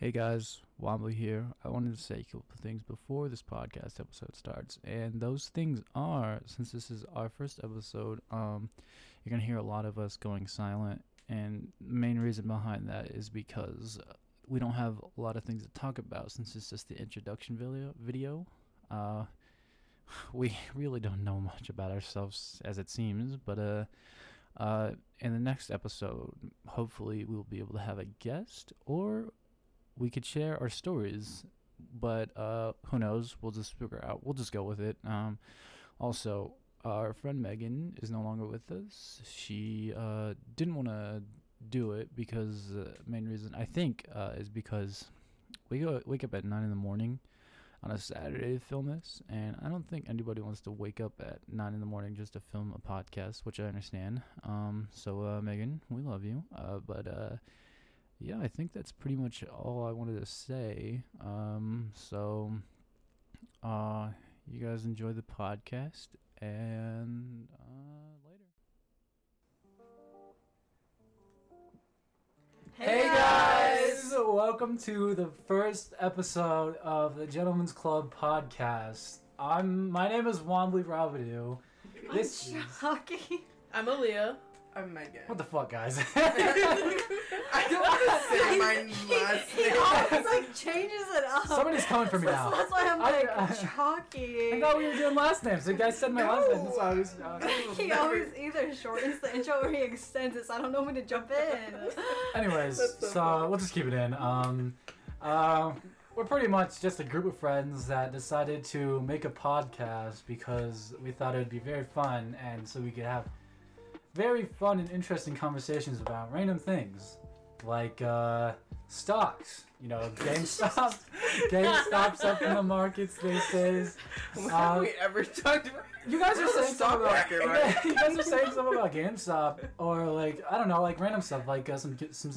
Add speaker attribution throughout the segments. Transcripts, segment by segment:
Speaker 1: Hey guys, Wombly here. I wanted to say a couple of things before this podcast episode starts, and those things are since this is our first episode, um, you're gonna hear a lot of us going silent, and the main reason behind that is because uh, we don't have a lot of things to talk about since it's just the introduction video. Video, uh, we really don't know much about ourselves as it seems, but uh, uh, in the next episode, hopefully we'll be able to have a guest or we could share our stories but uh who knows we'll just figure out we'll just go with it um also our friend megan is no longer with us she uh didn't want to do it because uh, main reason i think uh is because we go wake up at nine in the morning on a saturday to film this and i don't think anybody wants to wake up at nine in the morning just to film a podcast which i understand um so uh megan we love you uh but uh yeah, I think that's pretty much all I wanted to say. Um, so, uh, you guys enjoy the podcast, and uh, later.
Speaker 2: Hey guys!
Speaker 1: welcome to the first episode of the Gentlemen's Club podcast. I'm my name is Wombly Rabadoo. This
Speaker 3: I'm
Speaker 1: is
Speaker 3: Chucky.
Speaker 2: I'm Aaliyah.
Speaker 4: I'm Megan.
Speaker 1: what the fuck, guys.
Speaker 4: I don't want to say my last
Speaker 3: He
Speaker 4: name.
Speaker 3: always like changes it up.
Speaker 1: Somebody's coming for me
Speaker 3: That's-
Speaker 1: now.
Speaker 3: That's why I'm
Speaker 1: I-
Speaker 3: like
Speaker 1: I-
Speaker 3: chalky.
Speaker 1: I thought we were doing last names. The guy said my last name, so I was. Uh,
Speaker 3: he always either shortens the intro or he extends it, so I don't know when to jump in.
Speaker 1: Anyways,
Speaker 4: That's
Speaker 1: so,
Speaker 4: so funny.
Speaker 1: we'll just keep it in. Um, uh, we're pretty much just a group of friends that decided to make a podcast because we thought it would be very fun, and so we could have very fun and interesting conversations about random things like uh, stocks. You know, GameStop. GameStop's up in the markets these days.
Speaker 4: When
Speaker 1: Um,
Speaker 4: have we ever talked about
Speaker 1: You guys
Speaker 4: We're
Speaker 1: are
Speaker 4: on the
Speaker 1: saying
Speaker 4: stock
Speaker 1: something about
Speaker 4: market, right?
Speaker 1: you guys are saying something about GameStop or like I don't know, like random stuff, like uh, some some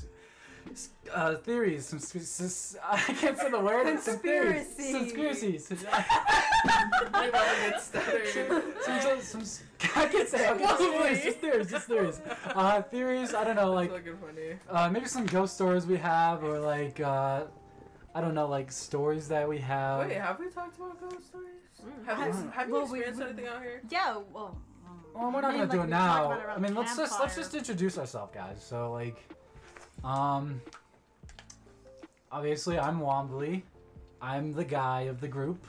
Speaker 1: uh, theories, some s- s- I can't say the word. Some theories.
Speaker 3: Conspiracies.
Speaker 1: conspiracies.
Speaker 4: my mom gets stuttered?
Speaker 1: Some, some, some, s- I can't say. Okay, just theories, just theories, just theories. Uh, theories. I don't know,
Speaker 4: That's
Speaker 1: like
Speaker 4: fucking funny.
Speaker 1: uh, maybe some ghost stories we have, or like uh, I don't know, like stories that we have.
Speaker 4: Wait, have we talked about ghost stories? Have you,
Speaker 3: Mm.
Speaker 4: have you
Speaker 3: Well, we-
Speaker 4: experienced
Speaker 3: we-
Speaker 4: anything out here?
Speaker 3: Yeah, well. um,
Speaker 1: Well, we're not
Speaker 3: I mean,
Speaker 1: gonna
Speaker 3: like,
Speaker 1: do it
Speaker 3: we
Speaker 1: now.
Speaker 3: talked about around
Speaker 1: I mean, let's just let's
Speaker 3: campfire.
Speaker 1: just introduce ourselves, guys. So like, um, obviously I'm Wombly. I'm the guy of the group.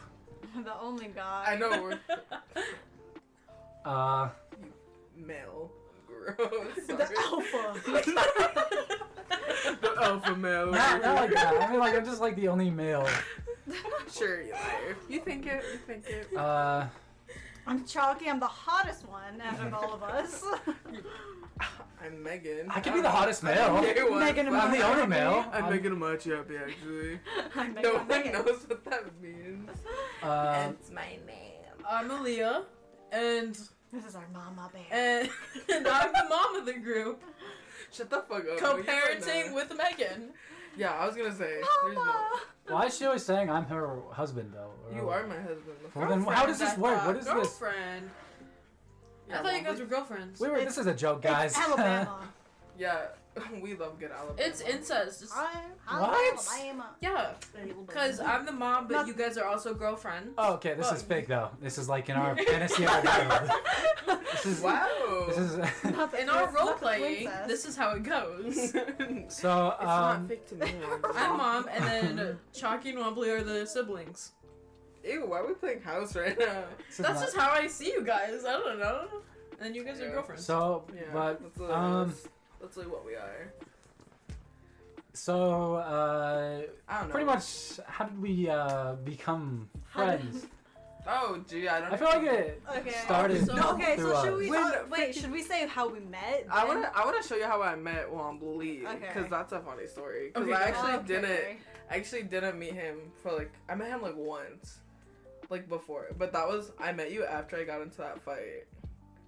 Speaker 3: the only guy.
Speaker 4: I know we're
Speaker 1: Uh,
Speaker 4: male. Gross.
Speaker 3: The alpha.
Speaker 4: the alpha male.
Speaker 1: not, not like that. I mean, like I'm just like the only male.
Speaker 4: Sure, you liar. You think it. You think it.
Speaker 1: Uh,
Speaker 3: I'm chalky. I'm the hottest one out of all of us.
Speaker 4: I'm Megan.
Speaker 1: I could be the hottest
Speaker 4: I'm
Speaker 1: male.
Speaker 4: gay one,
Speaker 3: Megan
Speaker 4: but-
Speaker 1: I'm the only male.
Speaker 4: I'm
Speaker 1: I'm-
Speaker 4: Megan much happy actually.
Speaker 3: I'm
Speaker 4: No
Speaker 3: Megan.
Speaker 4: one
Speaker 3: Megan.
Speaker 4: knows what that means.
Speaker 1: Uh,
Speaker 4: my name.
Speaker 2: I'm Aaliyah. And
Speaker 3: This is our mama bear.
Speaker 2: and, and I'm the mom of the group,
Speaker 4: Shut the fuck up.
Speaker 2: co-parenting with Megan.
Speaker 4: Yeah, I was gonna say. There's no.
Speaker 3: Mama.
Speaker 1: why is she always saying I'm her husband though? or-
Speaker 4: You are my husband.
Speaker 1: Well, then how does this work? What is this?
Speaker 2: Girlfriend.
Speaker 4: Yeah,
Speaker 2: I thought you
Speaker 4: well,
Speaker 2: guys were girlfriends.
Speaker 1: We were. This is a joke, guys.
Speaker 3: It's Alabama.
Speaker 4: Yeah, we love good Alabama.
Speaker 2: it's incest. It's-
Speaker 3: I'm
Speaker 1: What?
Speaker 3: Alabama.
Speaker 2: yeah, because I'm the mom, but
Speaker 3: Not-
Speaker 2: you guys are also girlfriend.
Speaker 1: oh, okay. This
Speaker 2: Well,
Speaker 1: is fake though. This is like in our fantasy world. This is.
Speaker 4: Wow.
Speaker 1: This is.
Speaker 2: In our role playing, this is how it goes.
Speaker 4: it's
Speaker 1: So
Speaker 4: not
Speaker 1: um,
Speaker 4: fake to me.
Speaker 2: I'm mom, and then Chalky and Wobbly are the siblings.
Speaker 4: Ew, why are we playing house right now?
Speaker 1: this is
Speaker 2: That's
Speaker 1: not-
Speaker 2: just how I see you guys. I don't know. And then you guys are
Speaker 4: Yeah.
Speaker 2: girlfriends.
Speaker 1: So,
Speaker 4: Yeah, that's
Speaker 1: but
Speaker 4: literally,
Speaker 1: um,
Speaker 4: that's, that's literally what we are.
Speaker 1: so uh,
Speaker 4: I don't know.
Speaker 1: pretty much, how did we uh become
Speaker 3: How did-
Speaker 1: friends?
Speaker 4: Oh, gee, I don't.
Speaker 1: I feel like it
Speaker 3: Okay.
Speaker 1: started.
Speaker 2: So-
Speaker 3: No, okay,
Speaker 1: through
Speaker 3: so should
Speaker 1: us.
Speaker 3: we
Speaker 4: When-
Speaker 3: talk- wait? Should we say how we met?
Speaker 4: I
Speaker 3: then?
Speaker 4: wanna, I wanna show you how I met Wombly,
Speaker 3: Okay.
Speaker 4: cause that's a funny story. Cause
Speaker 2: Okay,
Speaker 4: I
Speaker 2: go
Speaker 4: actually
Speaker 3: Oh, okay.
Speaker 4: didn't, I actually didn't meet him for like, I met him like once, like before, but that was I met you after I got into that fight.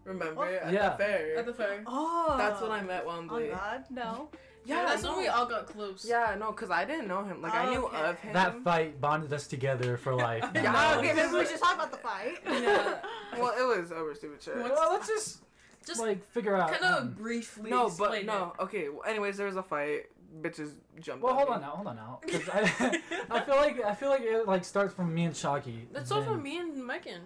Speaker 4: Remember
Speaker 3: Oh.
Speaker 4: at
Speaker 1: Yeah.
Speaker 4: the fair?
Speaker 2: At the fair.
Speaker 3: Oh.
Speaker 4: That's when I met
Speaker 3: Oh
Speaker 4: Wombly.
Speaker 3: God, no.
Speaker 2: Yeah, that's
Speaker 4: no.
Speaker 2: when we all got close.
Speaker 4: Yeah, no, cause I didn't know him. Like I knew
Speaker 3: Okay.
Speaker 4: of him.
Speaker 1: that fight bonded us together for life.
Speaker 4: Yeah.
Speaker 1: now.
Speaker 3: okay, maybe we should talk about the fight.
Speaker 2: Yeah.
Speaker 4: well, it was over stupid shit.
Speaker 1: well, let's just
Speaker 2: Just
Speaker 1: like figure out.
Speaker 2: kind of
Speaker 1: um,
Speaker 2: briefly
Speaker 4: No, but
Speaker 2: explain
Speaker 4: no. Okay. Well, anyways, there was a fight. bitches jumped.
Speaker 1: Well,
Speaker 4: on
Speaker 1: hold
Speaker 4: me.
Speaker 1: on now, hold on now. 'cause I, I feel like I feel like it like starts from me and Chalky.
Speaker 2: That's all
Speaker 1: then-
Speaker 2: from me and Megan.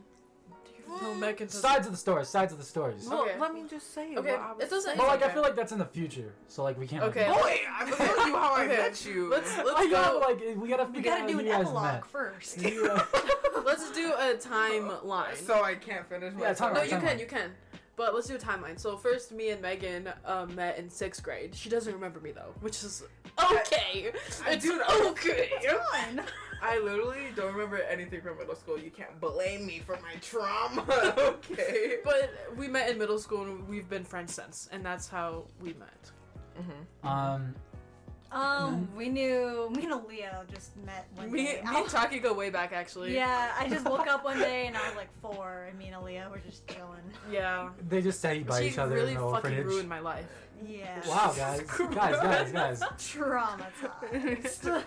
Speaker 3: Mm.
Speaker 2: No, Megan doesn't.
Speaker 1: Sides of the stories, sides of the stories.
Speaker 2: Well, Okay.
Speaker 4: let me just say
Speaker 2: Okay, what I was it doesn't- saying.
Speaker 1: But like I
Speaker 2: okay.
Speaker 1: feel like that's in the future, so like we can't.
Speaker 2: Okay.
Speaker 1: Like,
Speaker 4: Boy, I'm telling you how I
Speaker 2: Okay.
Speaker 4: met you.
Speaker 2: Let's
Speaker 1: I
Speaker 2: let's
Speaker 1: know,
Speaker 2: go.
Speaker 1: like we gotta
Speaker 3: We
Speaker 1: figure out
Speaker 3: gotta do
Speaker 1: how
Speaker 3: an
Speaker 1: you guys
Speaker 3: epilogue
Speaker 1: met.
Speaker 3: first.
Speaker 1: Yeah.
Speaker 2: Let's do a timeline.
Speaker 4: So I can't finish my
Speaker 1: Yeah, time
Speaker 2: no,
Speaker 1: out,
Speaker 2: you
Speaker 1: time
Speaker 2: can,
Speaker 1: out.
Speaker 2: you can. But let's do a timeline. So first, me and Megan uh, met in sixth grade. She doesn't remember me though, which is okay.
Speaker 4: I
Speaker 2: it's
Speaker 4: do know.
Speaker 2: okay.
Speaker 3: Fun.
Speaker 4: I literally don't remember anything from middle school. You can't blame me for my trauma. okay.
Speaker 2: But we met in middle school and we've been friends since, and that's how we met.
Speaker 1: Um,
Speaker 3: Um, we knew me and Aaliyah just met one
Speaker 2: me,
Speaker 3: day.
Speaker 2: me and Taki go way back actually.
Speaker 3: yeah, I just woke up one day and I was like four, and me and Aaliyah were just chilling.
Speaker 2: Yeah.
Speaker 1: they just sat by
Speaker 2: she
Speaker 1: each other in
Speaker 2: really
Speaker 1: the
Speaker 2: fucking
Speaker 1: orphanage.
Speaker 2: ruined my life.
Speaker 3: Yeah.
Speaker 1: Wow, guys, guys, guys, guys.
Speaker 3: Traumatized.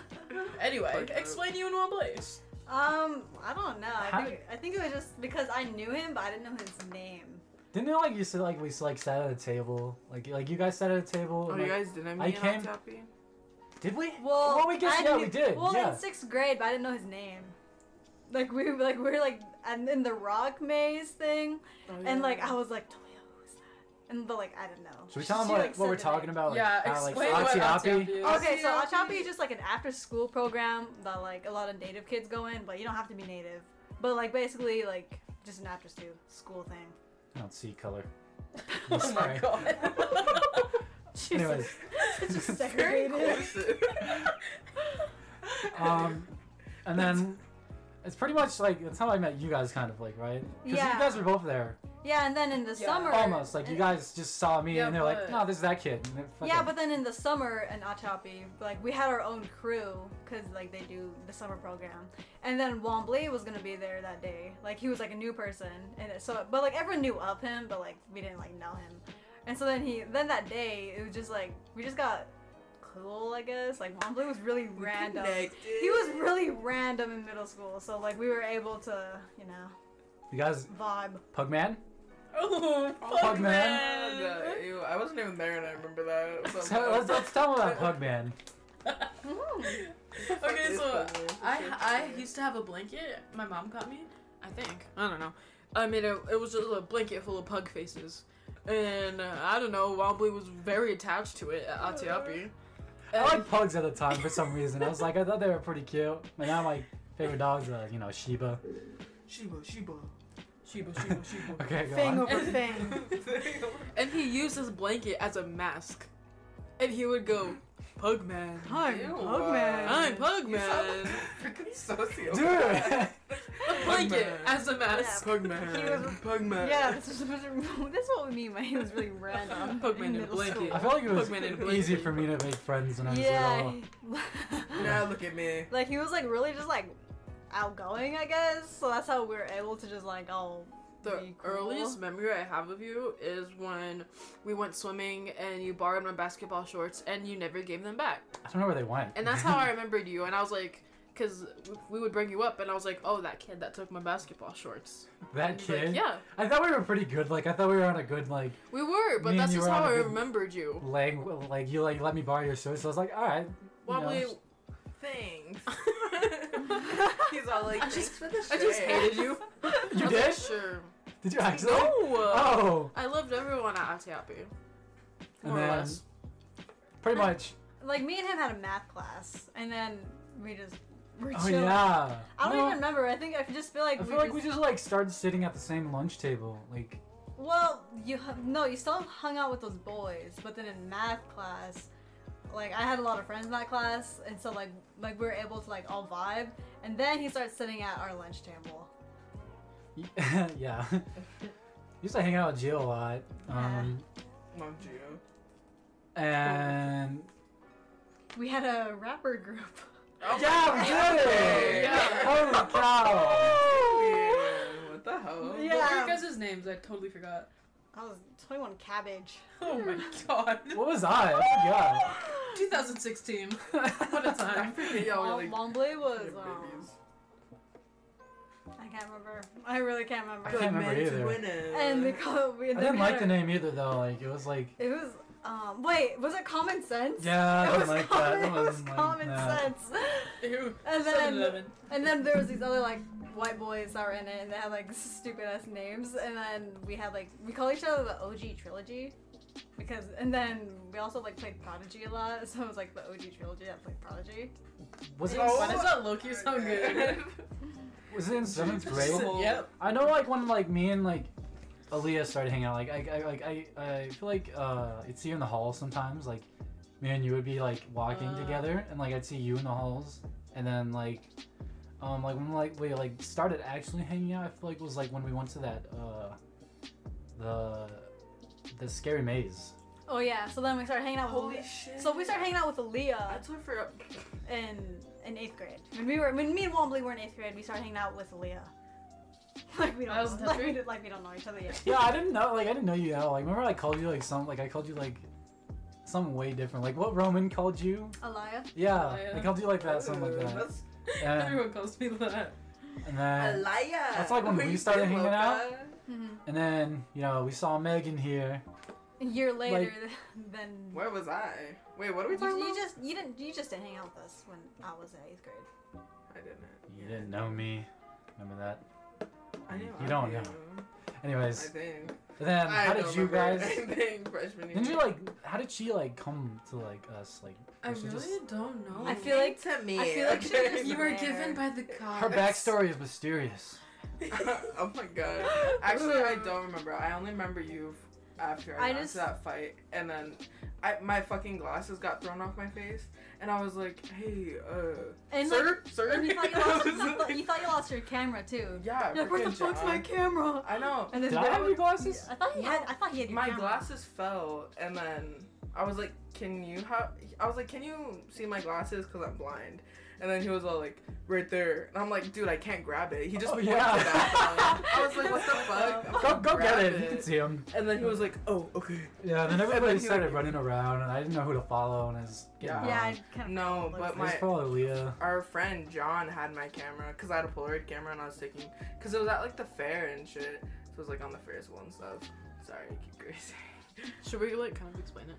Speaker 2: Anyway,
Speaker 4: Fuck.
Speaker 2: explain you in one place.
Speaker 3: um, I don't know.
Speaker 1: How
Speaker 3: I think, I think it was just because I knew him, but I didn't know his name.
Speaker 1: Didn't it like you said like we like sat at a table, like like you guys sat at a table.
Speaker 4: Oh,
Speaker 1: and,
Speaker 4: you
Speaker 1: like-
Speaker 4: guys didn't
Speaker 1: I
Speaker 4: meet on
Speaker 1: came-
Speaker 4: Tappy?
Speaker 1: Did we?
Speaker 3: Well,
Speaker 1: Well, we guess-
Speaker 3: I
Speaker 1: yeah,
Speaker 3: knew-
Speaker 1: we did,
Speaker 3: Well,
Speaker 1: yeah.
Speaker 3: in sixth grade, but I didn't know his name. Like we were like we were like and in the rock maze thing, and like I was like, Toya, who's that? And but like I didn't know.
Speaker 1: Should we tell them what, what we're talking about? Like,
Speaker 2: yeah,
Speaker 1: how, Oh, like,
Speaker 2: explain what
Speaker 1: Atiapi?
Speaker 2: Atiapi is.
Speaker 3: Okay, so
Speaker 4: Oceapi.
Speaker 3: Achapi is just like an after-school program that like a lot of native kids go in, but you don't have to be native. But like basically like just an after-school thing.
Speaker 1: I don't see color. I'm
Speaker 2: Oh my
Speaker 1: sorry.
Speaker 2: god.
Speaker 1: Anyways,
Speaker 3: It's just
Speaker 4: Very
Speaker 3: segregated.
Speaker 4: cool.
Speaker 1: um, and then it's pretty much like that's how I met you guys, kind of like right? Because
Speaker 3: Yeah.
Speaker 1: you guys were both there
Speaker 3: Yeah, and then in the
Speaker 2: Yeah.
Speaker 3: summer
Speaker 1: almost. Like you guys just saw me,
Speaker 2: Yeah,
Speaker 1: and they're
Speaker 2: but-
Speaker 1: like, "No, this is that kid." And they're
Speaker 3: Yeah,
Speaker 1: fucking-
Speaker 3: but then in the summer in Atapi, like we had our own crew because like they do the summer program, and then Wombly was gonna be there that day. Like he was like a new person, and it- so but like everyone knew of him, but like we didn't like know him, and so then he then that day it was just like we just got cool, I guess. Like Wombly was really random. He was really random in middle school, so like we were able to you know
Speaker 1: you guys,
Speaker 3: vibe.
Speaker 1: Pugman.
Speaker 2: oh,
Speaker 1: Pugman.
Speaker 4: God, ew, I wasn't even there and I remember that. So
Speaker 1: So let's, let's tell them about Pugman.
Speaker 3: Mm.
Speaker 2: Okay, so I I used to have a blanket. My mom got me. I think I don't know. I mean, it, it was just a blanket full of pug faces, and uh, I don't know. Wobbly was very attached to it uh, at
Speaker 4: Oh,
Speaker 2: Atiapi.
Speaker 3: Oh.
Speaker 1: I liked pugs at the time for some reason. I was like, I thought they were pretty cute, and now my favorite dogs are you know Shiba.
Speaker 4: Shiba, Shiba.
Speaker 2: Shiba, Shiba, Shiba.
Speaker 1: Okay, go
Speaker 3: Fang
Speaker 1: on.
Speaker 3: over fang.
Speaker 2: and he used his blanket as a mask, and he would go, "Pugman,
Speaker 3: Hi,
Speaker 4: Ew,
Speaker 3: Pugman.
Speaker 4: uh,
Speaker 2: I'm
Speaker 4: You sound
Speaker 2: Pugman."
Speaker 4: like a freaking sociopath.
Speaker 1: Dude.
Speaker 2: A blanket
Speaker 4: Pugman.
Speaker 2: as a mask.
Speaker 4: Pugman.
Speaker 3: He was-
Speaker 4: Pugman.
Speaker 3: Yeah, this is this is what we mean by he was really random.
Speaker 2: Pokemon
Speaker 3: in
Speaker 2: and
Speaker 3: middle
Speaker 2: blanket.
Speaker 1: I
Speaker 3: school.
Speaker 1: feel like it was
Speaker 2: Pugman and
Speaker 1: easy
Speaker 2: Blinky.
Speaker 1: for me to make friends when I was
Speaker 3: Yeah.
Speaker 1: little.
Speaker 3: he-
Speaker 4: Now look at me.
Speaker 3: like he was like really just like outgoing, I guess. So that's how we were able to just like oh.
Speaker 2: The
Speaker 3: be cool.
Speaker 2: earliest memory I have of you is when we went swimming and you borrowed my basketball shorts and you never gave them back.
Speaker 1: I don't know where they went.
Speaker 2: And that's how I remembered you. And I was like, because we would bring you up and I was like, oh, that kid that took my basketball shorts.
Speaker 1: that
Speaker 2: And he's like,
Speaker 1: kid.
Speaker 2: yeah,
Speaker 1: I thought we were pretty good. Like I thought we were on a good like
Speaker 2: we were, but
Speaker 1: Me and
Speaker 2: that's
Speaker 1: you
Speaker 2: just
Speaker 1: were on
Speaker 2: how
Speaker 1: a
Speaker 2: I
Speaker 1: good-
Speaker 2: remembered you.
Speaker 1: lang. Like you like let me borrow your shorts. So I was like, all right. you know,
Speaker 2: Wobbly,
Speaker 4: Thanks. He's all like,
Speaker 2: I just-
Speaker 4: "Thanks for the
Speaker 2: I just
Speaker 4: shade."
Speaker 2: hated you.
Speaker 1: You
Speaker 2: I was like,
Speaker 1: did?
Speaker 2: sure.
Speaker 1: Did you actually?
Speaker 2: No!
Speaker 1: Oh,
Speaker 2: I loved everyone at Atiapi.
Speaker 1: And
Speaker 2: More or
Speaker 1: then-
Speaker 2: less.
Speaker 1: pretty much.
Speaker 3: Like me and him had a math class, and then we just were
Speaker 1: Oh
Speaker 3: chilling.
Speaker 1: yeah.
Speaker 3: I don't
Speaker 1: No,
Speaker 3: even remember. I think I just feel like
Speaker 1: I
Speaker 3: we
Speaker 1: feel like
Speaker 3: just-
Speaker 1: we just like started sitting at the same lunch table. Like
Speaker 3: Well, you hu- no, you still hung out with those boys, but then in math class, like I had a lot of friends in that class, and so like like we were able to like all vibe, and then he starts sitting at our lunch table.
Speaker 1: yeah. Used to hang out with Jill a lot. Um,
Speaker 4: Mom, Gio.
Speaker 1: and
Speaker 3: We had a rapper group.
Speaker 4: Oh
Speaker 1: Oh yeah, we did it.
Speaker 2: Yeah.
Speaker 1: Holy cow!
Speaker 4: Oh, Yeah, What the hell?
Speaker 3: Yeah.
Speaker 1: Um,
Speaker 2: What were your guys' names? I totally forgot.
Speaker 3: I was 21 cabbage.
Speaker 2: Oh my god.
Speaker 1: What was Oh I?
Speaker 4: Oh,
Speaker 1: I
Speaker 2: 2016.
Speaker 1: forgot.
Speaker 2: What a
Speaker 4: I
Speaker 2: time.
Speaker 4: forget y'all were
Speaker 3: Wom-
Speaker 4: like
Speaker 3: Wombly was.
Speaker 4: little
Speaker 3: Um,
Speaker 4: babies.
Speaker 3: I can't remember. I really can't
Speaker 1: I can't
Speaker 3: remember.
Speaker 1: remember
Speaker 4: Good
Speaker 1: either.
Speaker 4: men to women.
Speaker 3: And the co- we,
Speaker 1: I didn't like the name either though. Like it was like
Speaker 3: It was Um, wait, was it common sense?
Speaker 1: Yeah, I
Speaker 3: It
Speaker 1: don't
Speaker 3: was
Speaker 1: like
Speaker 3: common,
Speaker 1: that. That
Speaker 3: it was
Speaker 1: wasn't like-
Speaker 3: common
Speaker 1: nah.
Speaker 3: sense.
Speaker 2: Ew.
Speaker 3: And then,
Speaker 2: 7-Eleven.
Speaker 3: and then there was these other like white boys that were in it, and they had like stupid ass names. And then we had like we call each other the OG trilogy, because and then we also like played Prodigy a lot, so it was like the OG trilogy that played Prodigy.
Speaker 1: Was it,
Speaker 3: Oh.
Speaker 2: Why does that Loki sound good?
Speaker 1: was it in seventh grade?
Speaker 2: yep.
Speaker 1: I know, like when like me and like Aaliyah started hanging out, like I, I like I, I feel like uh, I'd see you in the halls sometimes. Like me and you would be like walking
Speaker 2: Uh.
Speaker 1: together, and like I'd see you in the halls, and then like um like when like we like started actually hanging out, I feel like was like when we went to that uh the the scary maze.
Speaker 3: Oh yeah, so then we started hanging out. With
Speaker 4: Holy
Speaker 3: Aaliyah.
Speaker 4: shit.
Speaker 3: So we started hanging out with Aaliyah
Speaker 2: That's what I forgot.
Speaker 3: in in eighth grade. When we were when me and Wombly were in eighth grade, we started hanging out with Leah. Like
Speaker 1: Oh,
Speaker 3: we don't
Speaker 2: I was in
Speaker 3: know,
Speaker 2: tenth
Speaker 3: like, we
Speaker 2: grade?
Speaker 3: did- like we don't know each other yet.
Speaker 1: Yeah, I didn't know like I didn't know you at all. Like remember I called you like some like I called you like something way different. Like what Roman called you?
Speaker 3: Aliyah.
Speaker 1: Yeah,
Speaker 2: Aaliyah.
Speaker 1: I called you like that, something like that.
Speaker 4: That's,
Speaker 1: And,
Speaker 2: Everyone calls me that.
Speaker 1: and then.
Speaker 4: liar.
Speaker 1: That's like when
Speaker 4: What
Speaker 1: we
Speaker 4: you
Speaker 1: started
Speaker 4: did,
Speaker 1: hanging
Speaker 4: Mocha.
Speaker 1: out.
Speaker 3: Mhm.
Speaker 1: And then, you know, we saw Megan here.
Speaker 3: A year later, then
Speaker 4: Where was I? Wait, what are we
Speaker 3: you,
Speaker 4: talking
Speaker 3: you
Speaker 4: about?
Speaker 3: just you didn't you just didn't hang out with us when I was in eighth grade.
Speaker 4: I didn't.
Speaker 1: You didn't know me. Remember that?
Speaker 4: I know.
Speaker 1: You don't
Speaker 4: I
Speaker 1: know.
Speaker 4: do. I
Speaker 1: Anyways,
Speaker 4: think.
Speaker 1: and then
Speaker 4: I
Speaker 1: how
Speaker 4: don't
Speaker 1: did you
Speaker 4: remember
Speaker 1: guys?
Speaker 4: Anything freshman year.
Speaker 1: Didn't you like? How did she like come to like us? Like,
Speaker 2: I
Speaker 1: was she
Speaker 2: really don't know.
Speaker 3: I feel like-
Speaker 4: to me.
Speaker 3: I feel like she was-
Speaker 2: you
Speaker 3: You
Speaker 2: were
Speaker 3: were
Speaker 2: given by the
Speaker 4: Uh,
Speaker 2: cops.
Speaker 1: her backstory is mysterious.
Speaker 4: oh my god. Actually, I don't remember. I only remember you f- after I,
Speaker 3: I
Speaker 4: got
Speaker 3: just-
Speaker 4: to that fight, and then I my fucking glasses got thrown off my face, and I was like, "Hey, uh,
Speaker 3: And like,
Speaker 4: sir, sir."
Speaker 3: and you thought you,
Speaker 4: I
Speaker 3: lost,
Speaker 4: was
Speaker 3: you, thought,
Speaker 4: like-
Speaker 3: you thought you lost your camera too.
Speaker 4: yeah.
Speaker 3: You're like, where the
Speaker 4: freaking
Speaker 3: fuck's my
Speaker 4: John.
Speaker 3: camera?
Speaker 4: I know.
Speaker 3: And then
Speaker 1: Did I have your glasses?
Speaker 3: I thought he had. I thought he had your
Speaker 4: My
Speaker 3: camera.
Speaker 4: glasses fell, and then I was like, "Can you have?" I was like, "Can you see my glasses? Cause I'm blind." And then he was all like, "Right there," and I'm like, "Dude, I can't grab it." He just
Speaker 1: Oh,
Speaker 4: pointed
Speaker 1: yeah.
Speaker 4: at them. I was like, "What the fuck?"
Speaker 1: Go, go get
Speaker 4: Grab
Speaker 1: it. You can see him.
Speaker 4: And then he was like, "Oh, okay."
Speaker 1: Yeah. Then
Speaker 4: And
Speaker 1: everybody
Speaker 4: then he,
Speaker 1: started
Speaker 4: like-
Speaker 1: running around, and I didn't know who to follow, and I was getting
Speaker 3: Yeah, I
Speaker 1: lost.
Speaker 3: kind of
Speaker 4: No, but
Speaker 1: I
Speaker 4: my-
Speaker 1: just followed Leah.
Speaker 4: Our friend John had my camera because I had a Polaroid camera and I was taking because it was at like the fair and shit. So it was like on the Ferris wheel and stuff. Sorry, I keep grazing.
Speaker 2: Should we like kind of explain it?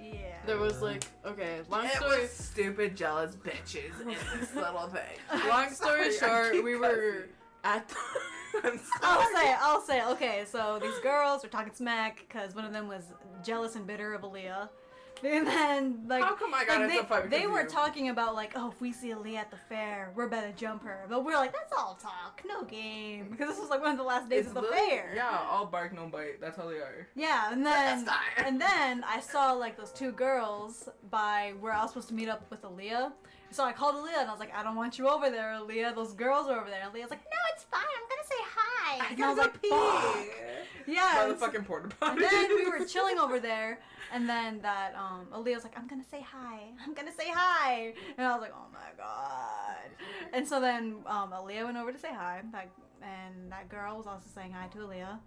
Speaker 3: yeah.
Speaker 2: There was like okay, long
Speaker 4: It
Speaker 2: story.
Speaker 4: was stupid, jealous bitches. It's this little thing.
Speaker 2: Long story
Speaker 4: Sorry, I
Speaker 2: short,
Speaker 4: keep
Speaker 2: we were at the.
Speaker 4: cussing. I'm
Speaker 3: I'll
Speaker 4: sorry.
Speaker 3: say, it, I'll say. it. Okay, so these girls were talking smack because one of them was jealous and bitter of Aaliyah. And then, like,
Speaker 4: How come I got
Speaker 3: like,
Speaker 4: into a fight
Speaker 3: they,
Speaker 4: because
Speaker 3: they
Speaker 4: of
Speaker 3: were
Speaker 4: you?
Speaker 3: talking about, like, oh, if we see Aaliyah at the fair, we're about to jump her. But we're like, that's all talk, no game. Because this was, like, one of the last days
Speaker 4: It's
Speaker 3: of the
Speaker 4: literally-
Speaker 3: fair.
Speaker 4: Yeah, all bark, no bite. That's how they are.
Speaker 3: Yeah, and then.
Speaker 4: That's
Speaker 3: And then I saw like those two girls by where I was supposed to meet up with Aaliyah. So I called Aaliyah and I was like, I don't want you over there, Aaliyah. Those girls are over there. And Aaliyah's like, No, it's fine. I'm gonna say hi. and I was like, "Pee." Yeah. and so-
Speaker 4: Motherfucking porta potty.
Speaker 3: And then we were chilling over there, and then that um, Aaliyah's like, "I'm gonna say hi. I'm gonna say hi," and I was like, "Oh my god!" And so then um, Aaliyah went over to say hi, like, and that girl was also saying hi to Aaliyah.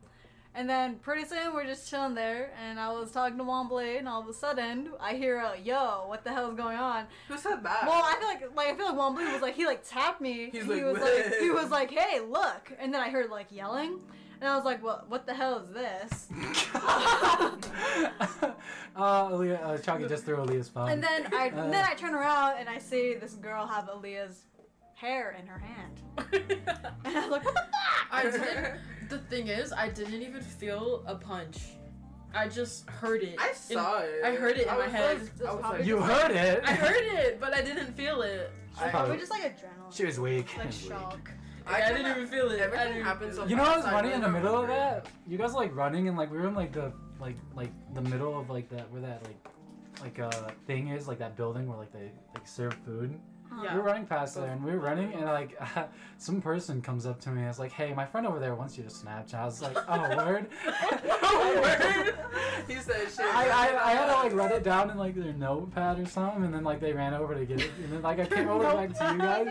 Speaker 3: And then pretty soon we're just chilling there, and I was talking to Wombly, and all of a sudden I hear a "Yo, what the hell's going on?"
Speaker 4: Who said that?
Speaker 3: Well, I feel like like I feel like Wombly was like he like tapped me.
Speaker 4: He's
Speaker 3: and he
Speaker 4: like,
Speaker 3: was like
Speaker 4: "What?"
Speaker 3: he was like, "Hey, look!" And then I heard like yelling, and I was like, "What? What the hell is this?"
Speaker 1: uh, Leah, uh, Chucky just threw Leah's phone.
Speaker 3: And then I
Speaker 1: Uh.
Speaker 3: then I turn around and I see this girl have Aaliyah's hair in her hand. And I'm like, what the fuck?
Speaker 2: I didn't. The thing is, I didn't even feel a punch. I just heard it.
Speaker 4: I
Speaker 2: in-
Speaker 4: saw it.
Speaker 2: I heard it in
Speaker 4: I
Speaker 2: my
Speaker 4: was
Speaker 2: head.
Speaker 4: like-
Speaker 3: It's
Speaker 4: I was
Speaker 3: probably
Speaker 4: like,
Speaker 1: you heard it.
Speaker 2: I heard it, but I didn't feel it.
Speaker 1: I-
Speaker 3: Probably just like adrenaline.
Speaker 1: She was weak.
Speaker 3: Like
Speaker 1: She was weak.
Speaker 3: shock.
Speaker 2: I,
Speaker 4: kinda-
Speaker 2: didn't even feel it. I
Speaker 4: everything
Speaker 2: didn't
Speaker 4: happens
Speaker 2: feel
Speaker 4: so
Speaker 2: it.
Speaker 1: You know what was
Speaker 4: Outside
Speaker 1: funny in the
Speaker 4: window.
Speaker 1: middle of that? You guys were, like running and like we were in like the like like the middle of like that where that like like uh thing is like that building where like they like serve food.
Speaker 2: Yeah.
Speaker 1: We were running past there and we were running and like some person comes up to me and is like, "Hey, my friend over there wants you to Snapchat." I was like, "Oh word."
Speaker 4: No Oh, word. He said shit.
Speaker 1: I, I, I had to like write it down in like their notepad or something, and then like they ran over to get it, and then like I came over back to you guys,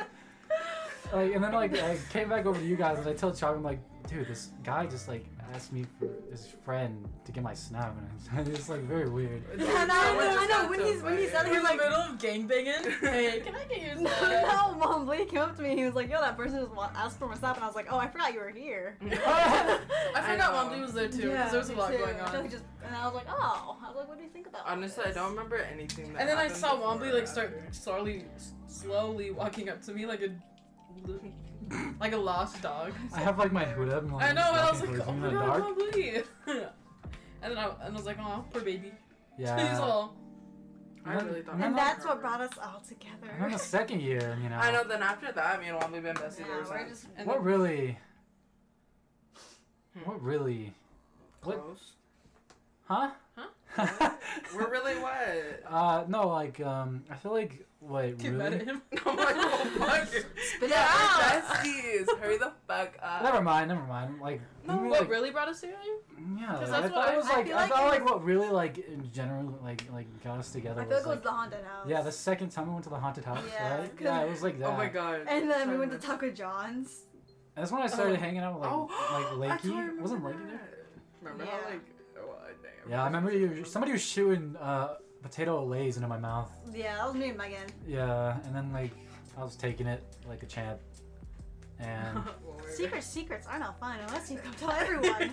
Speaker 1: like and then like I came back over to you guys, and I told Chuck, I'm like, dude, this guy just like asked me for his friend to get my snap, and it's just like very weird.
Speaker 4: Dude,
Speaker 3: Yeah, and I
Speaker 4: someone
Speaker 3: know-
Speaker 4: just
Speaker 3: I know,
Speaker 4: got
Speaker 3: when
Speaker 4: to
Speaker 3: he's- when he's out
Speaker 4: fight.
Speaker 2: In the middle of gangbanging. hey, can I get your
Speaker 3: no, Wombly came up to me. He was like, "Yo, that person just wa- asked for my stop," and I was like, "Oh, I forgot you were here."
Speaker 2: I
Speaker 4: I
Speaker 2: forgot
Speaker 4: know.
Speaker 2: Wombly was there too, because there was a
Speaker 3: me
Speaker 2: lot
Speaker 3: too.
Speaker 2: going
Speaker 3: So he
Speaker 2: on.
Speaker 3: just- and I was like, "Oh," I was like, "What do you think about?"
Speaker 4: Honestly, I
Speaker 3: this?"
Speaker 4: don't remember anything. That
Speaker 2: And then I
Speaker 4: happened
Speaker 2: saw
Speaker 4: before
Speaker 2: Wombly
Speaker 4: or
Speaker 2: like start
Speaker 4: after.
Speaker 2: slowly, slowly walking up to me like a, like a lost dog.
Speaker 1: I have like my hood up. And, like,
Speaker 2: I know, and I was
Speaker 1: walking
Speaker 2: like, oh
Speaker 1: towards you
Speaker 2: my
Speaker 1: in the
Speaker 2: god,
Speaker 1: dark.
Speaker 2: Wombly. and then I, and I was like, oh, poor baby. He's
Speaker 1: Yeah.
Speaker 2: all.
Speaker 4: I really thought.
Speaker 1: And
Speaker 3: And
Speaker 1: I
Speaker 3: that's what brought us all together.
Speaker 1: I'm in the second year, you know.
Speaker 4: I know. Then after that, me and Wombly been besties
Speaker 3: Yeah,
Speaker 4: ever
Speaker 3: we're
Speaker 4: since.
Speaker 3: just
Speaker 2: And
Speaker 1: What
Speaker 2: then-
Speaker 1: really?
Speaker 4: Hmm.
Speaker 1: What really? what-
Speaker 4: Close.
Speaker 1: Huh?
Speaker 4: Huh? We're really what?
Speaker 1: uh, no, like, um, I feel like what
Speaker 2: Get mad
Speaker 1: really?
Speaker 2: at him.
Speaker 4: I'm like, oh fuck.
Speaker 3: Spit it
Speaker 4: Yeah,
Speaker 3: out.
Speaker 4: we're besties. Hurry the fuck up.
Speaker 1: Never mind, never mind. Like,
Speaker 4: No,
Speaker 1: we were,
Speaker 2: What
Speaker 1: like,
Speaker 2: really brought us together?
Speaker 1: yeah,
Speaker 2: 'Cause
Speaker 1: like, I
Speaker 2: that's
Speaker 1: thought
Speaker 2: what
Speaker 1: it was
Speaker 3: I- I
Speaker 1: like,
Speaker 3: feel
Speaker 1: I
Speaker 3: like
Speaker 1: thought
Speaker 3: it
Speaker 1: like
Speaker 3: was-
Speaker 1: what really like in general like like got us together
Speaker 3: I feel
Speaker 1: was
Speaker 3: like it was
Speaker 1: like
Speaker 3: the haunted house.
Speaker 1: yeah the second time we went to the haunted house
Speaker 3: Yeah,
Speaker 1: right
Speaker 3: 'cause-
Speaker 1: yeah it was like that
Speaker 4: Oh my god.
Speaker 3: And then we
Speaker 4: Sorry,
Speaker 3: went to
Speaker 4: Miss-
Speaker 3: Taco John's.
Speaker 1: that's when I started
Speaker 4: Oh.
Speaker 1: hanging out with like
Speaker 4: I
Speaker 1: like
Speaker 4: totally
Speaker 1: Lakey wasn't
Speaker 4: remember
Speaker 1: Lakey there
Speaker 4: that. Remember how
Speaker 3: Yeah.
Speaker 4: like oh I- dang,
Speaker 1: yeah I remember you somebody was shooting uh potato lays into my mouth
Speaker 3: Yeah, that was me and Megan.
Speaker 1: yeah and then like I was taking it like a champ and
Speaker 4: Lord.
Speaker 3: Secret secrets are not fun unless you come tell everyone.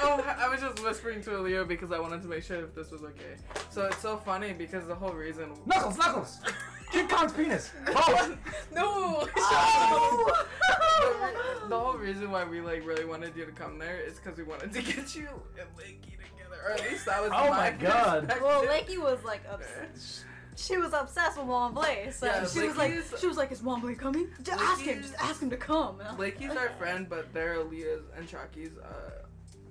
Speaker 4: oh, I was just whispering to Leo because I wanted to make sure if this was okay. So it's so funny because the whole reason.
Speaker 1: Knuckles Knuckles King Kong's penis oh
Speaker 2: No.
Speaker 3: Oh!
Speaker 4: the whole reason why we like really wanted you to come there is because we wanted to get you and Lakey together, or at least that was
Speaker 1: Oh
Speaker 4: my
Speaker 1: my God.
Speaker 4: perspective.
Speaker 3: well, Lakey was like obs- She was obsessed with Womblay, so
Speaker 4: Yeah,
Speaker 3: she was like,
Speaker 4: Lakey's-
Speaker 3: she was like, "Is Womblay coming? Just ask him. Just ask him to come." And I was like,
Speaker 4: Lakey's our friend, but they're Aaliyah's and Chucky's uh,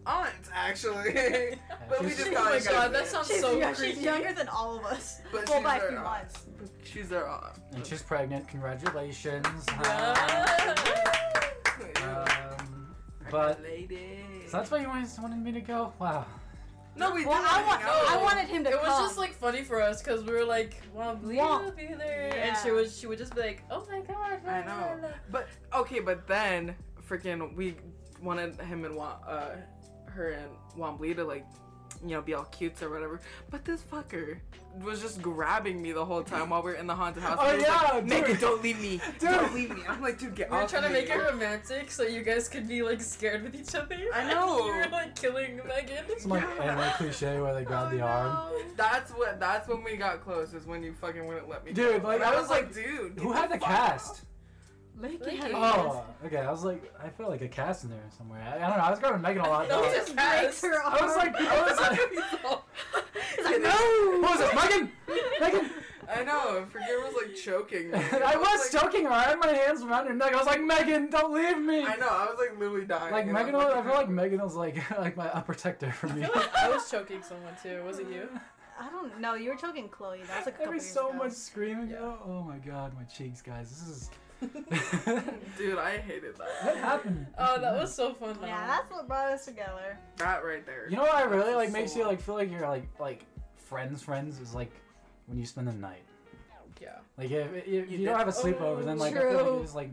Speaker 4: aunts actually. but we
Speaker 1: she's-
Speaker 4: just
Speaker 2: Oh
Speaker 4: got
Speaker 2: my
Speaker 4: each
Speaker 2: God,
Speaker 4: other.
Speaker 2: that sounds
Speaker 3: she's,
Speaker 2: so
Speaker 3: yeah,
Speaker 2: creepy.
Speaker 3: she's younger than all of us.
Speaker 4: But
Speaker 3: well,
Speaker 4: she's
Speaker 3: by a
Speaker 4: our
Speaker 3: few
Speaker 4: aunt.
Speaker 3: months.
Speaker 4: She's their aunt.
Speaker 1: and she's pregnant congratulations
Speaker 2: Yeah.
Speaker 1: um, but
Speaker 4: lady.
Speaker 1: So that's why you wanted, wanted me to go? Wow.
Speaker 4: no, we
Speaker 3: Well,
Speaker 4: didn't
Speaker 3: I, want,
Speaker 4: hang out.
Speaker 3: I wanted him to
Speaker 2: It
Speaker 3: come.
Speaker 2: was just like funny for us because we were like, "Well, Lee
Speaker 3: Womp.
Speaker 2: will be there," and
Speaker 3: Yeah.
Speaker 2: she was she would just be like, "Oh my god!"
Speaker 4: I know. But okay, but then freaking we wanted him and Wa- uh, her and Wombly to like, you know, be all cutes or whatever. But this fucker was just grabbing me the whole time while we were in the haunted house.
Speaker 1: Oh,
Speaker 4: He was
Speaker 1: yeah,
Speaker 4: like, Megan,
Speaker 1: dude.
Speaker 4: don't leave me,
Speaker 1: Dude.
Speaker 4: don't leave me. I'm like, dude, get
Speaker 2: We were
Speaker 4: off
Speaker 2: trying to
Speaker 4: me.
Speaker 2: make it romantic so you guys could be like scared with each other.
Speaker 4: I know.
Speaker 2: you were like killing Megan.
Speaker 1: It's like anime cliche where they
Speaker 3: Oh,
Speaker 1: grab the arm.
Speaker 4: That's what. That's when we got close. Is when you fucking wouldn't let me.
Speaker 1: Dude,
Speaker 4: go.
Speaker 1: like,
Speaker 4: And
Speaker 1: I
Speaker 4: I
Speaker 1: was
Speaker 4: was like,
Speaker 1: like,
Speaker 4: dude,
Speaker 1: Who
Speaker 4: get
Speaker 1: had the
Speaker 4: fuck
Speaker 1: cast?
Speaker 3: Lakey,
Speaker 2: Lakey.
Speaker 3: had a
Speaker 1: Oh, okay. I was like, I felt like a cast in there somewhere. I, I don't know. I was grabbing Megan a lot.
Speaker 2: That
Speaker 1: though.
Speaker 2: was
Speaker 3: Just breaks her arm.
Speaker 1: I was like, I was like,
Speaker 4: out.
Speaker 3: He's like,
Speaker 1: no. What was it, Megan? Megan.
Speaker 4: I know. Forget was like choking. me.
Speaker 1: I was
Speaker 4: like,
Speaker 1: choking her. I had my hands around her neck. I was like, Megan, don't leave me.
Speaker 4: I know. I was like literally dying.
Speaker 1: Like
Speaker 4: and
Speaker 1: Megan,
Speaker 4: I'm
Speaker 1: was, I feel like Megan was like like my uh, protector for
Speaker 2: I
Speaker 1: me.
Speaker 2: feel like I was choking someone too. Was it you?
Speaker 3: I don't know. You were choking Chloe. That was like a
Speaker 1: There
Speaker 3: couple
Speaker 1: was
Speaker 3: years
Speaker 1: so
Speaker 3: ago.
Speaker 1: much screaming.
Speaker 2: Yeah.
Speaker 1: Oh, oh my god, my cheeks, guys. This is
Speaker 4: Dude, I hated
Speaker 1: what
Speaker 4: that.
Speaker 1: happened.
Speaker 2: Oh, that was so fun. though.
Speaker 3: Yeah, that's what brought us together.
Speaker 4: That right there.
Speaker 1: You know what I really
Speaker 4: That's
Speaker 1: like
Speaker 4: so
Speaker 1: makes you
Speaker 4: long.
Speaker 1: like feel like you're like like friends friends is like when you spend the night.
Speaker 2: yeah.
Speaker 1: Like if, if, if you,
Speaker 4: did-
Speaker 1: don't have a sleepover, then like I feel like
Speaker 3: True.
Speaker 1: it's just like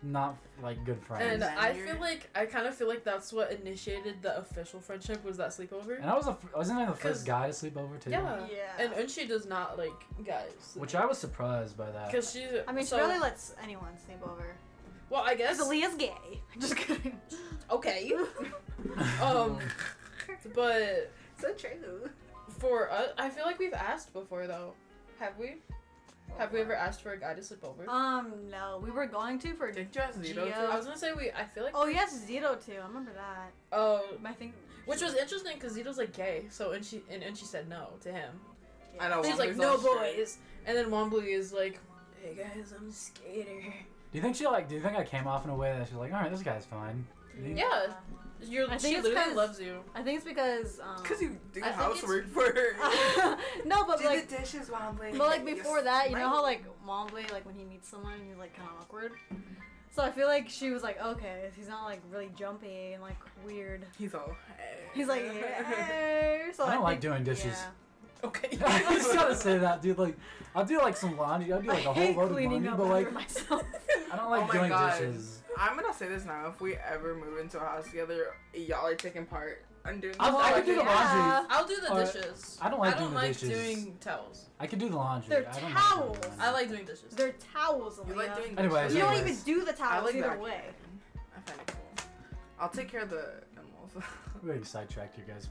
Speaker 1: not like good friends.
Speaker 2: And
Speaker 1: And,
Speaker 2: I feel like I kind of feel like that's what initiated the official friendship was that sleepover.
Speaker 1: I was a, wasn't I the
Speaker 2: Cause-
Speaker 1: first guy to sleep over too?
Speaker 2: Yeah.
Speaker 3: Yeah.
Speaker 2: And Unshi does not like guys.
Speaker 1: Which I was surprised by that.
Speaker 2: Because she's.
Speaker 3: I mean,
Speaker 2: so,
Speaker 3: she really lets anyone sleep over.
Speaker 2: Well, I guess.
Speaker 3: Because Aaliyah's gay. Just kidding.
Speaker 2: Okay. um, but
Speaker 3: so true.
Speaker 2: for us, I feel like we've asked before though. Have we? Have we ever asked for a guy to slip over?
Speaker 3: Um, no. We were going to for.
Speaker 4: Did you ask Zito
Speaker 3: Gio.
Speaker 4: to-
Speaker 2: I was gonna say we. I feel like.
Speaker 3: Oh, yes, Zito too. I remember that.
Speaker 2: Oh.
Speaker 3: I think.
Speaker 2: Which was interesting because Zito's like gay, so and she and, and she said no to him.
Speaker 3: Yeah.
Speaker 4: I know.
Speaker 2: She's like
Speaker 4: Wombli's
Speaker 2: no
Speaker 4: all straight.
Speaker 2: boys, and then Wombly is like, hey guys, I'm a skater.
Speaker 1: do you think she like? Do you think I came off in a way that she's like, all right, this guy's fine.
Speaker 3: Yeah.
Speaker 2: Yeah. You're,
Speaker 3: I
Speaker 2: she
Speaker 3: think it's
Speaker 2: literally
Speaker 3: 'cause-
Speaker 2: loves you.
Speaker 3: I think it's because. Um,
Speaker 4: Cause you do
Speaker 2: I think
Speaker 4: housework for her.
Speaker 3: no, but
Speaker 4: Do
Speaker 3: like.
Speaker 4: the dishes, Wombly.
Speaker 3: But like before that, you know how like Wombly, like when he meets someone, he's like kind of awkward. So I feel like she was like, okay, he's not like really jumpy and like weird.
Speaker 4: he's all.
Speaker 3: He's like, hey. So
Speaker 1: I don't like
Speaker 3: think-
Speaker 1: doing dishes.
Speaker 3: yeah.
Speaker 2: Okay.
Speaker 1: I just gotta say that, dude. Like, I'll do like some laundry. I'll do like a
Speaker 3: I
Speaker 1: whole
Speaker 3: hate
Speaker 1: load of
Speaker 3: cleaning
Speaker 1: laundry,
Speaker 3: up
Speaker 1: but like,
Speaker 3: after myself.
Speaker 1: I don't
Speaker 4: Oh
Speaker 1: like
Speaker 4: my
Speaker 1: doing
Speaker 4: God.
Speaker 1: dishes.
Speaker 4: I'm gonna say this now. If we ever move into a house together, y'all are taking part. I'm doing.
Speaker 1: I'll- I
Speaker 4: this.
Speaker 1: could do the
Speaker 5: yeah.
Speaker 1: laundry.
Speaker 2: I'll do the
Speaker 1: Or-
Speaker 2: dishes.
Speaker 1: I don't like doing the dishes.
Speaker 2: doing towels.
Speaker 1: I could do the laundry.
Speaker 5: They're
Speaker 1: I don't
Speaker 5: towels.
Speaker 1: Know
Speaker 2: I like doing dishes.
Speaker 5: They're towels.
Speaker 4: You
Speaker 5: Aaliyah.
Speaker 4: like doing.
Speaker 1: Anyway,
Speaker 4: dishes?
Speaker 5: You don't even
Speaker 1: Anyways.
Speaker 5: do the
Speaker 4: I
Speaker 5: towels
Speaker 4: like
Speaker 5: either
Speaker 4: vacuuming.
Speaker 5: way.
Speaker 4: I find it cool. I'll take care of the animals.
Speaker 1: Really sidetracked you guys.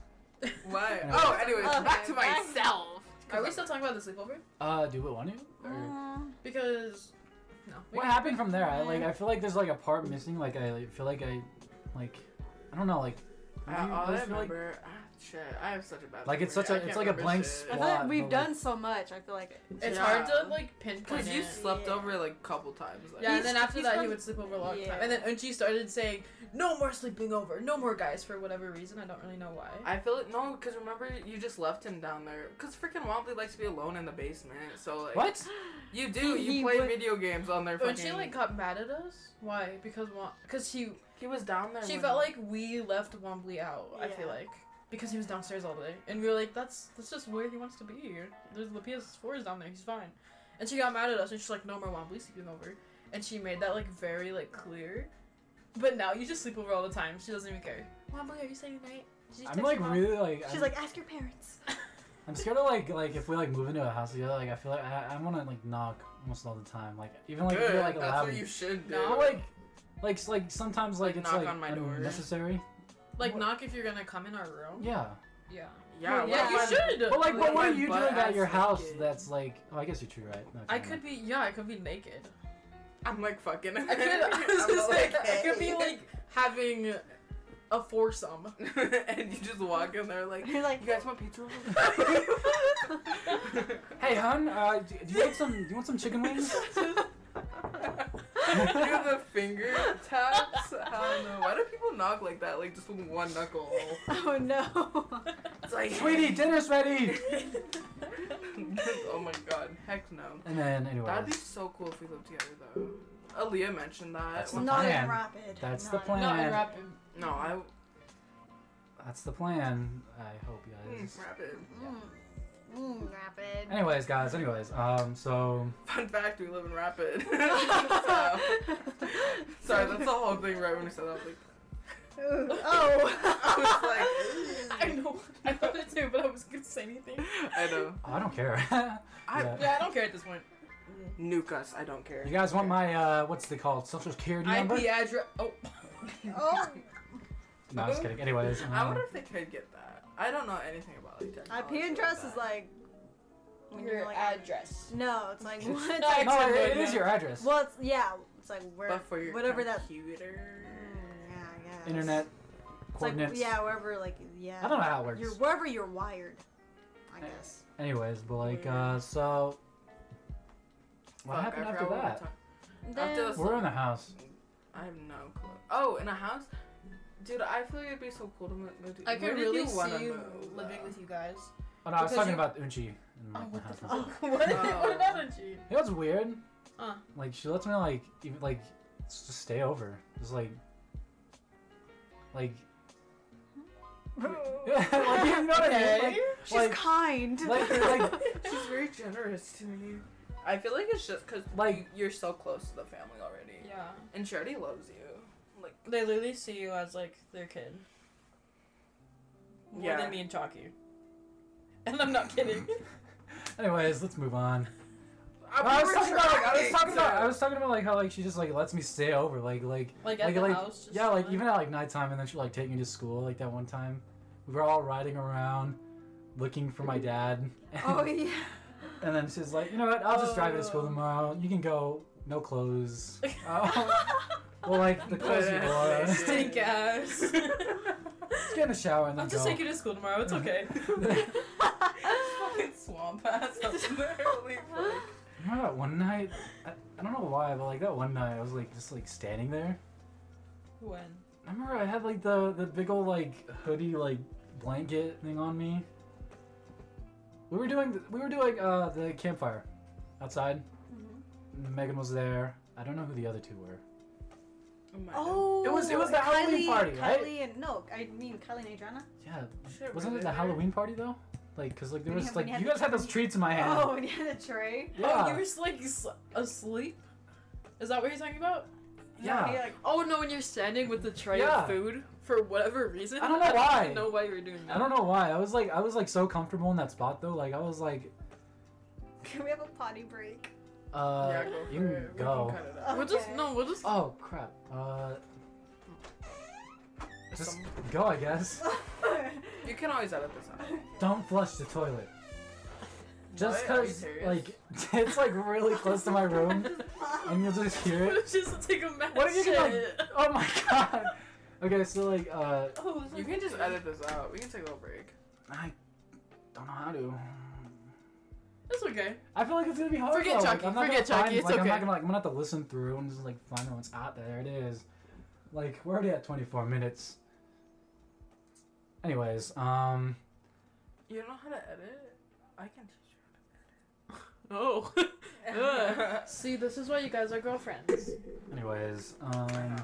Speaker 4: Why?
Speaker 1: Anyways.
Speaker 4: Oh, anyways,
Speaker 5: Okay,
Speaker 4: back to
Speaker 5: back-
Speaker 4: myself.
Speaker 2: Are we still talking about the sleepover?
Speaker 1: Uh, do we want to? Or...
Speaker 5: Mm,
Speaker 2: Because no. we-
Speaker 1: What happened from there? I like. I feel like there's like a part missing. Like I like, feel like I, like, I don't know. Like,
Speaker 4: Uh,
Speaker 1: I mean,
Speaker 4: all
Speaker 1: I
Speaker 4: I
Speaker 1: just feel like-
Speaker 4: remember, ah, shit, I have such a bad.
Speaker 1: Like, it's
Speaker 4: memory.
Speaker 1: such a- it's
Speaker 4: I can't
Speaker 1: like a
Speaker 4: remember
Speaker 1: blank
Speaker 4: shit.
Speaker 5: I feel
Speaker 1: Well,
Speaker 5: like
Speaker 1: uh,
Speaker 5: we've
Speaker 1: but,
Speaker 5: done so much. I feel like
Speaker 2: It's
Speaker 4: Yeah.
Speaker 2: hard to like pinpoint.
Speaker 4: Cause you
Speaker 2: it.
Speaker 4: slept
Speaker 5: Yeah.
Speaker 4: over like a couple times. Like,
Speaker 2: Yeah, and
Speaker 5: He's-
Speaker 2: then after
Speaker 5: he's
Speaker 2: that, he
Speaker 5: from-
Speaker 2: would sleep over a long
Speaker 5: Yeah.
Speaker 2: time. And then Unchi started saying, "No more sleeping over. No more guys for whatever reason. I don't really know why."
Speaker 4: I feel it. No, cause remember you just left him down there. Cause freaking Wobbly likes to be alone in the basement. So like,
Speaker 1: what?
Speaker 4: you do? You
Speaker 5: He
Speaker 4: play
Speaker 5: would-
Speaker 4: video games on their
Speaker 2: When
Speaker 4: fucking.
Speaker 2: she like got mad at us, why? Because because she
Speaker 4: he was down there.
Speaker 2: she
Speaker 4: when-
Speaker 2: felt like we left Wombly out. I feel
Speaker 5: Yeah.
Speaker 2: like because he was downstairs all day, and we were like, "That's that's just where he wants to be. There's the PS4 is down there. He's fine." And she got mad at us, and she's like, "No more Wombly sleeping over," and she made that like very like clear. But now you just sleep over all the time. She doesn't even care. Wombly, are you saying night? Did you
Speaker 1: I'm
Speaker 2: text
Speaker 1: like
Speaker 2: Mom?"
Speaker 1: really like.
Speaker 5: she's
Speaker 1: I'm,
Speaker 5: like, ask your parents.
Speaker 1: I'm scared of like like if we like move into a house together. Like I feel like I, I want to like knock almost all the time. Like even like if
Speaker 4: Good.
Speaker 1: you're like
Speaker 4: That's
Speaker 1: allowed.
Speaker 4: what you should do.
Speaker 1: No, like like s- like sometimes like,
Speaker 4: Like,
Speaker 1: it's
Speaker 4: knock
Speaker 1: like
Speaker 4: on my door.
Speaker 1: unnecessary.
Speaker 2: Like
Speaker 1: What-
Speaker 2: knock if you're gonna come in our room.
Speaker 1: Yeah.
Speaker 2: Yeah.
Speaker 4: yeah,
Speaker 5: Yeah,
Speaker 4: what
Speaker 2: you
Speaker 4: if
Speaker 2: should.
Speaker 1: But like,
Speaker 4: Like
Speaker 1: what, what are
Speaker 4: my
Speaker 1: you
Speaker 4: butt
Speaker 1: doing at your
Speaker 4: ass
Speaker 1: house?
Speaker 4: naked.
Speaker 1: That's like. Oh, I guess you're true, right? No,
Speaker 2: I
Speaker 1: never
Speaker 2: could
Speaker 1: mind.
Speaker 2: be yeah, I could be naked.
Speaker 4: I'm like fucking.
Speaker 2: I could I was
Speaker 4: I'm
Speaker 2: just like, I
Speaker 4: okay.
Speaker 2: could be like having a foursome.
Speaker 4: and you just walk in there like,
Speaker 5: You're like,
Speaker 4: you guys want pizza?
Speaker 1: Hey, hun. Uh, do, do you want some? Do you want some chicken wings?
Speaker 4: Do the finger taps? I don't know. Why do people knock like that? Like just with one knuckle.
Speaker 5: oh no.
Speaker 4: It's like,
Speaker 1: Sweetie, dinner's ready.
Speaker 4: oh my god. Heck no.
Speaker 1: And then, anyways.
Speaker 4: That'd be so cool if we lived together though. Aaliyah mentioned that.
Speaker 1: That's the
Speaker 4: when-
Speaker 5: Not
Speaker 1: plan.
Speaker 5: in rapid.
Speaker 1: That's
Speaker 5: Not
Speaker 1: the
Speaker 5: in-
Speaker 1: plan.
Speaker 2: Not in
Speaker 1: Man.
Speaker 2: rapid.
Speaker 4: no, I.
Speaker 1: That's the plan. I hope, guys.
Speaker 4: Mm, rapid.
Speaker 5: Mm, mm, rapid.
Speaker 1: Anyways, guys. Anyways, um, so
Speaker 4: Fun fact: We live in Rapid. so, sorry, that's the whole thing. Right when you said that, I was like, I
Speaker 5: oh.
Speaker 4: was like,
Speaker 2: I know. I thought it too, but I was gonna say anything.
Speaker 4: I know.
Speaker 1: I don't care.
Speaker 4: I
Speaker 1: Yeah.
Speaker 2: Yeah, I don't care at this point.
Speaker 4: nuke us. I don't care.
Speaker 1: you guys want my uh, what's it called? Social security number?
Speaker 2: IP address. Oh,
Speaker 5: oh.
Speaker 1: No, I'm just kidding. Anyways,
Speaker 4: I
Speaker 1: um,
Speaker 4: wonder if they could get that. I don't know anything about like technology.
Speaker 5: IP address
Speaker 4: that.
Speaker 5: is like when you're like
Speaker 2: address.
Speaker 5: no, it's like what?
Speaker 2: No,
Speaker 5: like,
Speaker 1: no,
Speaker 2: It's
Speaker 1: oh, it- it
Speaker 2: a-
Speaker 1: is your address.
Speaker 5: well, it's yeah, it's like where
Speaker 4: But for your
Speaker 5: whatever that.
Speaker 4: computer.
Speaker 5: Mm, yeah, yeah.
Speaker 1: Internet
Speaker 5: It's like
Speaker 1: coordinates.
Speaker 5: yeah, wherever like yeah.
Speaker 1: I don't know how it works.
Speaker 5: You're wherever you're wired. I
Speaker 4: Yeah.
Speaker 5: guess.
Speaker 1: Anyways, but like,
Speaker 4: Weird.
Speaker 1: uh, so what
Speaker 4: Fuck,
Speaker 1: happened
Speaker 4: I
Speaker 1: after
Speaker 4: forgot what we were
Speaker 1: that?
Speaker 4: talking-
Speaker 5: Then-
Speaker 4: this-
Speaker 1: We're in the house.
Speaker 4: I have no clue. Oh, in a house, dude. I feel like it'd be so cool to mo- move. To,
Speaker 2: I could
Speaker 4: Where did
Speaker 2: really
Speaker 4: you wanna
Speaker 2: see you
Speaker 4: move,
Speaker 2: living
Speaker 4: though?
Speaker 2: with you guys.
Speaker 1: Oh no, I was
Speaker 2: Because
Speaker 1: talking
Speaker 2: you-
Speaker 1: about Unchi. And,
Speaker 2: Oh,
Speaker 1: like,
Speaker 2: what
Speaker 1: the
Speaker 2: the
Speaker 1: house.
Speaker 2: fuck? What,
Speaker 4: Oh.
Speaker 2: what about Unchi?
Speaker 1: You know what's weird?
Speaker 2: Uh.
Speaker 1: Like she lets me like even like s- just stay over. Just like like like you know what I mean? Like,
Speaker 5: She's
Speaker 1: like,
Speaker 5: kind.
Speaker 1: like, like,
Speaker 4: She's very generous to me. I feel like it's just because
Speaker 1: Like-
Speaker 4: like you're so close to the family already,
Speaker 2: Yeah.
Speaker 4: and she already loves you. Like
Speaker 2: They literally see you as like their kid. More
Speaker 4: Yeah.
Speaker 2: than me and Chalky. And I'm not kidding.
Speaker 1: anyways, let's move on. I was talking about like, I was talking about I was talking about like how like she just like lets me stay over like like
Speaker 2: Like at
Speaker 1: Like-
Speaker 2: the
Speaker 1: like-
Speaker 2: house. just
Speaker 1: yeah like
Speaker 2: chilling.
Speaker 1: even at like nighttime and then she like take me to school like that one time we were all riding around looking for my dad and,
Speaker 5: oh yeah.
Speaker 1: and then she's like you know what I'll just drive you to school
Speaker 2: Oh.
Speaker 1: tomorrow you can go no clothes oh, well like the clothes you wore
Speaker 5: uh,
Speaker 4: Bless
Speaker 1: just
Speaker 4: me.
Speaker 2: stink ass.
Speaker 1: get in the shower and then
Speaker 2: I'll just
Speaker 1: go.
Speaker 2: take you to school tomorrow. It's okay. Fucking swamp ass. up there.
Speaker 4: Oh
Speaker 1: Remember that one night? I, I don't know why, but like that one night, I was like just like standing there.
Speaker 2: when?
Speaker 1: I remember I had like the the big old like hoodie like blanket thing on me. We were doing we were doing uh the campfire outside. Megan was there. I don't know who the other two were.
Speaker 5: Oh.
Speaker 1: It was- it was the
Speaker 5: Kylie-
Speaker 1: Halloween party, right?
Speaker 5: Kylie and no, I mean Kylie and Adriana.
Speaker 1: Yeah,
Speaker 4: Shit,
Speaker 1: wasn't
Speaker 4: were
Speaker 1: it
Speaker 4: they
Speaker 1: the
Speaker 4: there?
Speaker 1: Halloween party though? Like, cause like there
Speaker 5: When you
Speaker 1: was
Speaker 5: had-
Speaker 1: like
Speaker 5: when you
Speaker 1: you
Speaker 5: had
Speaker 1: guys
Speaker 5: the
Speaker 1: had those
Speaker 5: tree.
Speaker 1: treats in my hand.
Speaker 5: Oh, and you had the tray.
Speaker 1: yeah.
Speaker 2: Oh, you were like s- asleep. Is that what you're talking about?
Speaker 1: Yeah.
Speaker 5: he, like,
Speaker 2: Oh no, when you're standing with the tray
Speaker 1: Yeah.
Speaker 2: of food for whatever reason.
Speaker 1: I don't know
Speaker 2: I
Speaker 1: why.
Speaker 2: don't know why you're doing that.
Speaker 1: I don't know why. I was like, I was like so comfortable in that spot though. Like I was like,
Speaker 5: can we have a potty break?
Speaker 1: uh,
Speaker 4: yeah, go for
Speaker 1: you can
Speaker 4: it. We
Speaker 1: go.
Speaker 4: cut it out.
Speaker 2: We'll just
Speaker 5: Okay.
Speaker 2: no. We'll just.
Speaker 1: Oh crap. Uh, just go, I guess.
Speaker 4: You can always edit this out.
Speaker 1: Don't flush the toilet. Just
Speaker 4: What? Are you
Speaker 1: cause,
Speaker 4: serious?
Speaker 1: like, it's like really close to my room, and you'll just hear it.
Speaker 2: just take a mess.
Speaker 1: What if you can
Speaker 2: shit.
Speaker 1: like? Oh my god. Okay, so like, uh,
Speaker 2: Oh, is
Speaker 4: You
Speaker 2: it-
Speaker 4: can just edit this out. We can take a little break.
Speaker 1: I don't know how to.
Speaker 2: That's okay.
Speaker 1: I feel like it's gonna be hard.
Speaker 2: Forget
Speaker 1: though.
Speaker 2: Chucky,
Speaker 1: Like, I'm not
Speaker 2: forget
Speaker 1: gonna
Speaker 2: Chucky,
Speaker 1: find-
Speaker 2: it's
Speaker 1: like, I'm
Speaker 2: okay.
Speaker 1: not gonna like. I'm gonna have to listen through and just like find what's out there. There It is. Like we're already at 24 minutes. Anyways, um,
Speaker 4: You don't know how to edit? I can teach you.
Speaker 2: Oh. Ugh. See, this is why you guys are girlfriends.
Speaker 1: anyways, um,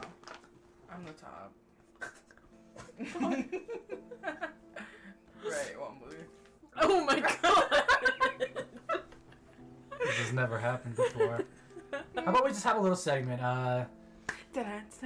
Speaker 4: I'm the top. right, one blue.
Speaker 2: Oh my god.
Speaker 1: this has never happened before. How about we just have a little segment? Uh, how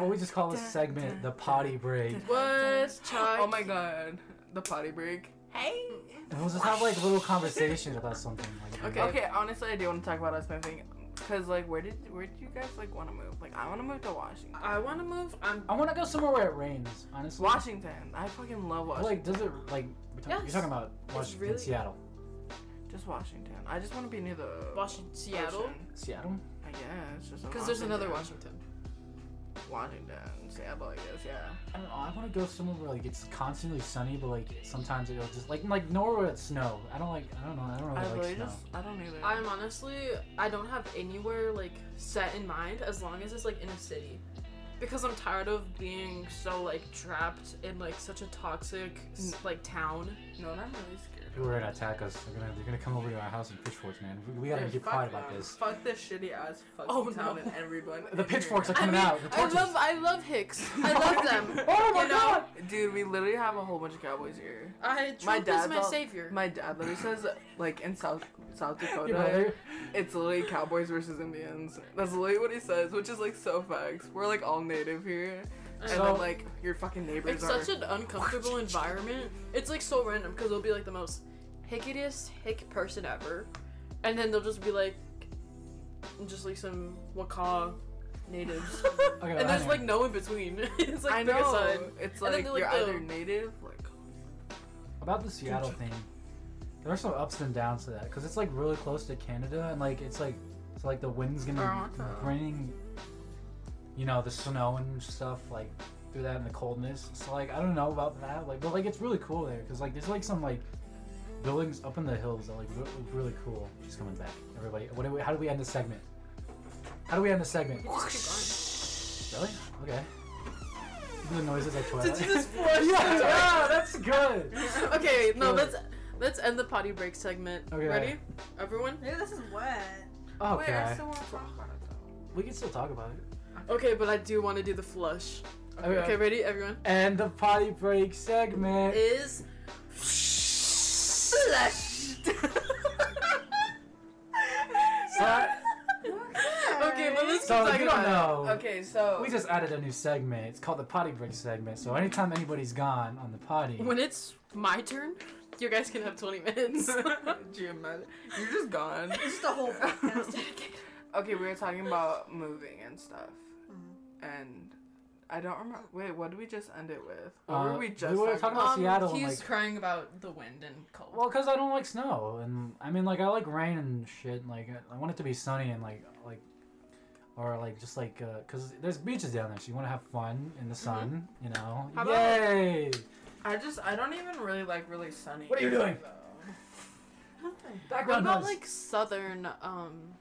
Speaker 1: about we just call this segment the potty break?
Speaker 2: What's Chucky?
Speaker 4: Oh my god. The potty break. Hey!
Speaker 1: And we'll just have like little conversations about something. Like,
Speaker 2: Okay.
Speaker 4: Okay, honestly, I do want to talk about us moving. Cause like, where did where did you guys like want to move? Like, I want to move to Washington.
Speaker 2: I want to move. I'm.
Speaker 1: I want to go somewhere where it rains. Honestly,
Speaker 4: Washington. I fucking love
Speaker 1: But,
Speaker 4: Washington.
Speaker 1: like does it like we're talking, you're
Speaker 2: Yes.
Speaker 1: talking about Washington,
Speaker 2: really-
Speaker 1: Seattle,
Speaker 4: just Washington. I just want to be near the
Speaker 2: Washington, Seattle.
Speaker 4: ocean.
Speaker 1: Seattle?
Speaker 4: I guess. Just
Speaker 2: Because there's another
Speaker 4: Washington.
Speaker 2: Washington.
Speaker 4: Washington, Seattle, I guess, yeah.
Speaker 1: I don't know. I want to go somewhere where like it's constantly sunny, but like sometimes it'll just like like Norway it's snow. I don't like. I don't know. I don't
Speaker 4: I
Speaker 1: really
Speaker 4: really
Speaker 1: Oh, like snow.
Speaker 4: just, I don't either.
Speaker 2: I'm honestly, I don't have anywhere like set in mind as long as it's like in a city. Because I'm tired of being so like trapped in like such a toxic s-
Speaker 1: Mm.
Speaker 2: like town.
Speaker 4: no, I'm really scared.
Speaker 1: People are gonna attack us. They're gonna they're gonna come over to our house and pitchforks, man. We, we gotta
Speaker 4: Yeah,
Speaker 1: be
Speaker 4: fuck
Speaker 1: quiet about
Speaker 4: them.
Speaker 1: this.
Speaker 4: Fuck this shitty ass fucking
Speaker 2: Oh,
Speaker 4: town
Speaker 2: no.
Speaker 4: and everyone.
Speaker 1: The
Speaker 4: in
Speaker 1: pitchforks are
Speaker 4: here.
Speaker 2: I
Speaker 1: coming
Speaker 2: mean,
Speaker 1: out. The
Speaker 2: I
Speaker 1: torches.
Speaker 2: love, I love Hicks. I love them.
Speaker 1: Oh my
Speaker 2: you know?
Speaker 1: god!
Speaker 4: Dude, we literally have a whole bunch of cowboys here.
Speaker 2: I
Speaker 4: My
Speaker 2: Trump is
Speaker 4: dad's
Speaker 2: my
Speaker 4: all-
Speaker 2: savior.
Speaker 4: My dad literally says, like in South South
Speaker 1: You know,
Speaker 4: Dakota,
Speaker 1: they're-
Speaker 4: it's literally cowboys versus Indians. That's literally what he says, which is like so facts. We're like all native here, and
Speaker 1: So-
Speaker 4: then like your fucking neighbors
Speaker 2: it's
Speaker 4: are.
Speaker 2: such an uncomfortable environment. It's like so random because they'll be like the most hickiest hick person ever, and then they'll just be like, just like some Waka natives,
Speaker 1: okay,
Speaker 2: and
Speaker 1: hang
Speaker 2: there's
Speaker 1: on.
Speaker 2: like no in between. it's like
Speaker 4: I
Speaker 2: pick a side.
Speaker 4: know. It's like
Speaker 2: And then they're,
Speaker 4: you're
Speaker 2: like, the-
Speaker 4: either native, like
Speaker 1: about the Seattle thing. There are some ups and downs to that because it's like really close to Canada and like it's like so like the wind's gonna be
Speaker 4: Toronto.
Speaker 1: bringing, you know, the snow and stuff like through that and the coldness. So like I don't know about that, like but like it's really cool there because like there's like some like buildings up in the hills that like re- look really cool. Just coming back, everybody. What do we? How do we end the segment? How do we end the segment? Really? Okay. The noises I toilet.
Speaker 2: Did you just flush the
Speaker 1: yeah,
Speaker 2: toilet?
Speaker 1: yeah, that's good.
Speaker 2: okay, no,
Speaker 1: Good.
Speaker 2: let's let's end the potty break segment.
Speaker 1: Okay.
Speaker 2: Ready, everyone?
Speaker 5: Dude, this is wet.
Speaker 1: Okay.
Speaker 4: Wait, I still want to talk about it though.
Speaker 1: We can still talk about it.
Speaker 2: Okay, but I do want to do the flush.
Speaker 1: Okay.
Speaker 2: Okay, ready, everyone?
Speaker 1: And the potty break segment.
Speaker 2: Is
Speaker 1: So,
Speaker 2: okay, but let's
Speaker 1: so
Speaker 2: keep
Speaker 1: if you
Speaker 2: talking
Speaker 1: don't
Speaker 2: about it.
Speaker 1: know.
Speaker 4: Okay, so
Speaker 1: We just added a new segment. It's called the potty break segment. So anytime anybody's gone on the potty,
Speaker 2: When it's my turn, you guys can have 20 minutes.
Speaker 4: Do you imagine? You're just gone.
Speaker 5: Just the whole podcast.
Speaker 4: okay, we were talking about moving and stuff, and I don't remember. Wait, what did we just end it with? What
Speaker 1: Uh,
Speaker 4: were we
Speaker 1: we
Speaker 4: just?
Speaker 1: were
Speaker 4: talking
Speaker 1: talking about- Seattle and,
Speaker 2: Um, he's
Speaker 1: like-
Speaker 2: crying about the wind and cold.
Speaker 1: well, because I don't like snow, and I mean, like I like rain and shit. And, like I- I want it to be sunny and like like, or like just like because there's beaches down there, so you want to have fun in the sun. You know.
Speaker 4: How about-
Speaker 1: Yay!
Speaker 4: I just I don't even really like really sunny.
Speaker 1: What are you doing?
Speaker 4: though.
Speaker 2: what
Speaker 1: Background
Speaker 2: about
Speaker 1: noise.
Speaker 2: like southern, um,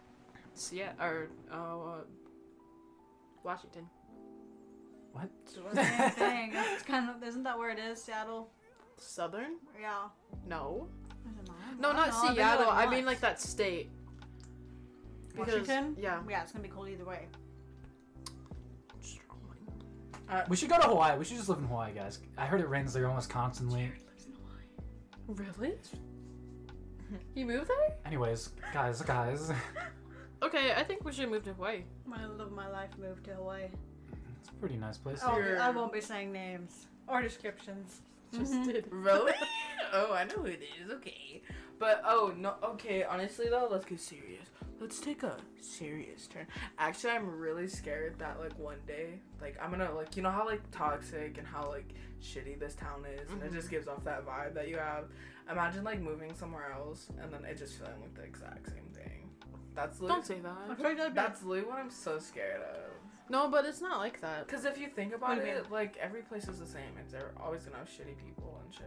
Speaker 2: Seattle, or, uh, Washington?
Speaker 1: What?
Speaker 5: Same thing. It's kind of isn't that where it is, Seattle?
Speaker 2: Southern?
Speaker 5: Yeah.
Speaker 2: No.
Speaker 5: Is it not?
Speaker 2: No,
Speaker 5: I don't
Speaker 2: not
Speaker 5: know. I've been there,
Speaker 2: Seattle.
Speaker 5: like,
Speaker 2: I mean,
Speaker 5: once.
Speaker 2: like that state.
Speaker 5: Washington?
Speaker 2: Yeah.
Speaker 5: Yeah, it's gonna be cold either way.
Speaker 1: uh, we should go to Hawaii. We should just live in Hawaii, guys. I heard it rains there almost constantly.
Speaker 2: Really? You moved there?
Speaker 1: Anyways, guys, guys.
Speaker 2: Okay, I think we should move to Hawaii.
Speaker 3: My live my life moved to Hawaii.
Speaker 1: It's a pretty nice place.
Speaker 3: Oh,
Speaker 4: Sure.
Speaker 3: I won't be saying names or descriptions.
Speaker 2: Just
Speaker 3: Mhm.
Speaker 2: did.
Speaker 4: Really? oh, I know who it is. Okay. But oh no. Okay. Honestly though, let's get serious. Let's take a serious turn. Actually, I'm really scared that like one day, like I'm gonna like you know how like toxic and how like shitty this town is,
Speaker 2: Mm-hmm.
Speaker 4: and it just gives off that vibe that you have. Imagine like moving somewhere else and then it just feeling like the exact same thing. That's li-
Speaker 2: Don't say that.
Speaker 3: sure that'd be-
Speaker 4: that's literally what I'm so scared of.
Speaker 2: No, but it's not like that.
Speaker 4: Because if you think about
Speaker 3: do you
Speaker 4: it, like every place is the same, and they're always gonna have shitty people and shit.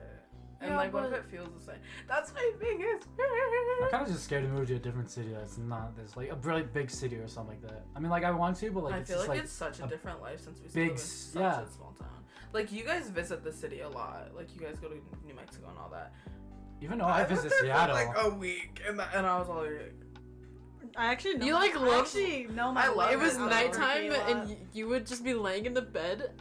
Speaker 4: And
Speaker 2: Yeah,
Speaker 4: like, what
Speaker 2: but-
Speaker 4: if it feels the same? That's my biggest.
Speaker 1: I'm
Speaker 4: fear.
Speaker 1: kind of just scared to move to a different city that's not this like a really big city or something like that. I mean, like I want to, but like
Speaker 4: I
Speaker 1: it's
Speaker 4: feel
Speaker 1: just
Speaker 4: like,
Speaker 1: like,
Speaker 4: it's such a
Speaker 1: a
Speaker 4: different life since we
Speaker 1: big
Speaker 4: live in
Speaker 1: s-
Speaker 4: such
Speaker 1: yeah.
Speaker 4: a small town. Like you guys visit the city a lot. Like you guys go to New Mexico and all that.
Speaker 1: even though I,
Speaker 4: was
Speaker 1: visit
Speaker 4: there for,
Speaker 1: Seattle,
Speaker 4: like oh. a week, and, the, and I was all like,
Speaker 3: I actually know
Speaker 2: You, like,
Speaker 3: I
Speaker 2: love-
Speaker 3: actually know my
Speaker 4: I love
Speaker 3: way
Speaker 2: It was
Speaker 4: Oh,
Speaker 3: around
Speaker 2: nighttime,
Speaker 3: Kayla.
Speaker 2: and y- you uh. would just be laying in the bed,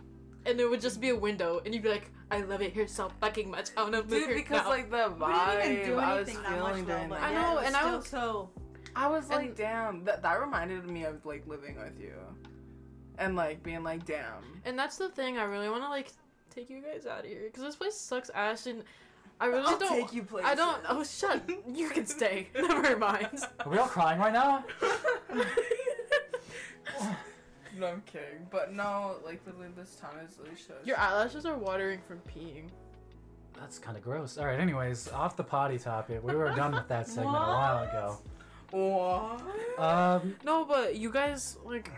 Speaker 2: and there would just be a window, and you'd be like, "I love it here so fucking much. I want to live
Speaker 4: dude,
Speaker 2: here
Speaker 4: because
Speaker 2: now."
Speaker 4: like the vibe
Speaker 3: we didn't even do
Speaker 4: I was
Speaker 3: anything that much
Speaker 4: feeling
Speaker 3: though.
Speaker 4: during
Speaker 3: But
Speaker 4: that.
Speaker 2: I
Speaker 3: yeah,
Speaker 2: know,
Speaker 3: it was
Speaker 2: and I
Speaker 3: still
Speaker 2: was-
Speaker 3: so
Speaker 4: I was like,
Speaker 2: And-
Speaker 4: damn, that that reminded me of like living with you, and like being like, damn.
Speaker 2: and that's the thing. I really want to like take you guys out of here because this place sucks ass, and I really
Speaker 4: I'll
Speaker 2: don't.
Speaker 4: take you places.
Speaker 2: I don't. Oh, shut. You can stay. Never mind.
Speaker 1: are we all crying right now?
Speaker 4: no, I'm kidding. But no, like literally, this town is really shit.
Speaker 2: Your eyelashes are watering from peeing.
Speaker 1: That's kind of gross. All right, anyways, off the potty topic. We were done with that segment a while ago.
Speaker 4: What?
Speaker 2: Uh,
Speaker 1: Um,
Speaker 2: No, but you guys like,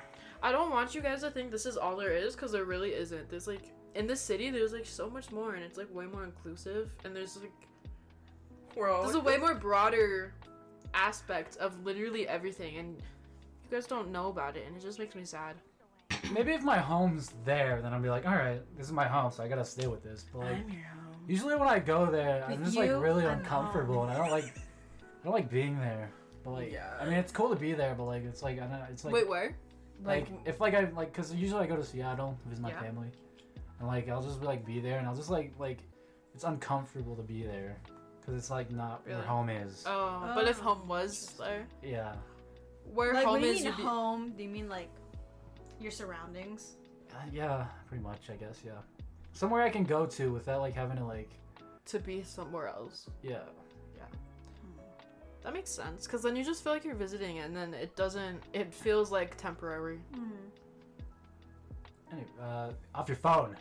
Speaker 2: I don't want you guys to think this is all there is because there really isn't. There's like in this city, there's like so much more, and it's like way more inclusive, and there's like
Speaker 4: We're all
Speaker 2: there's a
Speaker 4: like,
Speaker 2: way more broader aspect of literally everything, and you guys don't know about it, and it just makes me sad.
Speaker 1: maybe if my home's there, then I'll be like, all right, this is my home, so I gotta stay with this. But like,
Speaker 4: I'm your home.
Speaker 1: usually when I go there, I'm
Speaker 3: With
Speaker 1: just like
Speaker 3: you,
Speaker 1: really
Speaker 3: I'm
Speaker 1: uncomfortable,
Speaker 3: home.
Speaker 1: and I don't like, I don't like being there. But like,
Speaker 4: Yeah.
Speaker 1: I mean, it's cool to be there, but like, it's like I don't. know, It's like
Speaker 2: Wait, where?
Speaker 1: like if like I like because usually I go to Seattle to visit my
Speaker 2: Yeah.
Speaker 1: family, and like I'll just like be there, and I'll just like like it's uncomfortable to be there because it's like not where
Speaker 2: Really?
Speaker 1: home is.
Speaker 2: Oh, but if
Speaker 3: Oh.
Speaker 2: home was there,
Speaker 1: Yeah,
Speaker 2: where
Speaker 3: like
Speaker 2: home
Speaker 3: when you
Speaker 2: is,
Speaker 3: mean
Speaker 2: you'd be-
Speaker 3: home, do you mean like your surroundings?
Speaker 1: Uh, yeah, pretty much I guess. Yeah, somewhere I can go to without like having to like
Speaker 2: to be somewhere else.
Speaker 1: yeah.
Speaker 2: That makes sense, because then you just feel like you're visiting, and then it doesn't. It feels like temporary.
Speaker 1: Anyway, uh, off your phone.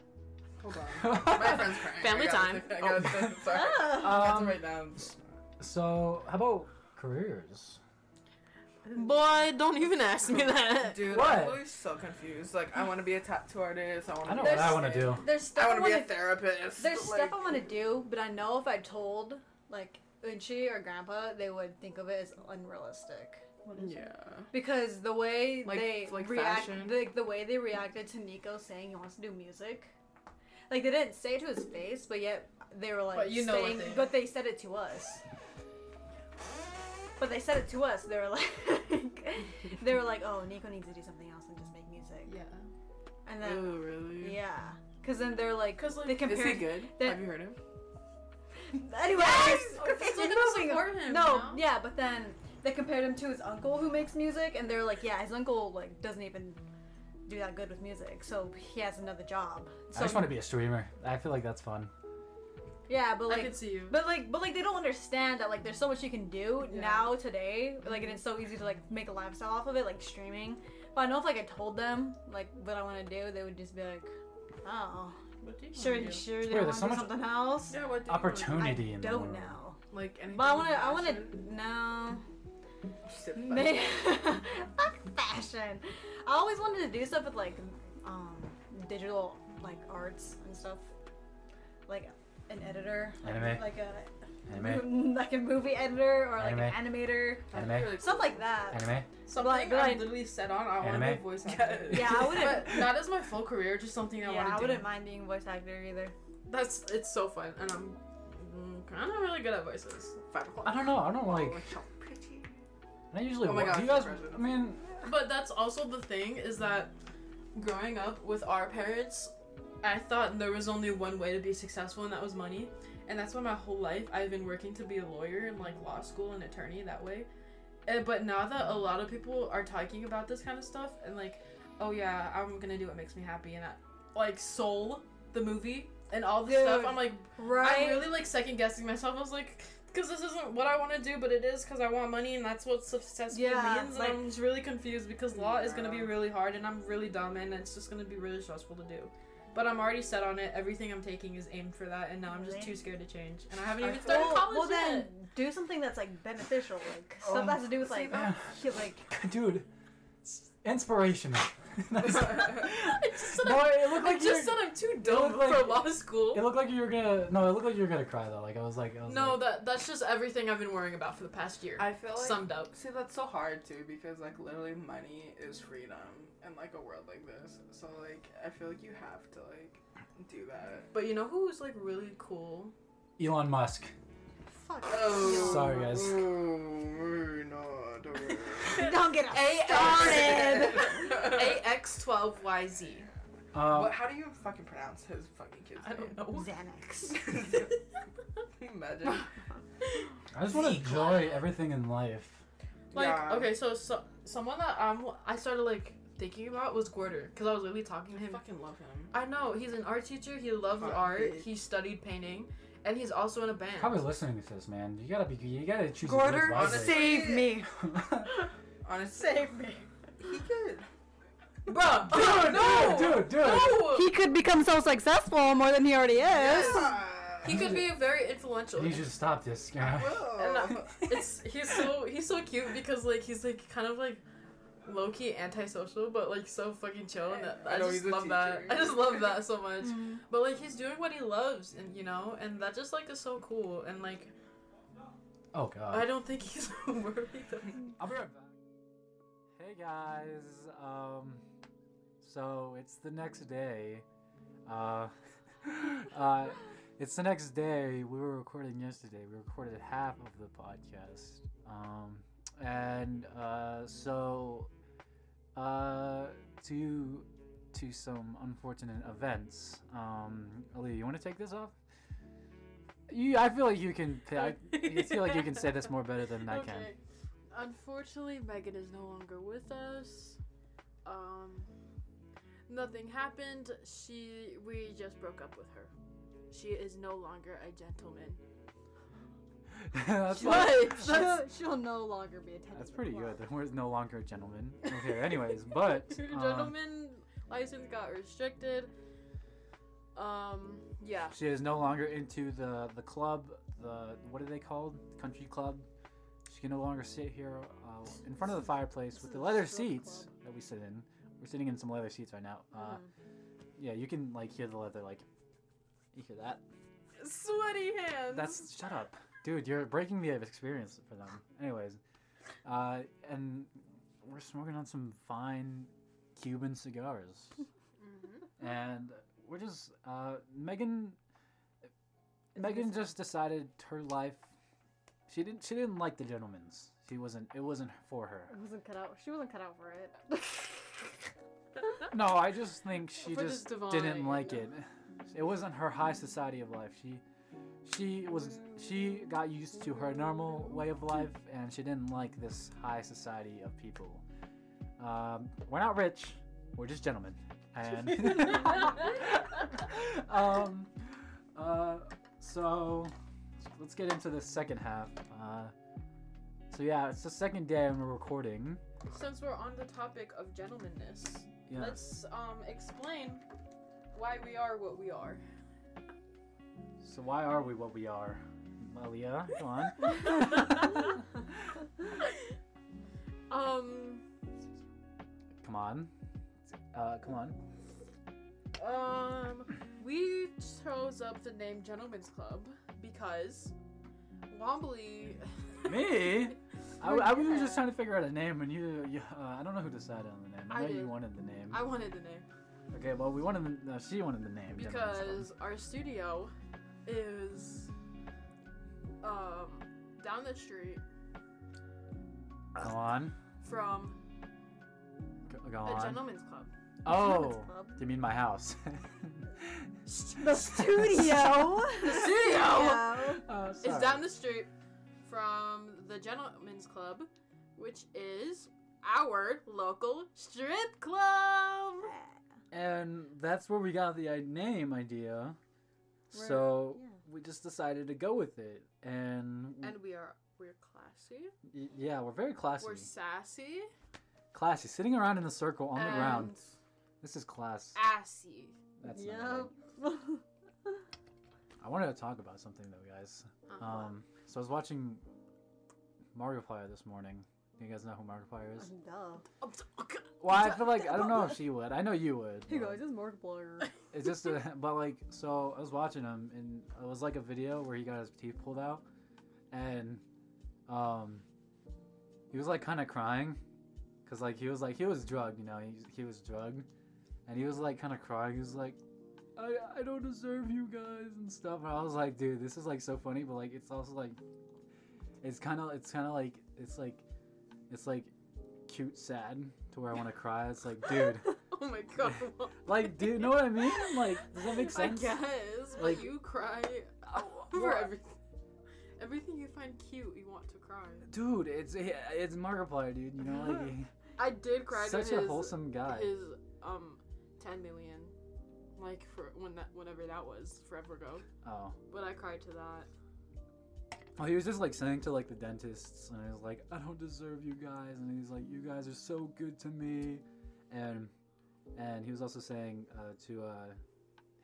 Speaker 4: hold on. My friend's crying.
Speaker 2: Family
Speaker 4: I gotta-
Speaker 2: time. Oh.
Speaker 4: I gotta, sorry.
Speaker 3: Ah.
Speaker 4: That's
Speaker 1: Um,
Speaker 4: right now.
Speaker 1: So how about careers?
Speaker 2: Boy, don't even ask me that.
Speaker 4: Dude,
Speaker 1: What?
Speaker 4: I'm really so confused. Like, I want to be a tattoo artist. I want
Speaker 1: I
Speaker 4: to.
Speaker 1: know
Speaker 4: Be
Speaker 1: what
Speaker 3: There's-
Speaker 1: I want to do.
Speaker 3: There's stuff
Speaker 4: I
Speaker 3: I
Speaker 4: want to be a
Speaker 3: wanna-
Speaker 4: therapist.
Speaker 3: There's
Speaker 4: like,
Speaker 3: stuff I want to do, but I know if I told like Unchi or Grandpa, they would think of it as unrealistic.
Speaker 4: Yeah.
Speaker 3: Because the way
Speaker 4: Like-
Speaker 3: they
Speaker 4: like
Speaker 3: react,
Speaker 4: fashion?
Speaker 3: the, the way they reacted to Nico saying he wants to do music, like they didn't say it to his face, but yet they were like,
Speaker 2: But you know what
Speaker 3: saying-
Speaker 2: they-
Speaker 3: but they said it to us. But they said it to us. They were like, they were like, oh, Nico needs to do something else and just make music.
Speaker 2: Yeah.
Speaker 3: And
Speaker 4: Oh,
Speaker 3: then
Speaker 4: really?
Speaker 3: yeah, because then they're like,
Speaker 2: 'Cause, like,
Speaker 3: they
Speaker 2: is
Speaker 4: Is he
Speaker 3: compared.
Speaker 4: good?
Speaker 3: that-
Speaker 4: Have you heard him?
Speaker 3: Anyway,
Speaker 2: Okay, so gonna support
Speaker 3: No,
Speaker 2: him, you know?
Speaker 3: yeah, but then they compared him to his uncle who makes music, and they're like, yeah, his uncle like doesn't even do that good with music, so he has another job. So
Speaker 1: I just want to be a streamer. I feel like that's fun.
Speaker 3: yeah, but
Speaker 2: I
Speaker 3: like.
Speaker 2: could see you.
Speaker 3: But like, but like, they don't understand that like, there's so much you can do
Speaker 2: Yeah.
Speaker 3: now today. Like, and it's so easy to like make a lifestyle off of it, like streaming. But I know if like I told them like what I want to do, they would just be like, oh,
Speaker 2: What do you
Speaker 3: sure,
Speaker 2: wanna do?
Speaker 3: sure, they want
Speaker 1: weird, there's
Speaker 3: to
Speaker 1: so
Speaker 3: do
Speaker 1: much
Speaker 3: something else.
Speaker 4: Yeah. What? do you wanna
Speaker 3: I
Speaker 1: Opportunity in the
Speaker 3: don't
Speaker 1: world.
Speaker 3: know.
Speaker 4: do? Like anything.
Speaker 3: But I want to, I want to,
Speaker 4: fashion?
Speaker 3: no.
Speaker 4: Shit,
Speaker 3: May- Fuck fashion. I always wanted to do stuff with like um digital like arts and stuff. Like an editor. like-
Speaker 1: Anime.
Speaker 3: Like a
Speaker 1: Anime,
Speaker 3: like a movie editor or like an
Speaker 1: Anime.
Speaker 3: animator.
Speaker 4: That'd be
Speaker 1: Anime.
Speaker 4: really
Speaker 3: Stuff like that.
Speaker 1: anime.
Speaker 2: Something
Speaker 3: Like-
Speaker 2: I
Speaker 3: like-
Speaker 2: literally said on. I want to
Speaker 1: Anime?
Speaker 2: be a voice
Speaker 4: cool.
Speaker 2: actor.
Speaker 3: Yeah, I wouldn't
Speaker 2: But not as my full career, just something
Speaker 3: Yeah,
Speaker 2: I
Speaker 3: I
Speaker 2: want to do.
Speaker 3: wouldn't mind being a voice actor either.
Speaker 2: That's it's so fun, and I'm kind of really good at voices.
Speaker 4: Five o'clock.
Speaker 1: I don't know. I don't like.
Speaker 4: Oh, so pretty.
Speaker 1: I usually.
Speaker 4: Oh my
Speaker 1: wa-
Speaker 4: gosh,
Speaker 1: do you guys?
Speaker 4: that's right.
Speaker 1: I mean,
Speaker 2: But that's also the thing is that growing up with our parents, I thought there was only one way to be successful, and that was money. And that's why my whole life I've been working to be a lawyer and like law school and attorney that way. Uh, but now that a lot of people are talking about this kind of stuff and like, oh yeah, I'm gonna do what makes me happy and I, like Soul, the movie and all this stuff,
Speaker 5: Dude,
Speaker 2: I'm like,
Speaker 5: Right.
Speaker 2: I'm really like second guessing myself. I was like, because this isn't what I want to do, but it is because I want money and that's what successful
Speaker 5: Yeah,
Speaker 2: means.
Speaker 5: like-
Speaker 2: and I'm just really confused because law is gonna be
Speaker 4: Yeah.
Speaker 2: really hard and I'm really dumb and it's just gonna be really stressful to do. But I'm already set on it. Everything I'm taking is aimed for that, and now I'm just
Speaker 5: Really?
Speaker 2: too scared to change. And I haven't
Speaker 4: I
Speaker 2: even
Speaker 4: feel-
Speaker 5: well,
Speaker 2: started college
Speaker 5: well,
Speaker 2: yet.
Speaker 5: then do something that's like beneficial, like stuff
Speaker 1: Oh.
Speaker 5: that has to do with like,
Speaker 1: that?
Speaker 5: he- like
Speaker 1: Dude, inspirational. That's-
Speaker 2: I just said
Speaker 1: no,
Speaker 2: I'm,
Speaker 1: it looked
Speaker 2: I
Speaker 1: like you.
Speaker 2: just said
Speaker 1: It
Speaker 2: I'm too dumb
Speaker 1: looked like-
Speaker 2: for law school.
Speaker 1: looked like you were gonna. No, it looked like you were gonna cry though. Like I was like. I was
Speaker 2: No,
Speaker 1: Like,
Speaker 2: that that's just everything I've been worrying about for the past year.
Speaker 4: I feel like
Speaker 2: Summed up.
Speaker 4: See, that's so hard too because like literally money is freedom in like a world like this. So like I feel like you have to like do that.
Speaker 2: But you know who was like really cool?
Speaker 1: Elon Musk.
Speaker 5: fuck.
Speaker 4: Oh,
Speaker 1: Sorry, guys.
Speaker 4: Ooh, no, don't worry.
Speaker 5: Don't get us started.
Speaker 4: A-
Speaker 2: AX12YZ.
Speaker 1: Um,
Speaker 4: What- how do you fucking pronounce his fucking kid's
Speaker 2: I don't know.
Speaker 5: Xanax.
Speaker 4: Imagine.
Speaker 1: I just want to enjoy everything in life.
Speaker 2: like
Speaker 4: Yeah.
Speaker 2: okay, so, so someone that um I started like thinking about was Gorder because I was literally talking to him.
Speaker 4: fucking love him.
Speaker 2: I know he's an art teacher. He loves
Speaker 4: Fuck,
Speaker 2: art.
Speaker 4: bitch.
Speaker 2: He studied painting, and he's also in a band.
Speaker 1: Probably listening to this, man. You gotta be. You gotta choose. your words
Speaker 5: Gorder,
Speaker 1: wisely.
Speaker 4: honestly-
Speaker 5: save me.
Speaker 4: Honestly,
Speaker 5: Save me.
Speaker 4: he could.
Speaker 2: Bruh,
Speaker 1: dude,
Speaker 2: no,
Speaker 1: dude, dude.
Speaker 2: no.
Speaker 5: He could become so successful more than he already is.
Speaker 2: He could be very influential.
Speaker 1: You should stop this, guy.
Speaker 2: And, uh, it's he's so he's so cute because like he's like kind of like low key antisocial but like so fucking chill and that, I,
Speaker 4: I know,
Speaker 2: just
Speaker 4: he's a
Speaker 2: love that.
Speaker 4: teacher.
Speaker 2: I just love that so much.
Speaker 5: Mhm.
Speaker 2: But like he's doing what he loves and you know and that just like is so cool and like
Speaker 1: Oh
Speaker 2: I
Speaker 1: god.
Speaker 2: don't think he's worthy. Though.
Speaker 1: I'll be right back. Hey guys. Um, so it's the next day. Uh, uh, it's the next day. We were recording yesterday. We recorded half of the podcast. Um, and uh, so uh, to to some unfortunate events. Um, Ali, you want to take this off? You, I feel like you can. I, I feel like you can say this more better than I can.
Speaker 2: Unfortunately, Megan is no longer with us. Um, nothing happened. She we just broke up with her. She is no longer a gentleman.
Speaker 1: that's,
Speaker 2: What?
Speaker 5: She'll, she'll no longer be a tennis
Speaker 1: that's pretty good. The word is no longer a gentleman. Okay, anyways, but um,
Speaker 2: gentleman license got restricted. Um, yeah.
Speaker 1: she is no longer into the the club. The what are they called? Country club. She can no longer sit here uh, in front of the fireplace
Speaker 5: This
Speaker 1: with
Speaker 5: is
Speaker 1: the
Speaker 5: a
Speaker 1: leather
Speaker 5: strip
Speaker 1: seats that we sit in. We're sitting in some leather seats right now. Uh,
Speaker 2: Mm.
Speaker 5: Mm-hmm.
Speaker 1: Yeah, you can like hear the leather. Like you hear that.
Speaker 2: Sweaty hands.
Speaker 1: That's shut up, dude. You're breaking the experience for them. Anyways, uh, and we're smoking on some fine Cuban cigars, and we're just uh, Megan. Megan just decided her life. She didn't. She didn't like the gentleman's. She wasn't. It wasn't for her.
Speaker 5: It wasn't cut out. She wasn't cut out for it.
Speaker 1: No, I just think she
Speaker 2: For
Speaker 1: just
Speaker 2: this divine.
Speaker 1: didn't like it. It wasn't her high society of life. She she was she got used to her normal way of life and she didn't like this high society of people. Um, we're not rich. We're just gentlemen. And um uh so let's get into the second half. Uh so yeah, it's the second day and we're recording.
Speaker 2: Since we're on the topic of gentlemanness,
Speaker 1: Yeah.
Speaker 2: let's um explain why we are what we are.
Speaker 1: So why are we what we are? Malia, go on.
Speaker 2: um,
Speaker 1: Come on. Uh, come on.
Speaker 2: um, we chose up the name Gentlemen's Club because Wombly.
Speaker 1: Me? I, I was
Speaker 2: Yeah.
Speaker 1: just trying to figure out a name, and you, you uh, I don't know who decided on the name. I
Speaker 2: I
Speaker 1: know
Speaker 2: did.
Speaker 1: you wanted the name.
Speaker 2: I wanted the name
Speaker 1: okay, well, we wanted the, no, she wanted the name. Gemini Squad.
Speaker 2: because our studio is um down the street
Speaker 1: Go on.
Speaker 2: from
Speaker 1: Go, go
Speaker 2: a
Speaker 1: on.
Speaker 2: Gentlemen's Club.
Speaker 1: Oh,
Speaker 5: Gentleman's Club.
Speaker 1: you mean my house?
Speaker 5: the studio. the
Speaker 2: studio!
Speaker 1: uh, sorry.
Speaker 2: It's down the street from the Gentlemen's Club, which is our local strip club.
Speaker 1: And that's where we got the i- name idea.
Speaker 5: We're-
Speaker 1: so
Speaker 5: yeah.
Speaker 1: we just decided to go with it. And,
Speaker 2: And we are we're classy.
Speaker 1: y- yeah, we're very classy.
Speaker 2: We're sassy.
Speaker 1: classy. Sitting around in a circle on the
Speaker 2: and
Speaker 1: ground. This is class.
Speaker 2: Assy.
Speaker 1: That's not
Speaker 5: Yep.
Speaker 1: right. I wanted to talk about something though, guys.
Speaker 2: Uh-huh.
Speaker 1: Um, so I was watching Markiplier this morning. You guys know who Markiplier is?
Speaker 5: Duh.
Speaker 2: Um, t- okay.
Speaker 1: Well, I feel like I don't know if she would. I know you would.
Speaker 5: Hey
Speaker 1: but-
Speaker 5: guys, it's Markiplier.
Speaker 1: It's just, a, but like, so I was watching him, and it was like a video where he got his teeth pulled out, and um, he was like kind of crying, cause like he was like he was drugged, you know, he he was drugged, and he was like kind of crying. He was like, I I don't deserve you guys and stuff. And I was like, dude, this is like so funny, but like it's also like, it's kind of it's kind of like it's like, it's like cute sad to where I want to cry. It's like, dude,
Speaker 2: Oh my god.
Speaker 1: like, dude, you know what I mean? Like, does that make
Speaker 2: I
Speaker 1: sense?
Speaker 2: guess. But
Speaker 1: Like-
Speaker 2: you cry over everything. Everything you find cute, you want to cry.
Speaker 1: Dude, it's it's Markiplier, dude. You know, like
Speaker 2: I did cry
Speaker 1: he's such
Speaker 2: to
Speaker 1: a
Speaker 2: his,
Speaker 1: wholesome guy.
Speaker 2: his um 10 million like for when that whenever that was forever ago.
Speaker 1: Oh,
Speaker 2: But I cried to that.
Speaker 1: oh, he was just like saying to like the dentists, and he was like, "I don't deserve you guys," and he's like, "You guys are so good to me," and and he was also saying uh, to uh,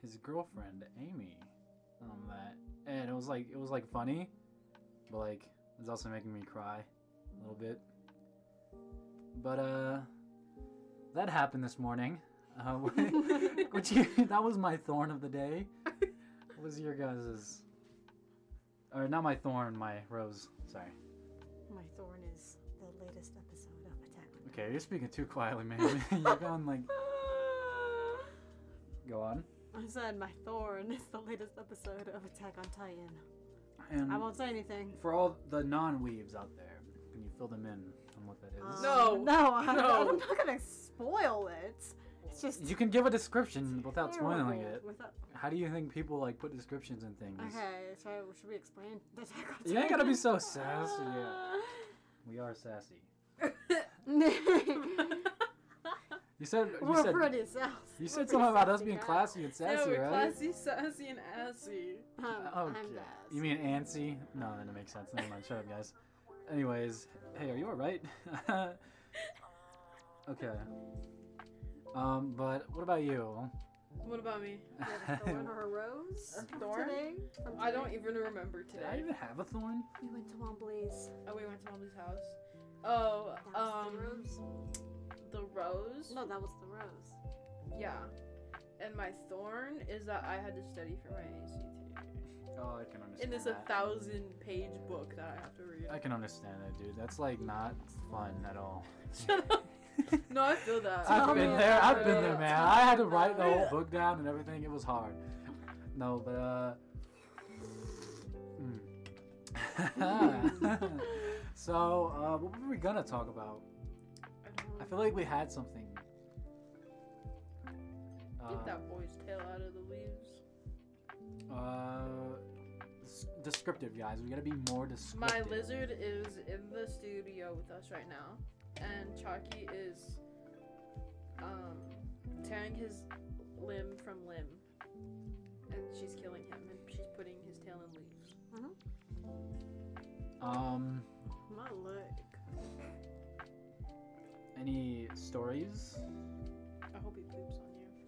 Speaker 1: his girlfriend Amy, um, that, and it was like it was like funny, but like it was also making me cry a little bit. But uh, that happened this morning. Uh, which you, that was my thorn of the day. Was your guys's, or not my thorn, my rose. Sorry.
Speaker 5: My thorn is the latest episode of Attack. on
Speaker 1: Okay, you're speaking too quietly, man. you're going like, go on.
Speaker 5: I said my thorn is the latest episode of Attack on Titan.
Speaker 1: And
Speaker 5: I won't say anything.
Speaker 1: for all the non-weaves out there, can you fill them in on what that is?
Speaker 2: No.
Speaker 5: Um, no, I'm,
Speaker 2: No.
Speaker 5: I'm not gonna spoil it. It's just
Speaker 1: You can give a description without spoiling
Speaker 5: horrible
Speaker 1: it.
Speaker 5: without-
Speaker 1: How do you think people like put descriptions in things?
Speaker 5: okay, so should we explain the Attack on Titan?
Speaker 1: You ain't gotta be so sassy. Yeah. We are sassy. You said you
Speaker 5: We're
Speaker 1: said
Speaker 5: pretty sassy.
Speaker 1: you said something about us being classy and sassy,
Speaker 2: yeah, we're
Speaker 1: right?
Speaker 2: classy, sassy, and assy.
Speaker 5: Um,
Speaker 1: Okay.
Speaker 5: I'm the
Speaker 1: Oh, You mean antsy? No, that makes sense. Never mind. Shut up, guys. Anyways, hey, are you alright? okay. Um, but what about you?
Speaker 2: What about me?
Speaker 5: you have a thorn or a rose
Speaker 2: A
Speaker 5: from
Speaker 2: thorn?
Speaker 5: today? From
Speaker 2: I don't
Speaker 5: today?
Speaker 2: even remember
Speaker 1: Did I
Speaker 2: today.
Speaker 1: even have a thorn?
Speaker 5: We went to Wombly's.
Speaker 2: Oh, we went to Mom's house. Oh,
Speaker 5: That was
Speaker 2: um,
Speaker 5: the rose.
Speaker 2: the rose.
Speaker 5: No, that was the rose.
Speaker 2: Yeah. And my thorn is that I had to study for my ACT.
Speaker 1: Oh, I can understand.
Speaker 2: And it's a
Speaker 1: that.
Speaker 2: thousand page book that I have to read.
Speaker 1: I can understand that, dude. That's like not fun at all.
Speaker 2: Shut up. No, I feel that.
Speaker 1: I've been there. I've been there, man. I had to write the whole
Speaker 2: Yeah.
Speaker 1: book down and everything. It was hard. No, but uh. mm. so, uh, what were we gonna talk about? I feel like we had something.
Speaker 2: Get
Speaker 1: Uh,
Speaker 2: that boy's tail out of the leaves.
Speaker 1: uh, s- descriptive, guys. We gotta be more descriptive.
Speaker 2: My lizard is in the studio with us right now, and Chalky is um, tearing his limb from limb, and she's killing him, and she's putting his tail in leaves.
Speaker 1: Um,
Speaker 5: My leg.
Speaker 1: any stories?
Speaker 2: I hope he poops on you.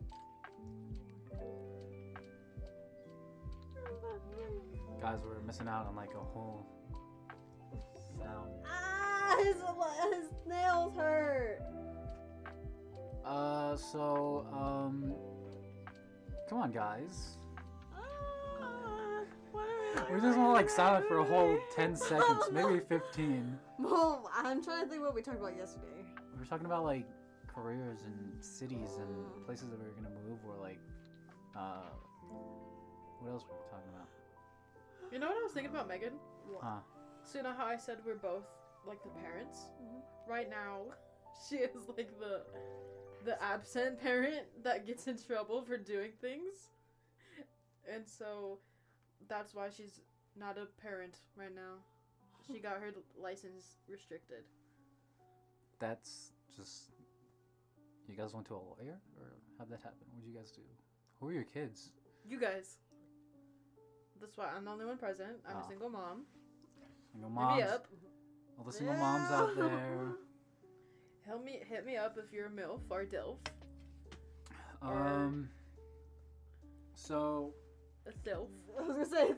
Speaker 1: Guys, we're missing out on like a whole sound.
Speaker 5: Ah, his, le- his nails hurt.
Speaker 1: Uh, so, um, come on, guys.
Speaker 5: Ah, what are we
Speaker 1: We're just
Speaker 5: doing?
Speaker 1: gonna like silent for a whole 10 seconds, maybe 15.
Speaker 5: Well, I'm trying to think what we talked about yesterday.
Speaker 1: We were talking about like careers and cities and places that we were gonna move, or like, uh, what else were we talking about?
Speaker 2: You know what I was thinking about, Megan?
Speaker 5: What?
Speaker 1: Huh.
Speaker 2: So you know how I said we're both like the parents? Right now, she is like the the absent parent that gets in trouble for doing things. And so that's why she's not a parent right now. She got her license restricted.
Speaker 1: that's just. You guys went to a lawyer, or how'd that happen? What'd you guys do? Who were your kids?
Speaker 2: You guys. That's why I'm the only one present. I'm
Speaker 1: Oh.
Speaker 2: a single mom.
Speaker 1: Single
Speaker 2: Hit
Speaker 1: moms. Oh,
Speaker 2: me up.
Speaker 1: All the single moms out there.
Speaker 2: Help me. Hit me up if you're a milf or dilf.
Speaker 1: Um. So
Speaker 2: A dilf.
Speaker 5: I was gonna say.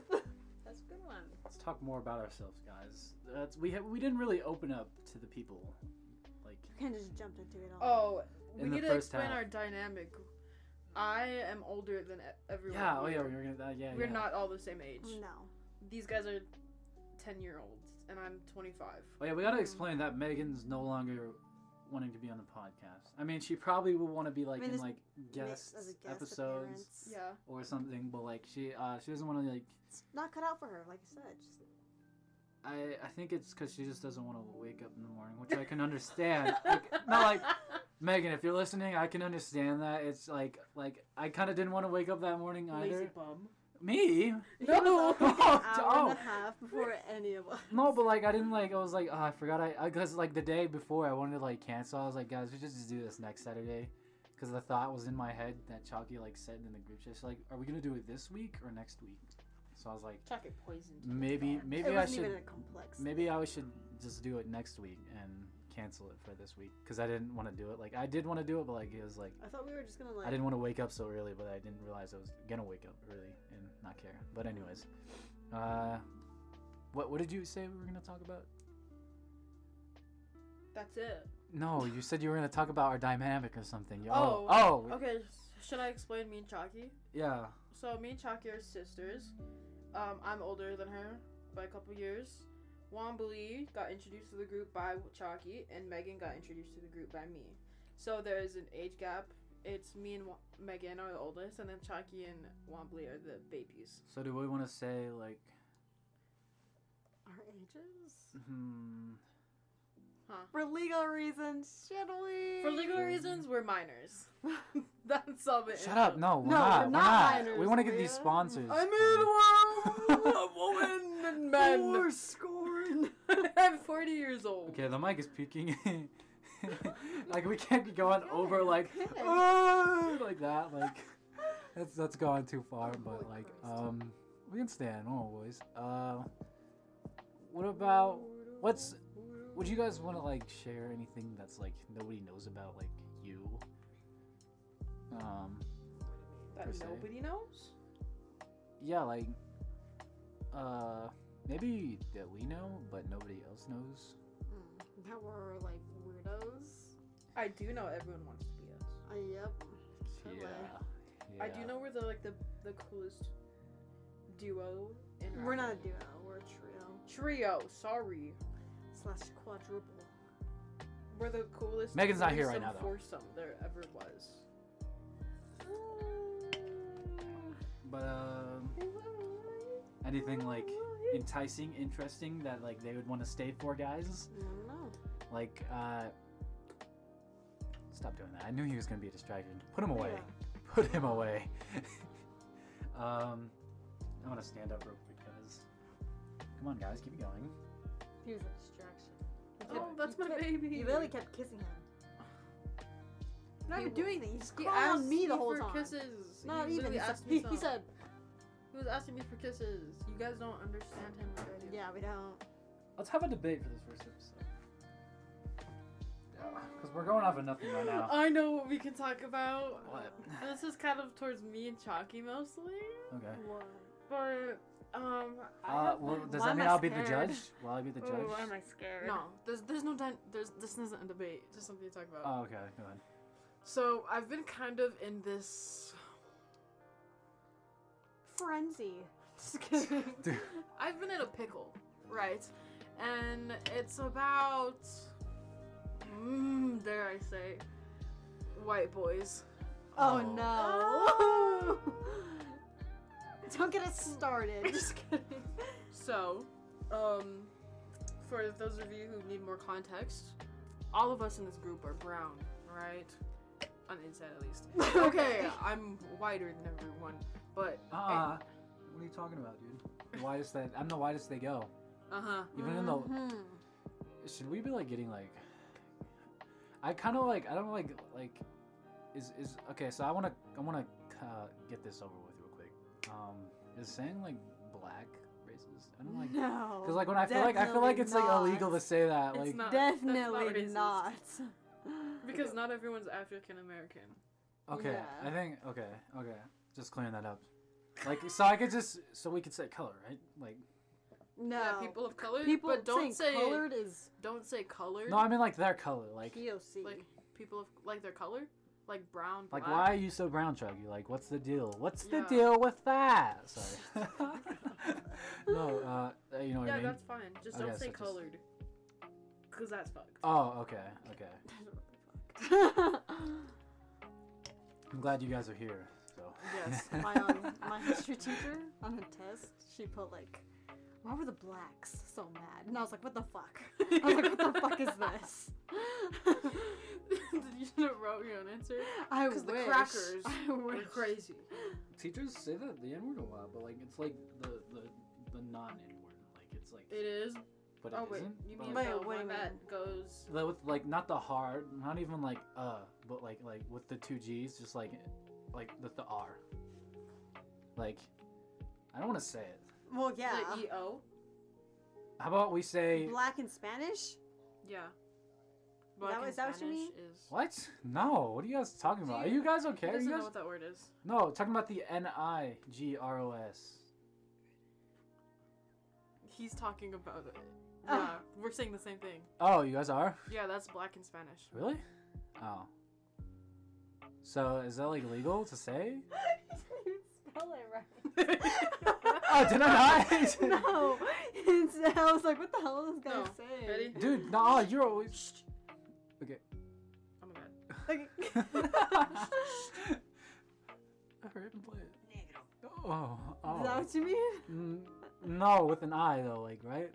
Speaker 2: That's a good one.
Speaker 1: let's talk more about ourselves, guys. That's we ha- we didn't really open up to the people, like
Speaker 3: kind of just jumped into it all.
Speaker 2: Oh, we
Speaker 1: In the
Speaker 2: need to
Speaker 1: first
Speaker 2: explain
Speaker 1: half.
Speaker 2: our dynamic. I am older than e- everyone.
Speaker 1: yeah, oh yeah,
Speaker 2: here.
Speaker 1: we were gonna that, yeah,
Speaker 2: We're
Speaker 1: yeah.
Speaker 2: not all the same age.
Speaker 3: No.
Speaker 2: These guys are 10 year olds, and I'm 25.
Speaker 1: Oh yeah, we gotta explain that Megan's no longer wanting to be on the podcast. I mean, she probably will want to be like
Speaker 3: mean,
Speaker 1: in
Speaker 3: this
Speaker 1: like guest,
Speaker 3: Mixed as a guest
Speaker 1: episodes
Speaker 3: appearance.
Speaker 2: Yeah.
Speaker 1: or something, but like she uh she doesn't want to like.
Speaker 3: It's not cut out for her, like I said. Just,
Speaker 1: I, I think it's because she just doesn't want to wake up in the morning, which I can understand. like, not like Megan, if you're listening, I can understand that. It's like like I kind of didn't want to wake up that morning either.
Speaker 2: bum.
Speaker 1: Me?
Speaker 3: He was up like an
Speaker 1: Oh,
Speaker 3: hour and a
Speaker 1: oh.
Speaker 3: half before any of us.
Speaker 1: No, but like I didn't like. I was like, oh, I forgot. I because like the day before I wanted to like cancel. I was like, guys, we should just do this next Saturday, because the thought was in my head that Chalky like said in the group chat, she's like, are we gonna do it this week or next week? So I was like,
Speaker 2: Chuck it poisoned.
Speaker 1: maybe
Speaker 3: it
Speaker 1: maybe I
Speaker 3: wasn't
Speaker 1: should
Speaker 3: even a complex.
Speaker 1: maybe I should just do it next week and cancel it for this week because I didn't want to do it. Like I did want to do it, but like it was like
Speaker 3: I thought we were just gonna like.
Speaker 1: I didn't want to wake up so early, but I didn't realize I was gonna wake up early and not care. But anyways, uh, what what did you say we were gonna talk about?
Speaker 2: That's it.
Speaker 1: No, you said you were gonna talk about our dynamic or something. You-
Speaker 2: Oh,
Speaker 1: oh, oh,
Speaker 2: Okay, s- should I explain me and Chalky?
Speaker 1: yeah.
Speaker 2: So, me and Chalky are sisters. Um, I'm older than her by a couple years. Wombly got introduced to the group by Chalky, and Megan got introduced to the group by me. So, there is an age gap. It's me and Wa- Megan are the oldest, and then Chalky and Wombly are the babies.
Speaker 1: So do we want to say like,
Speaker 3: Our ages?
Speaker 1: hmm,
Speaker 3: For legal reasons, should we?
Speaker 2: For legal reasons, we're minors. That's all it
Speaker 1: shut up? No, we're
Speaker 3: No,
Speaker 1: not.
Speaker 3: we're
Speaker 1: We're
Speaker 3: not
Speaker 1: not.
Speaker 3: minors,
Speaker 1: we want to get these
Speaker 3: Leah.
Speaker 1: sponsors.
Speaker 2: I mean, well, woman and men.
Speaker 3: scorn.
Speaker 2: I'm 40 years old.
Speaker 1: okay, the mic is peaking. like we can't be going over like,
Speaker 3: okay.
Speaker 1: "Ah," like that. Like that's that's gone too far. but
Speaker 3: holy
Speaker 1: like,
Speaker 3: Christ.
Speaker 1: um, we can stay on normal boys. Uh, what about what's Would you guys want to like share anything that's like nobody knows about like you? Um, per
Speaker 2: That
Speaker 1: se.
Speaker 2: nobody knows?
Speaker 1: yeah, like uh maybe that we know but nobody else knows.
Speaker 3: Mm, that were like weirdos.
Speaker 2: I do know everyone wants to be us.
Speaker 3: Uh, yep. Totally.
Speaker 2: I do know we're the like the the coolest duo in
Speaker 3: We're
Speaker 2: rap.
Speaker 3: not a duo. We're a trio
Speaker 2: trio. Sorry,
Speaker 3: slash quadruple.
Speaker 2: we're the coolest.
Speaker 1: Megan's not here right
Speaker 2: threesome
Speaker 1: now, though.
Speaker 2: Foursome there ever was.
Speaker 1: But um anything like enticing, interesting that like they would want to stay for guys?
Speaker 3: No.
Speaker 1: Like uh Stop doing that. I knew he was going to be a distraction. Put him away. Put him away. um, I'm gonna stand up real quick, guys. Come on, guys, keep it going.
Speaker 3: He was a distraction. You
Speaker 2: Oh,
Speaker 3: kept-
Speaker 2: that's
Speaker 3: you
Speaker 2: my
Speaker 3: kept-
Speaker 2: baby.
Speaker 3: You literally kept kissing him. Not
Speaker 2: He
Speaker 3: even doing anything. You just
Speaker 2: He
Speaker 3: called
Speaker 2: asked
Speaker 3: on me the
Speaker 2: me
Speaker 3: whole
Speaker 2: for
Speaker 3: time.
Speaker 2: kisses.
Speaker 3: Not
Speaker 2: he
Speaker 3: even.
Speaker 2: literally
Speaker 3: He
Speaker 2: Asked
Speaker 3: said,
Speaker 2: me
Speaker 3: he, he
Speaker 2: some.
Speaker 3: said,
Speaker 2: He was asking me for kisses. You guys don't understand him already.
Speaker 3: "Yeah, we don't."
Speaker 1: Let's have a debate for this first episode. Because we're going off of nothing right now.
Speaker 2: I know what we can talk about.
Speaker 1: What?
Speaker 2: And this is kind of towards me and Chalky mostly,
Speaker 1: Okay.
Speaker 2: but um, I
Speaker 1: Uh,
Speaker 2: have-
Speaker 1: well, does
Speaker 3: why
Speaker 1: that
Speaker 3: am
Speaker 1: mean
Speaker 3: I
Speaker 1: I'll be the
Speaker 3: scared?
Speaker 1: judge? Will I be the judge?
Speaker 3: I scared?
Speaker 2: no, there's there's no di- there's this isn't a debate. It's just something to talk about.
Speaker 1: Oh, okay. Go ahead.
Speaker 2: So I've been kind of in this.
Speaker 3: Frenzy.
Speaker 2: Just kidding.
Speaker 1: Dude.
Speaker 2: I've been in a pickle, right? And it's about. Mm, dare I say, white boys.
Speaker 3: Oh,
Speaker 1: Oh.
Speaker 3: no! Don't get us started. Just kidding.
Speaker 2: So, um, for those of you who need more context, all of us in this group are brown, right? On the inside, at least. Okay, I'm whiter than everyone, but
Speaker 3: Ah.
Speaker 1: Uh, what are you talking about, dude? The widest that I'm the widest they go.
Speaker 2: uh huh.
Speaker 1: Even in the
Speaker 3: Hmm.
Speaker 1: should we be like getting like I kind of like I don't like like is is okay. So I want to I want to uh, get this over with real quick. Um, is saying like black racist? I don't like
Speaker 3: No.
Speaker 1: because like when I feel like I feel like
Speaker 3: definitely
Speaker 1: it's like illegal to
Speaker 3: not.
Speaker 1: say that.
Speaker 2: It's
Speaker 1: Like
Speaker 2: not- that's
Speaker 3: Definitely
Speaker 2: racist.
Speaker 3: not.
Speaker 2: Because not everyone's African American.
Speaker 1: okay,
Speaker 3: yeah.
Speaker 1: I think okay okay just clearing that up. Like so I could just so we could say color right? Like
Speaker 3: No.
Speaker 2: Yeah, people of color.
Speaker 3: People
Speaker 2: but don't
Speaker 3: saying
Speaker 2: say
Speaker 3: colored is
Speaker 2: don't say colored.
Speaker 1: no I mean like their color like
Speaker 3: POC.
Speaker 2: like people of like their color, like brown.
Speaker 1: Like,
Speaker 2: Black.
Speaker 1: why are you so brown, Chuggy? Like, what's the deal? What's the
Speaker 2: Yeah.
Speaker 1: deal with that? Sorry. no, uh, you know what I
Speaker 2: Yeah,
Speaker 1: mean?
Speaker 2: that's fine. Just
Speaker 1: Okay,
Speaker 2: don't
Speaker 1: so
Speaker 2: say
Speaker 1: just-
Speaker 2: colored. Cause that's fucked.
Speaker 1: Oh, okay, okay. I'm glad you guys are here. So.
Speaker 2: Yes,
Speaker 3: my um, my history teacher on the test, she put like, why were the blacks so mad? And I was like, what the fuck? I was like, what the fuck is this?
Speaker 2: Did you should have wrote your own answer.
Speaker 3: I
Speaker 2: Because
Speaker 3: wish.
Speaker 2: the crackers
Speaker 3: I
Speaker 2: We're
Speaker 3: wish.
Speaker 2: crazy.
Speaker 1: Teachers say that the N word a lot, but like, it's like the the the non N word. Like, it's like,
Speaker 2: It is.
Speaker 1: but it
Speaker 2: oh wait,
Speaker 1: not
Speaker 2: you mean
Speaker 3: Wait,
Speaker 2: the
Speaker 3: what do
Speaker 2: one
Speaker 3: you
Speaker 2: that
Speaker 3: mean?
Speaker 2: goes?
Speaker 1: the, with like not the hard, not even like uh, but like like with the two G's, just like like with the R. Like, I don't want to say it.
Speaker 3: Well, yeah.
Speaker 2: The EO.
Speaker 1: How about we say
Speaker 3: Black and Spanish?
Speaker 2: Yeah.
Speaker 3: that what-
Speaker 2: in
Speaker 3: is that what you
Speaker 2: Spanish
Speaker 3: mean?
Speaker 2: Is...
Speaker 1: What? No. What are you guys talking about? Are
Speaker 2: you-
Speaker 1: you guys
Speaker 2: He
Speaker 1: okay? Are
Speaker 2: doesn't
Speaker 1: you
Speaker 2: know
Speaker 1: guys
Speaker 2: what that word is.
Speaker 1: no talking about the N I G R O S.
Speaker 2: He's talking about it.
Speaker 3: Oh.
Speaker 2: Yeah, we're saying the same thing.
Speaker 1: Oh, you guys are
Speaker 2: Yeah, that's black in Spanish.
Speaker 1: really? Oh. So is that like legal to say?
Speaker 3: you spell it right.
Speaker 1: Oh, did I not?
Speaker 3: No. It's, I was like, what the hell is this guy
Speaker 2: No.
Speaker 3: saying?
Speaker 2: Ready?
Speaker 1: Dude, nah, you're always.
Speaker 2: Oh my god.
Speaker 3: Like,
Speaker 1: I heard him play it. Oh,
Speaker 3: Is that
Speaker 1: oh.
Speaker 3: what you mean?
Speaker 1: Mm, no, with an I though, like right?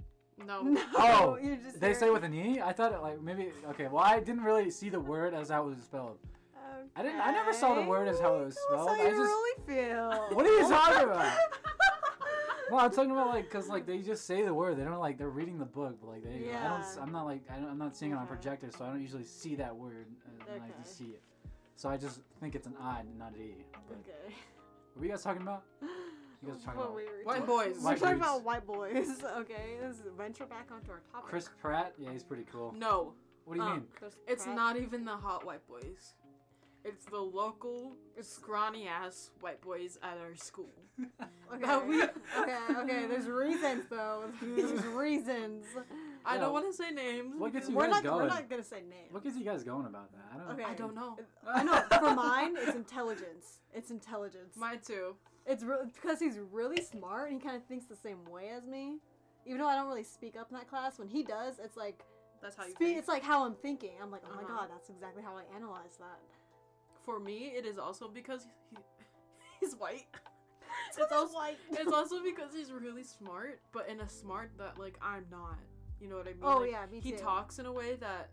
Speaker 2: No.
Speaker 3: No.
Speaker 1: Oh,
Speaker 3: you're just
Speaker 1: They say
Speaker 3: hearing-
Speaker 1: with an E. I thought it like maybe okay. Well, I didn't really see the word as how it was spelled. I didn't- I never saw the word as how it was
Speaker 3: Okay.
Speaker 1: spelled.
Speaker 3: That's how
Speaker 1: I
Speaker 3: you
Speaker 1: just-
Speaker 3: really feel.
Speaker 1: What are you talking about? No, I'm talking about like, cause like they just say the word. They don't like they're reading the book, but like they, I don't. s-
Speaker 3: Yeah.
Speaker 1: I'm not like I don't, I'm not seeing it on a
Speaker 3: Okay.
Speaker 1: projector, so I don't usually see that word uh, and I
Speaker 3: Okay.
Speaker 1: just see it. So I just think it's an I and not an E. But
Speaker 3: okay.
Speaker 1: what were you guys talking about? You guys were talking about
Speaker 4: White boys.
Speaker 3: We're
Speaker 1: White
Speaker 3: talking
Speaker 1: dudes.
Speaker 3: about white boys. Okay, let's venture back onto our topic.
Speaker 1: Chris Pratt? Yeah, he's pretty cool.
Speaker 2: No.
Speaker 1: What do you
Speaker 2: um,
Speaker 1: mean?
Speaker 3: Chris
Speaker 2: It's
Speaker 3: Pratt.
Speaker 2: not even the hot white boys. It's the local scrawny ass white boys at our school.
Speaker 3: Okay.
Speaker 2: that we-
Speaker 3: okay, okay. There's reasons though. There's reasons.
Speaker 2: I
Speaker 1: Yeah.
Speaker 2: don't want to say names.
Speaker 1: What gets you
Speaker 3: We're
Speaker 1: guys
Speaker 3: not.
Speaker 1: going?
Speaker 3: We're not gonna say names.
Speaker 1: What gets you guys going about that? I don't.
Speaker 3: Okay.
Speaker 2: I don't know.
Speaker 3: I know. For mine, it's intelligence. It's intelligence.
Speaker 2: Mine too.
Speaker 3: It's re- because he's really smart and he kind of thinks the same way as me. Even though I don't really speak up in that class, when he does, it's like
Speaker 2: That's how you
Speaker 3: spe-
Speaker 2: think.
Speaker 3: it's like how I'm thinking. I'm like, oh my
Speaker 2: Uh-huh.
Speaker 3: god, that's exactly how I analyze that.
Speaker 2: For me, it is also because he, he's white.
Speaker 3: It's
Speaker 2: it's also
Speaker 3: like
Speaker 2: it's also because he's really smart, but in a smart that like I'm not. You know what I mean?
Speaker 3: Oh,
Speaker 2: Like,
Speaker 3: yeah, me
Speaker 2: He
Speaker 3: too.
Speaker 2: talks in a way that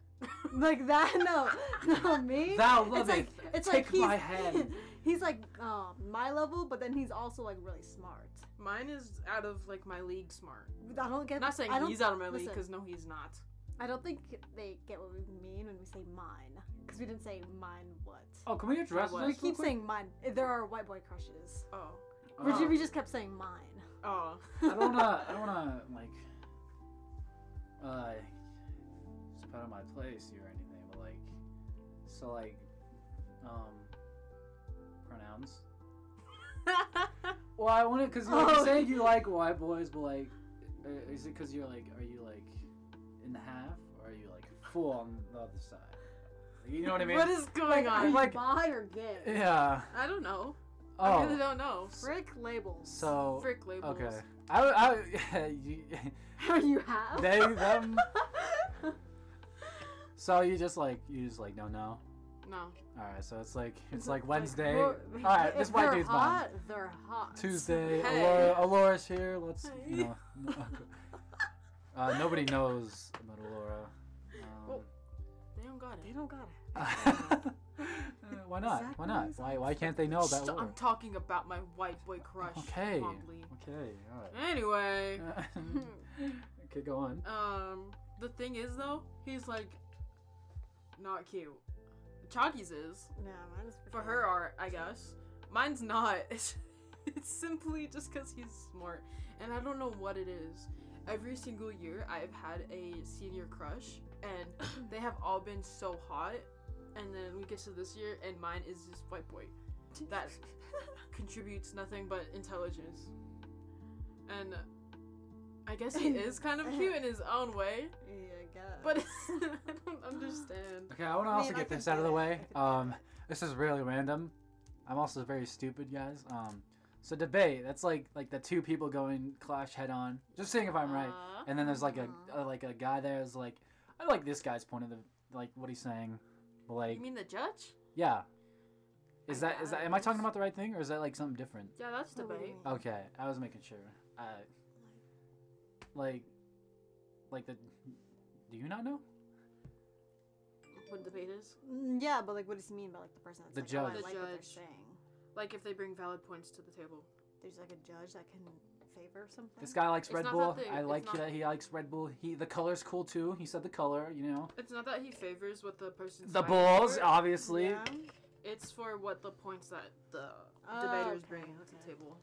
Speaker 3: like that. No, no, me.
Speaker 1: Thou
Speaker 3: it's
Speaker 1: lovest.
Speaker 3: like it's
Speaker 1: Take
Speaker 3: like he's,
Speaker 1: my hand.
Speaker 3: he's like um, my level, but then he's also like really smart.
Speaker 2: mine is out of like my league smart.
Speaker 3: I don't get.
Speaker 2: I'm not saying
Speaker 3: I don't,
Speaker 2: he's out of my league
Speaker 3: listen.
Speaker 2: because no, he's not.
Speaker 3: I don't think they get what we mean when we say mine because we didn't say mine. What?
Speaker 1: Oh, can we address
Speaker 2: What?
Speaker 3: we
Speaker 1: this? real
Speaker 3: keep
Speaker 1: quick?
Speaker 3: saying mine. There are white boy crushes.
Speaker 2: Oh,
Speaker 3: Which
Speaker 1: Oh.
Speaker 3: we just kept saying mine.
Speaker 2: oh,
Speaker 1: I don't wanna. I don't wanna like. Uh, step out of my place here or anything, but like, so like, um, pronouns. Well, I want to because like,
Speaker 3: Oh.
Speaker 1: you're saying you like white boys, but like, uh, is it because you're like, are you like in the half or are you like full on the other side? You know what I mean?
Speaker 2: what is going
Speaker 3: Are
Speaker 2: on?
Speaker 3: you
Speaker 1: like-
Speaker 3: bi or gay?
Speaker 1: yeah.
Speaker 2: I don't know. I really
Speaker 1: Oh,
Speaker 2: don't know.
Speaker 3: Frick labels.
Speaker 1: so
Speaker 2: Frick labels.
Speaker 1: okay. I, I, you,
Speaker 3: you have?
Speaker 1: they, them. So you just like you just like don't know.
Speaker 2: No.
Speaker 1: All right, so it's like it's like Wednesday. All
Speaker 3: Well,
Speaker 1: right,
Speaker 3: if
Speaker 1: this white
Speaker 3: they're
Speaker 1: dude's mine.
Speaker 3: hot, They're hot.
Speaker 1: Tuesday,
Speaker 2: Hey.
Speaker 1: Alora, Alora's here. Let's you know. uh, nobody knows about Alora. Um,
Speaker 2: They don't got
Speaker 3: They
Speaker 2: it.
Speaker 3: don't got it.
Speaker 1: why not? Why not? Why why can't they know about
Speaker 2: Shh, I'm
Speaker 1: Alora?
Speaker 2: talking about my white boy crush.
Speaker 1: Oh, Okay.
Speaker 2: Probably.
Speaker 1: Okay. All right.
Speaker 2: Anyway,
Speaker 3: Mm.
Speaker 1: okay, go on.
Speaker 3: Um,
Speaker 2: um, the thing is though, he's like, not cute. Chalky's is.
Speaker 3: No, mine is
Speaker 2: For her art, I guess. Mine's not. It's, it's simply just because he's smart. And I don't know what it is. Every single year, I've had a senior crush, and they have all been so hot. And then we get to this year, and mine is this white boy that contributes nothing but intelligence. And I guess he is kind of cute in his own way,
Speaker 3: Yeah, I guess.
Speaker 2: but I don't understand.
Speaker 1: Okay, I want to
Speaker 3: I
Speaker 1: also
Speaker 3: mean, I
Speaker 1: get
Speaker 3: could
Speaker 1: this out of
Speaker 3: do
Speaker 1: the
Speaker 3: it.
Speaker 1: way.
Speaker 3: I could do
Speaker 1: Um,
Speaker 3: it.
Speaker 1: this is really random. I'm also very stupid, guys. Um, so debate. That's like like the two people going clash head on. Just seeing if I'm right.
Speaker 2: Uh,
Speaker 1: And then there's like a,
Speaker 3: Uh-huh.
Speaker 1: a like a guy there is like, I like this guy's point of the like what he's saying. But, Like
Speaker 2: you mean the judge?
Speaker 1: yeah, is
Speaker 2: I
Speaker 1: that is that am I talking
Speaker 2: guess.
Speaker 1: about the right thing or is that like something different?
Speaker 2: Yeah, that's
Speaker 3: What do you
Speaker 2: debate.
Speaker 3: mean?
Speaker 1: Okay, I was making sure. Uh, like, like the, do you not know?
Speaker 2: What debate is?
Speaker 3: Mm, Yeah, but like, what does he mean by like the person that's
Speaker 1: The
Speaker 3: like, oh, I
Speaker 1: judge.
Speaker 2: The
Speaker 3: like what they're
Speaker 2: judge.
Speaker 3: saying?
Speaker 2: Like if they bring valid points to the table.
Speaker 3: There's like a judge that can favor something.
Speaker 1: This guy likes
Speaker 2: It's
Speaker 1: Red
Speaker 2: not
Speaker 1: Bull.
Speaker 2: that they-
Speaker 1: I
Speaker 2: it's
Speaker 1: like
Speaker 2: not-
Speaker 1: that he likes Red Bull. He the color's cool too. He said the color, you know.
Speaker 2: It's not that he favors what the person's
Speaker 1: The
Speaker 2: side
Speaker 1: Bulls,
Speaker 2: for,
Speaker 1: obviously.
Speaker 3: Yeah.
Speaker 2: It's for what the points that the
Speaker 3: Oh,
Speaker 2: debaters
Speaker 3: okay,
Speaker 2: bring to
Speaker 3: okay.
Speaker 2: the table.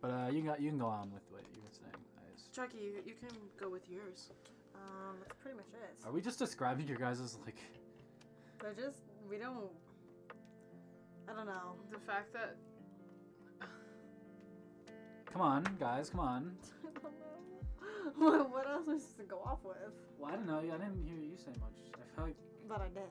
Speaker 1: But uh, you can go- you can go on with what you were saying. I just-
Speaker 2: Chucky, you, you can go with yours.
Speaker 3: Um, that's pretty much it.
Speaker 1: Are we just describing your guys' like?
Speaker 3: They're just we don't. I don't know.
Speaker 2: The fact that
Speaker 1: Come on, guys, come on.
Speaker 3: I don't know. what, what else is to go off with?
Speaker 1: Well, I don't know. I didn't hear you say much. I feel like
Speaker 3: But I did.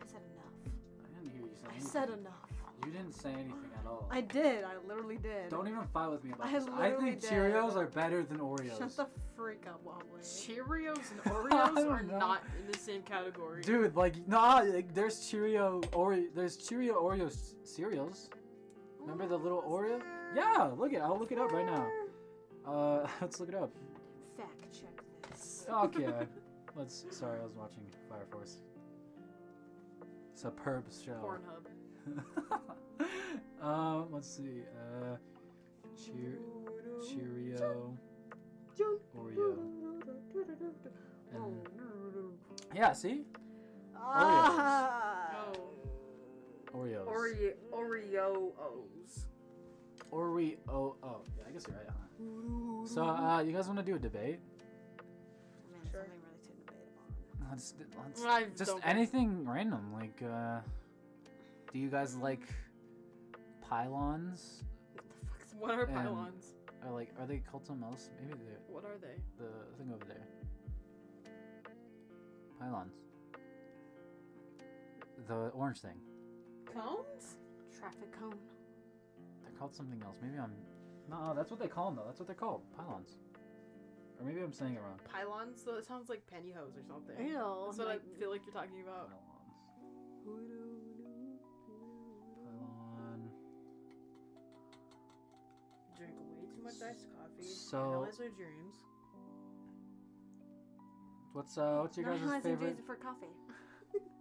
Speaker 3: I said enough.
Speaker 1: I didn't hear you say.
Speaker 3: I
Speaker 1: Anything.
Speaker 3: said enough.
Speaker 1: you didn't say anything at all.
Speaker 3: I did. I literally did.
Speaker 1: don't even fight with me about
Speaker 3: I
Speaker 1: this. I
Speaker 3: literally
Speaker 1: think
Speaker 3: did.
Speaker 1: Cheerios are better than Oreos.
Speaker 3: Shut the freak up, Wobbly.
Speaker 2: Cheerios and
Speaker 1: I
Speaker 2: Oreos
Speaker 1: don't
Speaker 2: are
Speaker 1: know.
Speaker 2: not in the same category.
Speaker 1: Dude, like nah, like, there's Cheerio Oreo, there's Cheerio Oreo s- cereals. Remember the little Oreo? Yeah, look it. I'll look it up right now. Uh, let's look it up.
Speaker 3: Fact check this.
Speaker 1: Okay, let's. Sorry, I was watching Fire Force. Superb show.
Speaker 2: Pornhub.
Speaker 1: um, let's see. Uh, Cheer Cheerio Oreo.
Speaker 3: Oh.
Speaker 1: And, yeah, see,
Speaker 3: Ah.
Speaker 2: Oh.
Speaker 1: Oreos.
Speaker 2: Oreo Oreo O's.
Speaker 1: Oreo. Oh, yeah, I guess you're right. Huh? So, uh, you guys want to do a debate?
Speaker 3: Man, it's something really to debate upon.
Speaker 1: Let's, d- let's
Speaker 2: I
Speaker 1: just
Speaker 2: Ah, don't-
Speaker 1: anything random. Like, uh, do you guys like pylons?
Speaker 3: What the fuck's
Speaker 2: What are
Speaker 1: Um,
Speaker 2: pylons?
Speaker 1: Or like, are they called something else? Maybe they're
Speaker 2: What are they?
Speaker 1: the thing over there. Pylons. The orange thing.
Speaker 2: Cones?
Speaker 3: traffic cone?
Speaker 1: They're called something else. Maybe I'm. No, that's what they call them though. That's what they're called. Pylons. Or maybe I'm saying it wrong.
Speaker 2: Pylons? So it sounds like pantyhose or something.
Speaker 3: Ew.
Speaker 2: That's what I feel like you're talking about.
Speaker 1: Pylons. Pylon.
Speaker 2: Drink way too much iced coffee.
Speaker 1: So-
Speaker 2: analyze our dreams.
Speaker 1: What's uh? What's your guys' favorite?
Speaker 3: for coffee.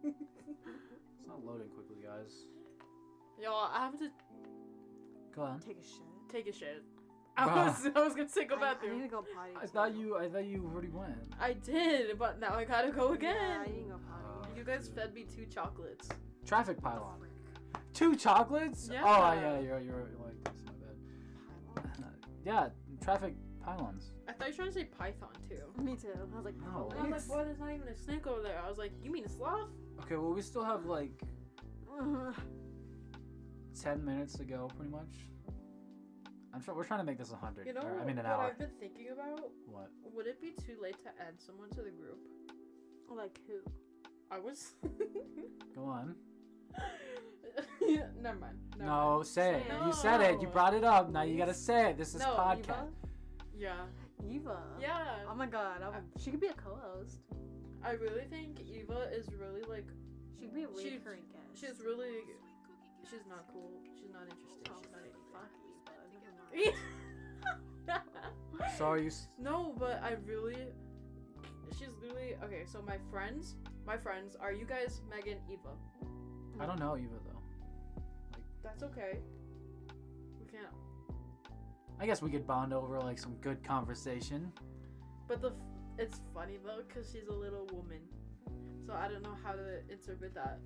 Speaker 1: It's not loading quickly, guys.
Speaker 2: Y'all, I have to
Speaker 1: Go on.
Speaker 3: Take a shit.
Speaker 2: take a shit. I
Speaker 1: Bruh.
Speaker 2: was, I was gonna say go
Speaker 3: I- I, need
Speaker 2: bathroom.
Speaker 3: to go potty.
Speaker 1: I
Speaker 3: too.
Speaker 1: thought you. I thought you already went.
Speaker 2: I, did, but now I gotta go
Speaker 3: Yeah, I
Speaker 2: again.
Speaker 3: need to go potty.
Speaker 2: you guys fed me two chocolates.
Speaker 1: Traffic pylon. Two chocolates.
Speaker 2: Yeah.
Speaker 1: Oh yeah, you're you're like this. My bad. Yeah, traffic pylons.
Speaker 2: I thought you were trying to say python too.
Speaker 3: Me too. I was like,
Speaker 1: No.
Speaker 2: And I was
Speaker 1: Yes.
Speaker 2: like, why there's not even a snake over there? I was like, you mean a sloth?
Speaker 1: Okay, well we still have like
Speaker 3: what?
Speaker 1: ten minutes to go, pretty much. I'm sure we're trying to make this a hundred.
Speaker 2: You know,
Speaker 1: or, I mean an
Speaker 2: what
Speaker 1: hour.
Speaker 2: I've been thinking about.
Speaker 1: What?
Speaker 2: Would it be too late to add someone to the group?
Speaker 3: like who?
Speaker 2: I was.
Speaker 1: Go on.
Speaker 2: never mind. Never
Speaker 1: No,
Speaker 2: mind.
Speaker 1: say it.
Speaker 2: Say
Speaker 1: You said it. You
Speaker 2: No.
Speaker 1: brought it up. Now you gotta say it. This is
Speaker 2: No,
Speaker 1: podcast.
Speaker 2: Yeah.
Speaker 3: Eva.
Speaker 2: Yeah.
Speaker 3: Oh my god. I would- she could be a co-host.
Speaker 2: I really think Eva is really like
Speaker 3: She could be a
Speaker 2: She-
Speaker 3: recurring guest.
Speaker 2: she's really Oh, she's not cool. She's not interesting.
Speaker 3: Oh,
Speaker 2: She's not
Speaker 3: fuck
Speaker 2: anything.
Speaker 3: Eva. never mind.
Speaker 1: Sorry, you. s-
Speaker 2: no, but I really she's literally okay, so my friends my friends are you guys Megan, Eva.
Speaker 1: I don't know Eva though.
Speaker 2: That's okay. We can't
Speaker 1: I guess we could bond over like some good conversation.
Speaker 2: but the f- it's funny though because she's a little woman. So I don't know how to interpret that.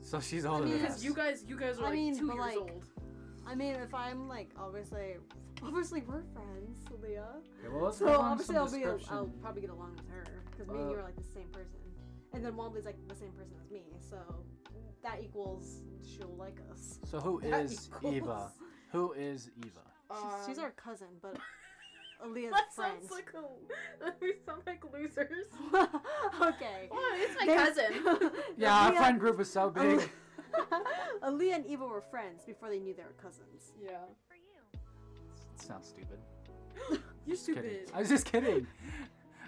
Speaker 1: So she's older
Speaker 3: mean,
Speaker 1: than
Speaker 2: Because
Speaker 1: us.
Speaker 2: you guys, you guys are
Speaker 3: I
Speaker 2: like
Speaker 3: mean,
Speaker 2: two
Speaker 3: but,
Speaker 2: years
Speaker 3: like-
Speaker 2: old.
Speaker 3: I mean, if I'm like obviously, obviously we're friends, Leah.
Speaker 1: Okay, well, let's
Speaker 3: So
Speaker 1: move on
Speaker 3: obviously
Speaker 1: to some
Speaker 3: I'll be i
Speaker 1: description.
Speaker 3: I'll probably get along with her because me and you
Speaker 1: Uh,
Speaker 3: are like the same person, and then Wombly's like the same person as me, so that equals she'll like us.
Speaker 1: So who
Speaker 3: That
Speaker 1: is
Speaker 3: equals-
Speaker 1: Eva? Who is Eva?
Speaker 3: She's, she's
Speaker 2: Um,
Speaker 3: our cousin, but Aaliyah's
Speaker 2: That
Speaker 3: friend.
Speaker 2: sounds like a. We sound like losers.
Speaker 3: okay.
Speaker 2: Oh, it's my
Speaker 3: There's-
Speaker 2: cousin.
Speaker 1: Yeah, our
Speaker 3: Aaliyah-
Speaker 1: friend group is so big.
Speaker 3: Oh. Aaliyah and Eva were friends before they knew they were cousins.
Speaker 2: yeah.
Speaker 1: Sounds stupid.
Speaker 2: You're
Speaker 1: Kidding.
Speaker 2: stupid.
Speaker 1: I was just kidding.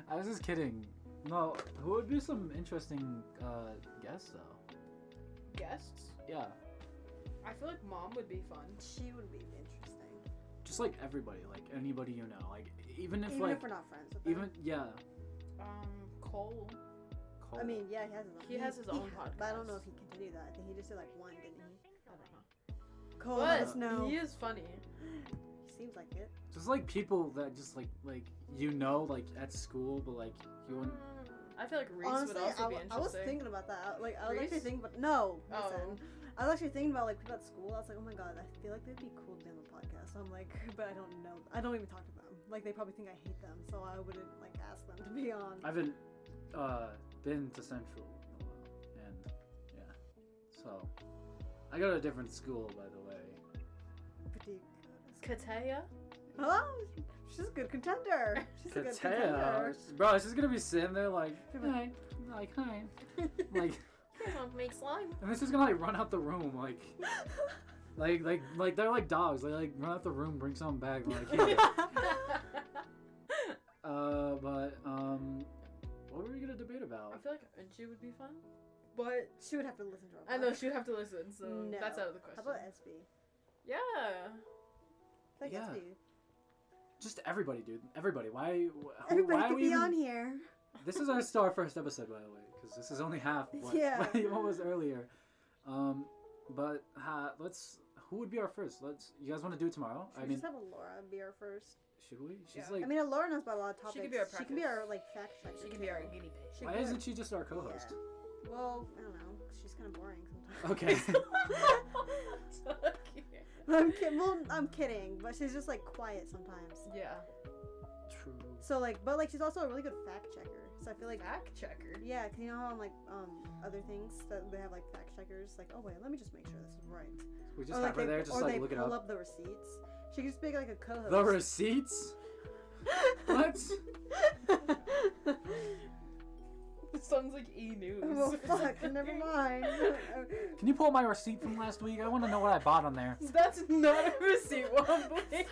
Speaker 1: I was just kidding. No, who would be some interesting uh, guess though?
Speaker 2: Guests.
Speaker 1: Yeah,
Speaker 2: I feel like mom would be fun.
Speaker 3: She would be interesting,
Speaker 1: just like everybody, like anybody you know, like even if
Speaker 3: even
Speaker 1: like
Speaker 3: if we're not friends. With
Speaker 1: even yeah.
Speaker 2: Um, Cole.
Speaker 1: Cole.
Speaker 3: I mean, yeah, he has his own.
Speaker 2: He has his own
Speaker 3: had- But I don't know
Speaker 2: podcast.
Speaker 3: if he continued that. I think he just did like one, didn't he?
Speaker 2: I don't know.
Speaker 3: Cole, let
Speaker 2: But
Speaker 3: us know.
Speaker 2: he is funny.
Speaker 3: He seems like it.
Speaker 1: just like people that just like like you know like at school, but like you wouldn't.
Speaker 2: I feel like Reese
Speaker 3: Honestly,
Speaker 2: would also
Speaker 3: I,
Speaker 2: be
Speaker 3: w- I
Speaker 2: interesting.
Speaker 3: was thinking about that. I- Like, I was actually
Speaker 2: Reese?
Speaker 3: thinking about no.
Speaker 2: Oh.
Speaker 3: Listen, I was actually thinking about like people at school. I was like, oh my god, I feel like they'd be cool to be on the podcast. So I'm like, but I don't know. I don't even talk to them. Like, they probably think I hate them, so I wouldn't like ask them to be on.
Speaker 1: I haven't uh, been to Central in a while, and yeah, so I go to a different school by the way.
Speaker 3: Pretty good.
Speaker 2: Kataya.
Speaker 3: Hello, she's a good contender. She's a good contender.
Speaker 1: Kateo, bro, she's gonna be sitting there like, hi, like hi, like,
Speaker 2: You want to make slime?
Speaker 1: and then she's gonna like run out the room like. Like, like, like, they're like dogs. They like run out the room, bring something back. and, Like, here.
Speaker 2: I
Speaker 1: uh, but um, what were we gonna debate about?
Speaker 2: feel like Unchi would be fun, but
Speaker 3: She would have to listen to her.
Speaker 2: I know she'd have to listen, so
Speaker 3: No.
Speaker 2: that's out of the question.
Speaker 3: How about SB?
Speaker 2: yeah.
Speaker 3: I think
Speaker 1: Yeah.
Speaker 3: SB.
Speaker 1: Just everybody, dude. Everybody. Why? wh- Who,
Speaker 3: Everybody
Speaker 1: why
Speaker 3: could
Speaker 1: are we
Speaker 3: be
Speaker 1: even-
Speaker 3: on here.
Speaker 1: This is our star first episode, by the way, because this is only half what,
Speaker 3: Yeah.
Speaker 1: what was earlier. Um, but uh, let's. Who would be our first? Let's. You guys want to do it tomorrow?
Speaker 3: Should
Speaker 1: I
Speaker 3: we
Speaker 1: mean,
Speaker 3: just have Laura be our first?
Speaker 1: should we? She's
Speaker 2: Yeah.
Speaker 1: like.
Speaker 3: I mean, Laura knows about a lot of topics.
Speaker 2: She could be our
Speaker 3: She can be
Speaker 2: practice.
Speaker 3: our like fact checker. too.
Speaker 2: guinea pig.
Speaker 3: She
Speaker 1: why
Speaker 3: could be
Speaker 1: isn't
Speaker 3: our-
Speaker 1: she just our co-host?
Speaker 3: Well, I don't know. She's kind of boring sometimes.
Speaker 1: Okay.
Speaker 3: I'm kidding. Well, I'm kidding, but she's just like quiet sometimes.
Speaker 2: yeah.
Speaker 1: True.
Speaker 3: So like, but like, she's also a really good fact checker. So I feel like.
Speaker 2: Fact checker.
Speaker 3: Yeah, 'cause you know how on like um other things that they have like fact checkers, like oh wait, let me just make sure this is right.
Speaker 1: We just
Speaker 3: or
Speaker 1: have
Speaker 3: like
Speaker 1: her
Speaker 3: they,
Speaker 1: there, just
Speaker 3: or
Speaker 1: like
Speaker 3: they
Speaker 1: looking
Speaker 3: pull
Speaker 1: up.
Speaker 3: up. the receipts. She could just be like a co-host.
Speaker 1: the receipts. what?
Speaker 2: It sounds like e news.
Speaker 3: well, fuck. Never mind.
Speaker 1: Can you pull up my receipt from last week? I want to know what I bought on there.
Speaker 2: That's not a receipt, Wobbly.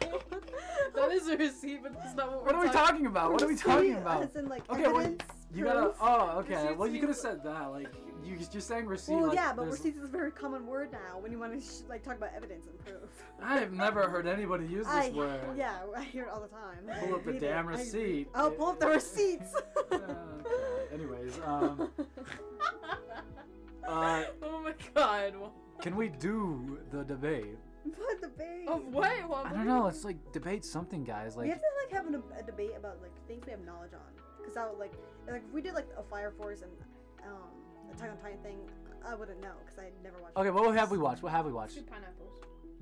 Speaker 2: that is a receipt, but that's not what
Speaker 1: What
Speaker 2: we're
Speaker 1: are we talking about? What are we talking about?
Speaker 3: As in, like,
Speaker 1: Okay, well,
Speaker 3: evidence,
Speaker 1: You gotta.
Speaker 3: proof.
Speaker 1: Oh, okay.
Speaker 2: Receipts
Speaker 1: Well, you
Speaker 2: means-
Speaker 1: could have said that. Like, you, you're saying receipt.
Speaker 3: Well,
Speaker 1: like,
Speaker 3: yeah, but
Speaker 1: there's-
Speaker 3: receipts is a very common word now when you want to sh- like talk about evidence and proof.
Speaker 1: I have never heard anybody use this
Speaker 3: I,
Speaker 1: word.
Speaker 3: yeah, I hear it all the time.
Speaker 1: Pull up the
Speaker 3: Read it.
Speaker 1: damn
Speaker 3: I-
Speaker 1: receipt.
Speaker 3: I'll pull up the receipts.
Speaker 1: Uh, okay. Anyways, um, uh,
Speaker 2: Oh my god. Wo-
Speaker 1: can we do the debate?
Speaker 3: What debate?
Speaker 2: Of what,
Speaker 1: I
Speaker 2: Wobbly?
Speaker 1: don't know. Let's like debate something, guys.
Speaker 3: we have
Speaker 1: Like,
Speaker 3: to like have an, a debate about like things we have knowledge on. Cause I would like like if we did like a Fire Force and um Attack on Titan thing, I wouldn't know because I never watched.
Speaker 1: okay,
Speaker 3: it.
Speaker 1: what have we watched? What have we watched?
Speaker 2: Two pineapples.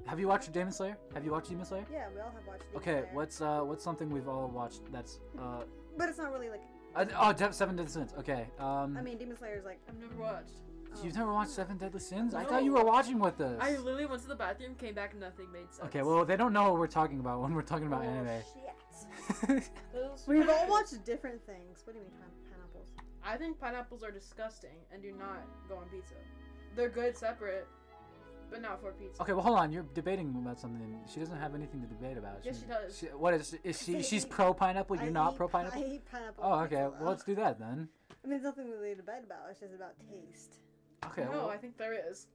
Speaker 1: Have you watched Demon Slayer? Have you watched Demon Slayer?
Speaker 3: Yeah, we all have watched. Demon
Speaker 1: Okay,
Speaker 3: Slayer.
Speaker 1: what's uh, what's something we've all watched that's uh,
Speaker 3: But it's not really like.
Speaker 1: uh oh, De- Seven Deadly Sins. Okay, um,
Speaker 3: I mean, Demon Slayer is like.
Speaker 2: I've never watched.
Speaker 3: oh.
Speaker 1: you've never watched Seven Deadly Sins? I
Speaker 2: No.
Speaker 1: thought you were watching with us.
Speaker 2: I literally went to the bathroom, came back, nothing made sense.
Speaker 1: Okay, well, they don't know what we're talking about when we're talking about
Speaker 3: Oh,
Speaker 1: anime.
Speaker 3: shit.
Speaker 2: Those-
Speaker 3: We've all watched different things. What do you mean pine- pineapples?
Speaker 2: I think pineapples are disgusting and do not go on pizza. They're good separate, but not for pizza.
Speaker 1: Okay, well, hold on. You're debating about something. She doesn't have anything to debate about.
Speaker 2: Yes, she does.
Speaker 1: what is she? Is she?
Speaker 3: I
Speaker 1: She's
Speaker 3: hate-
Speaker 1: pro pineapple. You're
Speaker 3: I
Speaker 1: not
Speaker 3: eat-
Speaker 1: pro pineapple.
Speaker 3: I hate pineapple.
Speaker 1: Oh,
Speaker 3: on
Speaker 1: okay.
Speaker 3: pizza,
Speaker 1: Well, let's do that then.
Speaker 3: though. I mean, there's nothing really to debate about. It's just about taste.
Speaker 1: Okay.
Speaker 2: no,
Speaker 1: well,
Speaker 2: I think there is.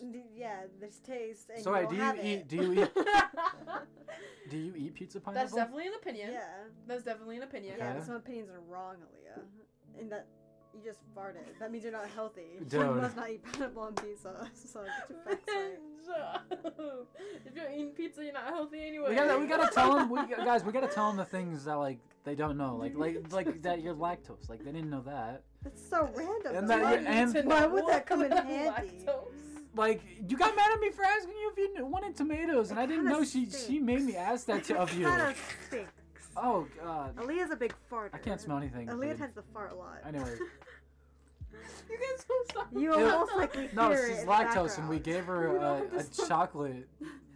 Speaker 3: N- Yeah, there's taste. And
Speaker 1: sorry.
Speaker 3: you
Speaker 1: Do
Speaker 3: don't
Speaker 1: you
Speaker 3: have
Speaker 1: eat?
Speaker 3: it.
Speaker 1: Do you eat?
Speaker 2: That's
Speaker 1: Do you eat pizza pineapple?
Speaker 2: definitely an opinion.
Speaker 3: Yeah.
Speaker 2: That's definitely an opinion.
Speaker 3: Yeah,
Speaker 1: Okay.
Speaker 3: some opinions are wrong, Aaliyah. And that you just farted. That means you're not healthy. You
Speaker 1: Dude.
Speaker 3: must not eat pineapple on pizza. So get your facts right.
Speaker 2: if you're eating pizza, you're not healthy anyway.
Speaker 1: we gotta, we gotta tell them, we, guys. We gotta tell them the things that like they don't know, like like like that you're lactose. Like they didn't know that.
Speaker 3: That's so random.
Speaker 1: And
Speaker 3: though.
Speaker 1: then
Speaker 3: Why
Speaker 1: you're-
Speaker 3: would
Speaker 6: need
Speaker 3: you-
Speaker 1: and-
Speaker 6: to
Speaker 3: Why
Speaker 6: know
Speaker 3: would that come in
Speaker 6: about
Speaker 3: handy?
Speaker 6: lactose.
Speaker 1: Like you got mad at me for asking you if you kn- wanted tomatoes, and
Speaker 3: It
Speaker 1: I didn't
Speaker 3: kinda
Speaker 1: know she she
Speaker 3: stinks.
Speaker 1: made me ask that to, of you.
Speaker 3: Kind of stinks.
Speaker 1: Oh god,
Speaker 3: Aaliyah's a big farter.
Speaker 1: I can't smell anything.
Speaker 3: Aaliyah
Speaker 1: dude.
Speaker 3: tends to fart a lot.
Speaker 1: Anyway.
Speaker 6: You guys so stop.
Speaker 3: You
Speaker 1: Ew.
Speaker 3: almost like we
Speaker 1: No,
Speaker 3: hear it
Speaker 1: she's
Speaker 3: in the
Speaker 1: lactose, and
Speaker 3: background.
Speaker 1: we gave her
Speaker 6: We don't
Speaker 1: a,
Speaker 6: have
Speaker 1: a
Speaker 6: to smell-
Speaker 1: chocolate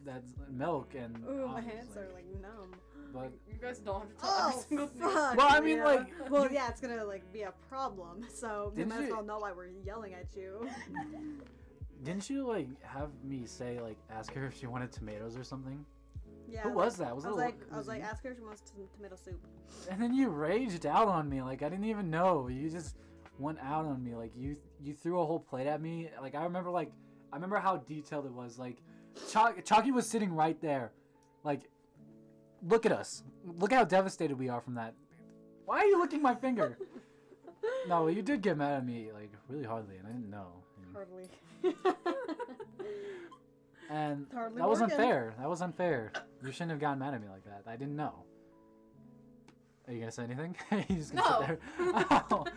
Speaker 1: that's milk and.
Speaker 3: Ooh, my
Speaker 1: almonds,
Speaker 3: hands are like numb.
Speaker 1: But
Speaker 6: You guys don't have to talk every
Speaker 3: Oh,
Speaker 6: single thing.
Speaker 3: fuck.
Speaker 1: Well, I mean,
Speaker 3: Leah.
Speaker 1: like,
Speaker 3: Well,
Speaker 1: you-
Speaker 3: yeah, it's gonna, like, be a problem, so we
Speaker 1: Didn't
Speaker 3: might as
Speaker 1: you-
Speaker 3: well know why we're yelling at you.
Speaker 1: didn't you like have me say like ask her if she wanted tomatoes or something?
Speaker 3: Yeah.
Speaker 1: Who
Speaker 3: like,
Speaker 1: was that? Was
Speaker 3: I
Speaker 1: it
Speaker 3: was
Speaker 1: a-
Speaker 3: like, I
Speaker 1: was
Speaker 3: was like,
Speaker 1: you?
Speaker 3: ask her if she wants t- tomato soup.
Speaker 1: And then you raged out on me. Like I didn't even know. You just went out on me. Like you you threw a whole plate at me. Like I remember like I remember how detailed it was. Like Chalk- Chalky was sitting right there. Like look at us. Look how devastated we are from that. Why are you licking my finger? no, you did get mad at me like really hardly, and I didn't know.
Speaker 3: Hardly.
Speaker 1: And
Speaker 3: Hardly.
Speaker 1: that was
Speaker 3: working.
Speaker 1: unfair. That was unfair. You shouldn't have gotten mad at me like that. I didn't know. Are you gonna say anything? you just gonna sit there. Oh.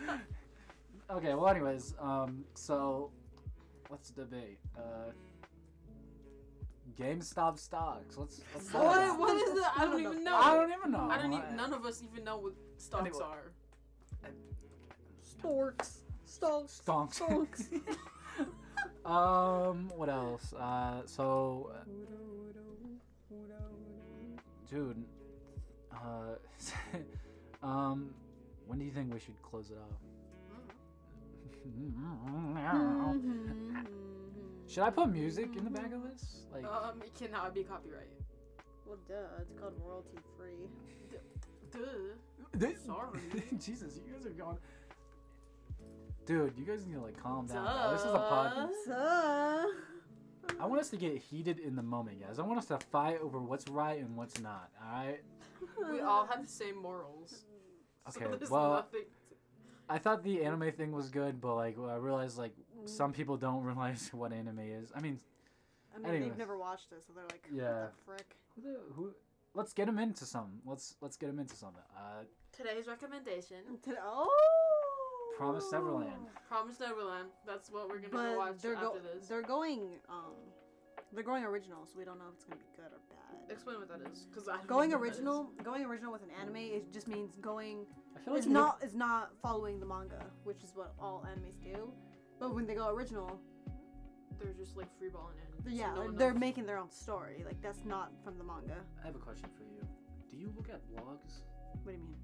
Speaker 1: Okay. Well, anyways, um, so let's debate. Uh, GameStop stocks. Let's. let's talk
Speaker 2: What,
Speaker 1: about-
Speaker 2: what is that? I don't
Speaker 3: No,
Speaker 2: even
Speaker 3: no.
Speaker 2: know.
Speaker 1: I don't even know.
Speaker 2: I don't
Speaker 1: I-
Speaker 2: even. None of us even know what stocks
Speaker 1: Anyway.
Speaker 2: are.
Speaker 3: Storks. Stonks.
Speaker 1: Stonks.
Speaker 3: Stonks.
Speaker 1: Um, what else? Uh, so, uh, dude, uh, um, when do you think we should close it off?
Speaker 3: Mm-hmm,
Speaker 1: should I put music in the back of this? Like,
Speaker 2: Um, it cannot be copyright.
Speaker 3: Well, duh, it's called royalty free.
Speaker 2: Duh.
Speaker 1: this-
Speaker 2: sorry.
Speaker 1: Jesus, you guys are going. Dude, you guys need to like calm down. bro. This is a podcast.
Speaker 3: So,
Speaker 1: I want us to get heated in the moment, guys. I want us to fight over what's right and what's not. All right.
Speaker 2: We all have the same morals.
Speaker 1: Okay,
Speaker 2: So there's
Speaker 1: well-
Speaker 2: nothing.
Speaker 1: I thought the anime thing was good, but like I realized like some people don't realize what anime is. I mean,
Speaker 3: I mean,
Speaker 1: Anyways.
Speaker 3: they've never watched it, so they're like,
Speaker 1: Yeah.
Speaker 3: what the frick?
Speaker 1: who, the, who? Let's get them into some. Let's let's get them into something. Uh,
Speaker 2: Today's recommendation:
Speaker 3: Today- Oh!
Speaker 1: Promised Neverland.
Speaker 2: Promise Neverland. That's what we're gonna go watch
Speaker 3: But they're,
Speaker 2: after
Speaker 3: go-
Speaker 2: this.
Speaker 3: they're going, um, they're going original, so we don't know if it's gonna be good or bad.
Speaker 2: Explain what that is, because I don't
Speaker 3: Going
Speaker 2: know what that is.
Speaker 3: original, going original with an anime, it just means going
Speaker 1: I feel like
Speaker 3: it's
Speaker 1: you-
Speaker 3: not it's not following the manga, which is what all animes do. But when they go original,
Speaker 2: They're just like freeballing
Speaker 3: they're-
Speaker 2: it. So
Speaker 3: yeah,
Speaker 2: no one
Speaker 3: they're
Speaker 2: knows.
Speaker 3: making their own story. Like that's not from the manga.
Speaker 1: I have a question for you. Do you look at blogs?
Speaker 3: What do you mean?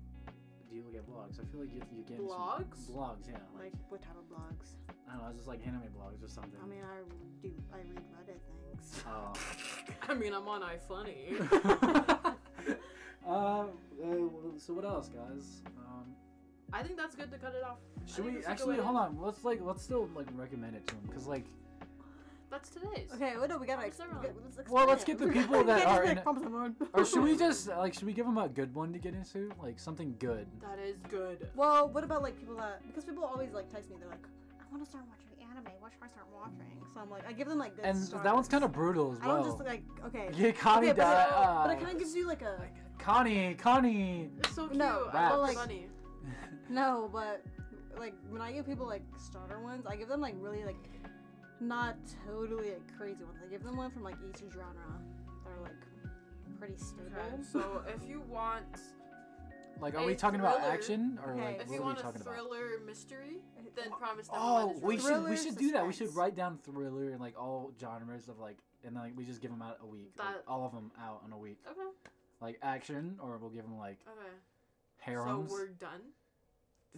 Speaker 1: Do you look at blogs? I feel like you you get
Speaker 2: Blogs?
Speaker 1: Blogs, yeah. Like
Speaker 3: Like what type of blogs?
Speaker 1: I don't know, it's just like anime blogs or something.
Speaker 3: I mean, I do I read Reddit things.
Speaker 1: Oh.
Speaker 2: I mean, I'm on iFunny.
Speaker 1: uh, uh, well, so what else, guys? Um,
Speaker 2: I think that's good to cut it off. I
Speaker 1: should
Speaker 2: think
Speaker 1: we
Speaker 2: that's a good
Speaker 1: actually
Speaker 2: way
Speaker 1: hold
Speaker 2: to-
Speaker 1: on? Let's like let's still like recommend it to them because like
Speaker 2: That's today's.
Speaker 3: Okay, well, no, we gotta. Ex-
Speaker 2: Promise
Speaker 3: we
Speaker 2: Neverland.
Speaker 3: gotta let's expand
Speaker 1: Well, let's
Speaker 3: it.
Speaker 1: get the
Speaker 3: We
Speaker 1: people that
Speaker 3: can't just
Speaker 1: are
Speaker 3: be
Speaker 1: in
Speaker 3: like,
Speaker 1: it.
Speaker 3: Promise Neverland.
Speaker 1: Or should we just like should we give them a good one to get into? Like something good.
Speaker 2: That is good.
Speaker 3: Well, what about like people that because people always like text me. They're like, I want to start watching anime. What should I start watching? So I'm like, I give them like good.
Speaker 1: and that one's kind of brutal as
Speaker 3: I
Speaker 1: well.
Speaker 3: don't just like okay.
Speaker 1: yeah, Connie
Speaker 3: okay, but,
Speaker 1: died.
Speaker 3: it,
Speaker 1: uh,
Speaker 3: but it kind of gives you like a
Speaker 1: Connie, Connie.
Speaker 2: It's so cute.
Speaker 3: No,
Speaker 2: I
Speaker 1: but,
Speaker 2: love
Speaker 3: like-
Speaker 2: funny.
Speaker 3: No, but like when I give people like starter ones, I give them like really like not totally like crazy ones. I give them one from like each genre that are like pretty stable.
Speaker 2: Okay, so if you want,
Speaker 1: like, are
Speaker 2: a
Speaker 1: we talking about
Speaker 2: thriller.
Speaker 1: action or
Speaker 3: Okay.
Speaker 1: like
Speaker 2: if
Speaker 1: what
Speaker 2: you
Speaker 1: are
Speaker 2: want
Speaker 1: we
Speaker 2: a
Speaker 1: talking about?
Speaker 2: thriller mystery, then Promise Neverland.
Speaker 1: Oh,
Speaker 2: is
Speaker 1: we
Speaker 2: really-
Speaker 1: should we
Speaker 3: Thriller,
Speaker 1: should do that. We should
Speaker 3: suspense.
Speaker 1: write down thriller and like all genres of like and like we just give them out a week. like,
Speaker 2: That-
Speaker 1: all of them out in a week.
Speaker 2: Okay.
Speaker 1: Like action, or we'll give them like
Speaker 2: Okay.
Speaker 1: harems.
Speaker 2: So we're done.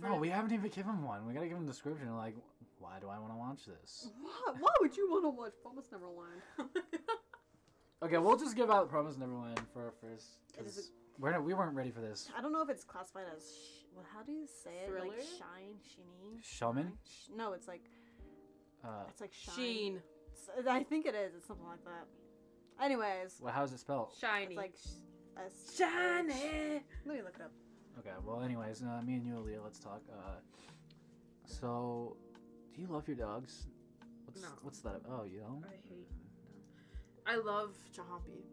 Speaker 1: no, we haven't even given 'em one. We gotta give them description. Like, why do I want to watch this?
Speaker 3: Why, why would you want to watch Promise Neverland?
Speaker 1: Okay, we'll just give out Promise Neverland for our first.
Speaker 3: It is
Speaker 1: 'cause We're not, we weren't ready for this.
Speaker 3: I don't know if it's classified as sh- well. How do you say it? Like
Speaker 2: Thriller?
Speaker 3: shine, shiny.
Speaker 1: Shaman?
Speaker 3: Sh- no, it's like
Speaker 1: Uh,
Speaker 3: it's like shine.
Speaker 2: Sheen.
Speaker 3: S- I think it is. It's something like that. Anyways,
Speaker 1: well, how's it spelled?
Speaker 2: Shiny.
Speaker 3: it's like sh- S-
Speaker 2: Shiny.
Speaker 3: Let me look it up.
Speaker 1: Okay, well, anyways, uh, me and you, Aaliyah, let's talk. Uh, so, do you love your dogs? What's,
Speaker 2: No.
Speaker 1: what's that? Oh, you don't?
Speaker 2: I hate. I love Jahampi.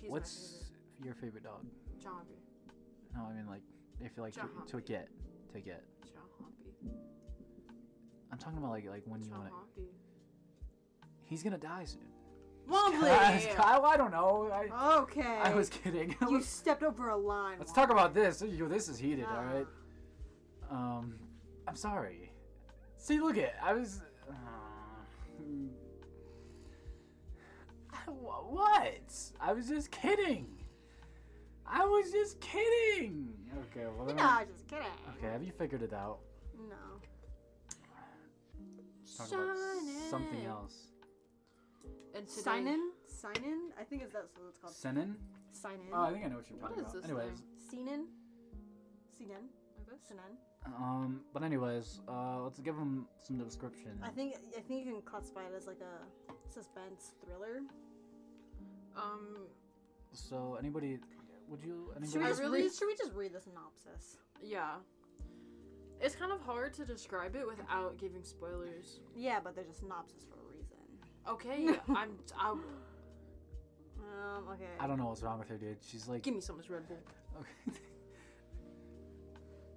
Speaker 2: She's
Speaker 1: what's your favorite dog?
Speaker 2: my favorite. Jahampi.
Speaker 1: No, I mean, like, if you like to,
Speaker 2: Jahan.
Speaker 1: to get. To get.
Speaker 2: Jahampi. Chompy.
Speaker 1: I'm talking about like like when you want to.
Speaker 2: Chompy.
Speaker 1: He's gonna die soon.
Speaker 3: Wobbly!
Speaker 1: I, I don't know. I,
Speaker 3: Okay.
Speaker 1: I was kidding.
Speaker 3: You stepped over a line.
Speaker 1: Let's talk about this. Yo, this is heated.
Speaker 3: Ah.
Speaker 1: All right. Um, I'm sorry. See, look at I was. Uh, what? I was just kidding. I was just kidding. Okay. Well,
Speaker 3: Wally.
Speaker 1: then
Speaker 3: No, just kidding.
Speaker 1: Okay. Have you figured it out?
Speaker 3: No.
Speaker 1: Talk about something else.
Speaker 2: And today,
Speaker 3: Sign in? Sign in? I think it's that's what it's called.
Speaker 1: Senin?
Speaker 3: Sign in.
Speaker 1: Oh, I think I know what you're
Speaker 2: What
Speaker 1: talking
Speaker 2: is
Speaker 1: about.
Speaker 2: this
Speaker 1: anyways,
Speaker 3: Sinen? Sinen? Sinen?
Speaker 1: um, but anyways, uh, let's give him some description.
Speaker 3: I think I think you can classify it as like a suspense thriller.
Speaker 2: um,
Speaker 1: So, anybody, would you? Anybody?
Speaker 3: Should we,
Speaker 2: I
Speaker 3: just
Speaker 2: really-
Speaker 3: read, should we just read the synopsis?
Speaker 2: yeah. It's kind of hard to describe it without giving spoilers.
Speaker 3: Yeah, but there's a synopsis for a reason.
Speaker 2: Okay, I'm. I'll,
Speaker 3: Um, okay.
Speaker 1: I don't know what's wrong with her, dude. She's like,
Speaker 2: give me some of this Red Bull.
Speaker 1: okay.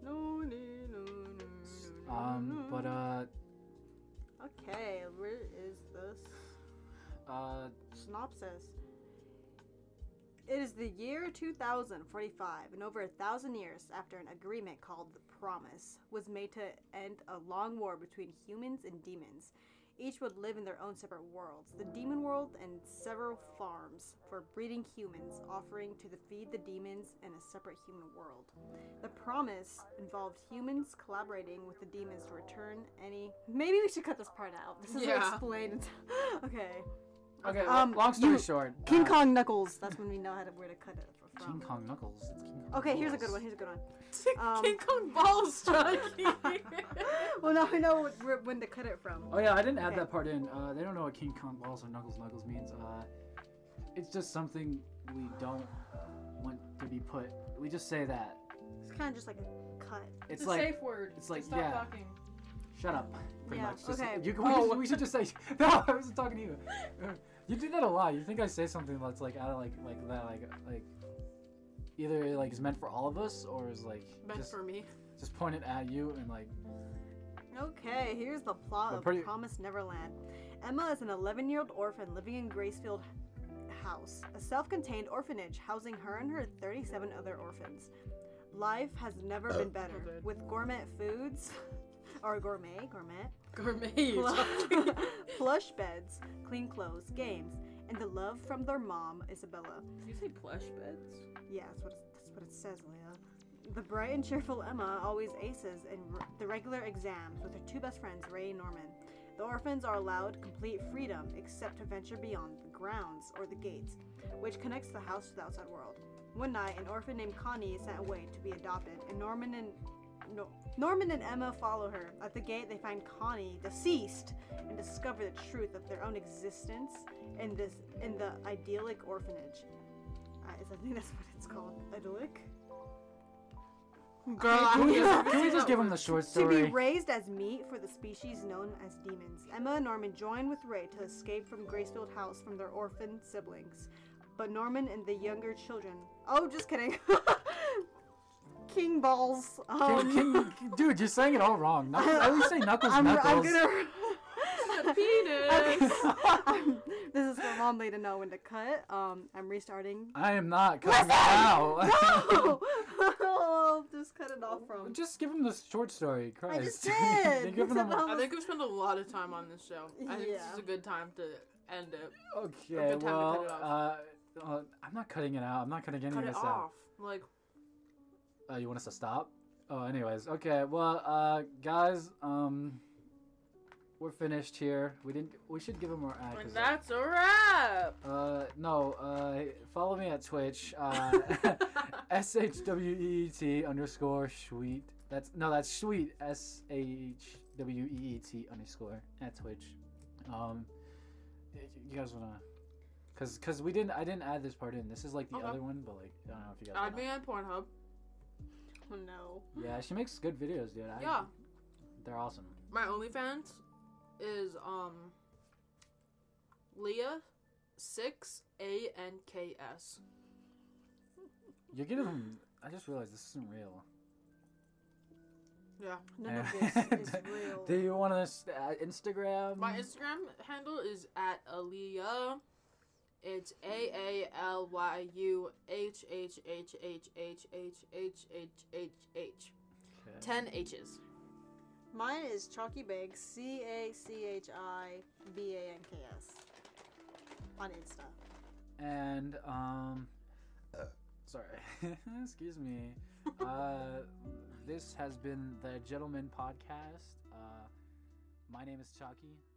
Speaker 3: No, no, no, no, no,
Speaker 1: um,
Speaker 3: no.
Speaker 1: but uh,
Speaker 3: Okay, where is this
Speaker 1: uh,
Speaker 3: synopsis? It is the year 2045, and over a thousand years after an agreement called the Promise was made to end a long war between humans and demons. Each would live in their own separate worlds, the demon world and several farms for breeding humans, offering to the feed the demons in a separate human world. The promise involved humans collaborating with the demons to return any. Maybe we should cut this part out. This is
Speaker 2: Yeah.
Speaker 3: explained. okay.
Speaker 1: okay.
Speaker 3: Um,
Speaker 1: long story
Speaker 3: you-
Speaker 1: short,
Speaker 3: King
Speaker 1: uh,
Speaker 3: Kong Knuckles. That's when we know how to, where to cut it from.
Speaker 1: King Kong Knuckles. It's King Kong
Speaker 3: Okay, here's a good
Speaker 1: Knuckles.
Speaker 3: one. Here's a good one.
Speaker 1: Uh,
Speaker 3: Um,
Speaker 2: King Kong ball striking.
Speaker 3: well, now we know wh- where- when to cut it from.
Speaker 1: Oh yeah, I didn't add
Speaker 3: Okay.
Speaker 1: that part in. Uh, they don't know what King Kong balls or knuckles knuckles means. Uh, it's just something we don't want to be put. We just say that.
Speaker 3: It's kind of just like a cut.
Speaker 1: It's,
Speaker 7: It's, a
Speaker 1: like
Speaker 7: safe word.
Speaker 1: it's like,
Speaker 7: Just stop
Speaker 1: yeah.
Speaker 7: talking.
Speaker 1: shut up, pretty
Speaker 3: Yeah,
Speaker 1: much. Just-
Speaker 3: okay. Oh.
Speaker 1: You, we, should, we should just say no. I wasn't talking to you. You do that a lot. You think I say something that's like out of like like that like like either like is meant for all of us or is like
Speaker 2: Meant
Speaker 1: just,
Speaker 2: for me.
Speaker 1: just pointed at you and like
Speaker 3: Okay, here's the plot
Speaker 1: But
Speaker 3: of
Speaker 1: pretty-
Speaker 3: Promised Neverland. Emma is an 11 year old orphan living in Gracefield House, a self contained orphanage housing her and her 37 other orphans. Life has never
Speaker 1: Oh.
Speaker 3: been better, with gourmet foods, or gourmet, gourmet,
Speaker 2: Gourmet.
Speaker 3: Plu- plush beds, clean clothes, games, and the love from their mom, Isabella.
Speaker 2: Did you say plush beds?
Speaker 3: Yeah, that's what, it- that's what it says, Leah. The bright and cheerful Emma always aces in r- the regular exams with her two best friends, Ray and Norman. The orphans are allowed complete freedom except to venture beyond the grounds or the gates, which connects the house to the outside world. One night, an orphan named Connie is sent away to be adopted, and Norman and no, Norman and Emma follow her. At the gate, they find Connie deceased and discover the truth of their own existence in this in the idyllic orphanage. Uh, is- I think that's what it's called, idyllic.
Speaker 2: Girl, I
Speaker 1: can we
Speaker 2: guess
Speaker 1: just, can we just give him the short story?
Speaker 3: To be raised as meat for the species known as demons. Emma and Norman join with Ray to escape from Gracefield House from their orphan siblings. But Norman and the younger children. Oh, just kidding. King balls. Um,
Speaker 1: King, King, dude, you're saying it all wrong. Knuckles, I always say knuckles,
Speaker 3: I'm,
Speaker 1: knuckles.
Speaker 3: I'm gonna.
Speaker 2: Penis.
Speaker 3: I'm- this is for mom Lee to know when to cut. Um, I'm restarting.
Speaker 1: I am not cutting out.
Speaker 3: No! I'll just cut it off from.
Speaker 1: just give him the short story.
Speaker 3: just
Speaker 1: Christ. They
Speaker 3: did.
Speaker 1: give him
Speaker 3: Except
Speaker 1: a-
Speaker 3: I'll-
Speaker 2: I think we've spent a lot of time on this show. I think this
Speaker 3: Yeah.
Speaker 2: is a good time to end it.
Speaker 1: okay,
Speaker 2: good time to cut
Speaker 1: well,
Speaker 2: it
Speaker 1: uh, uh, I'm not cutting it out. I'm not cutting any
Speaker 2: Cut
Speaker 1: of
Speaker 2: it
Speaker 1: this out.
Speaker 2: off. Like,
Speaker 1: Uh, you want us to stop? Oh, anyways, okay. Well, uh, guys, um, we're finished here. We didn't. We should give him our ad. 'cause,
Speaker 7: And
Speaker 1: uh,
Speaker 7: that's a wrap.
Speaker 1: Uh, no. Uh, follow me at Twitch. Uh, S H W E E T underscore sweet. That's no, that's sweet. S H W E E T underscore at Twitch. Um, y- you guys wanna? Cause, cause we didn't. I didn't add this part in. This is like the
Speaker 2: Okay.
Speaker 1: other one, but like I don't know if you guys.
Speaker 2: add
Speaker 1: wanna-
Speaker 2: me on Pornhub.
Speaker 3: Oh no.
Speaker 1: Yeah, she makes good videos, dude. I,
Speaker 2: Yeah.
Speaker 1: They're awesome.
Speaker 2: My OnlyFans is um Leah six A N K S.
Speaker 1: You're getting. I just realized this isn't real.
Speaker 2: Yeah.
Speaker 3: None of this is real.
Speaker 1: Do you want to uh, Instagram?
Speaker 2: My Instagram handle is at Aaliyah. It's A A L Y U H H H H H H H H H H. Ten H's.
Speaker 3: Mine is Chalky Big, C A C H I B A N K S. On Insta.
Speaker 1: and um, sorry, excuse me. Uh, this has been the Gentleman Podcast. Uh, my name is Chalky.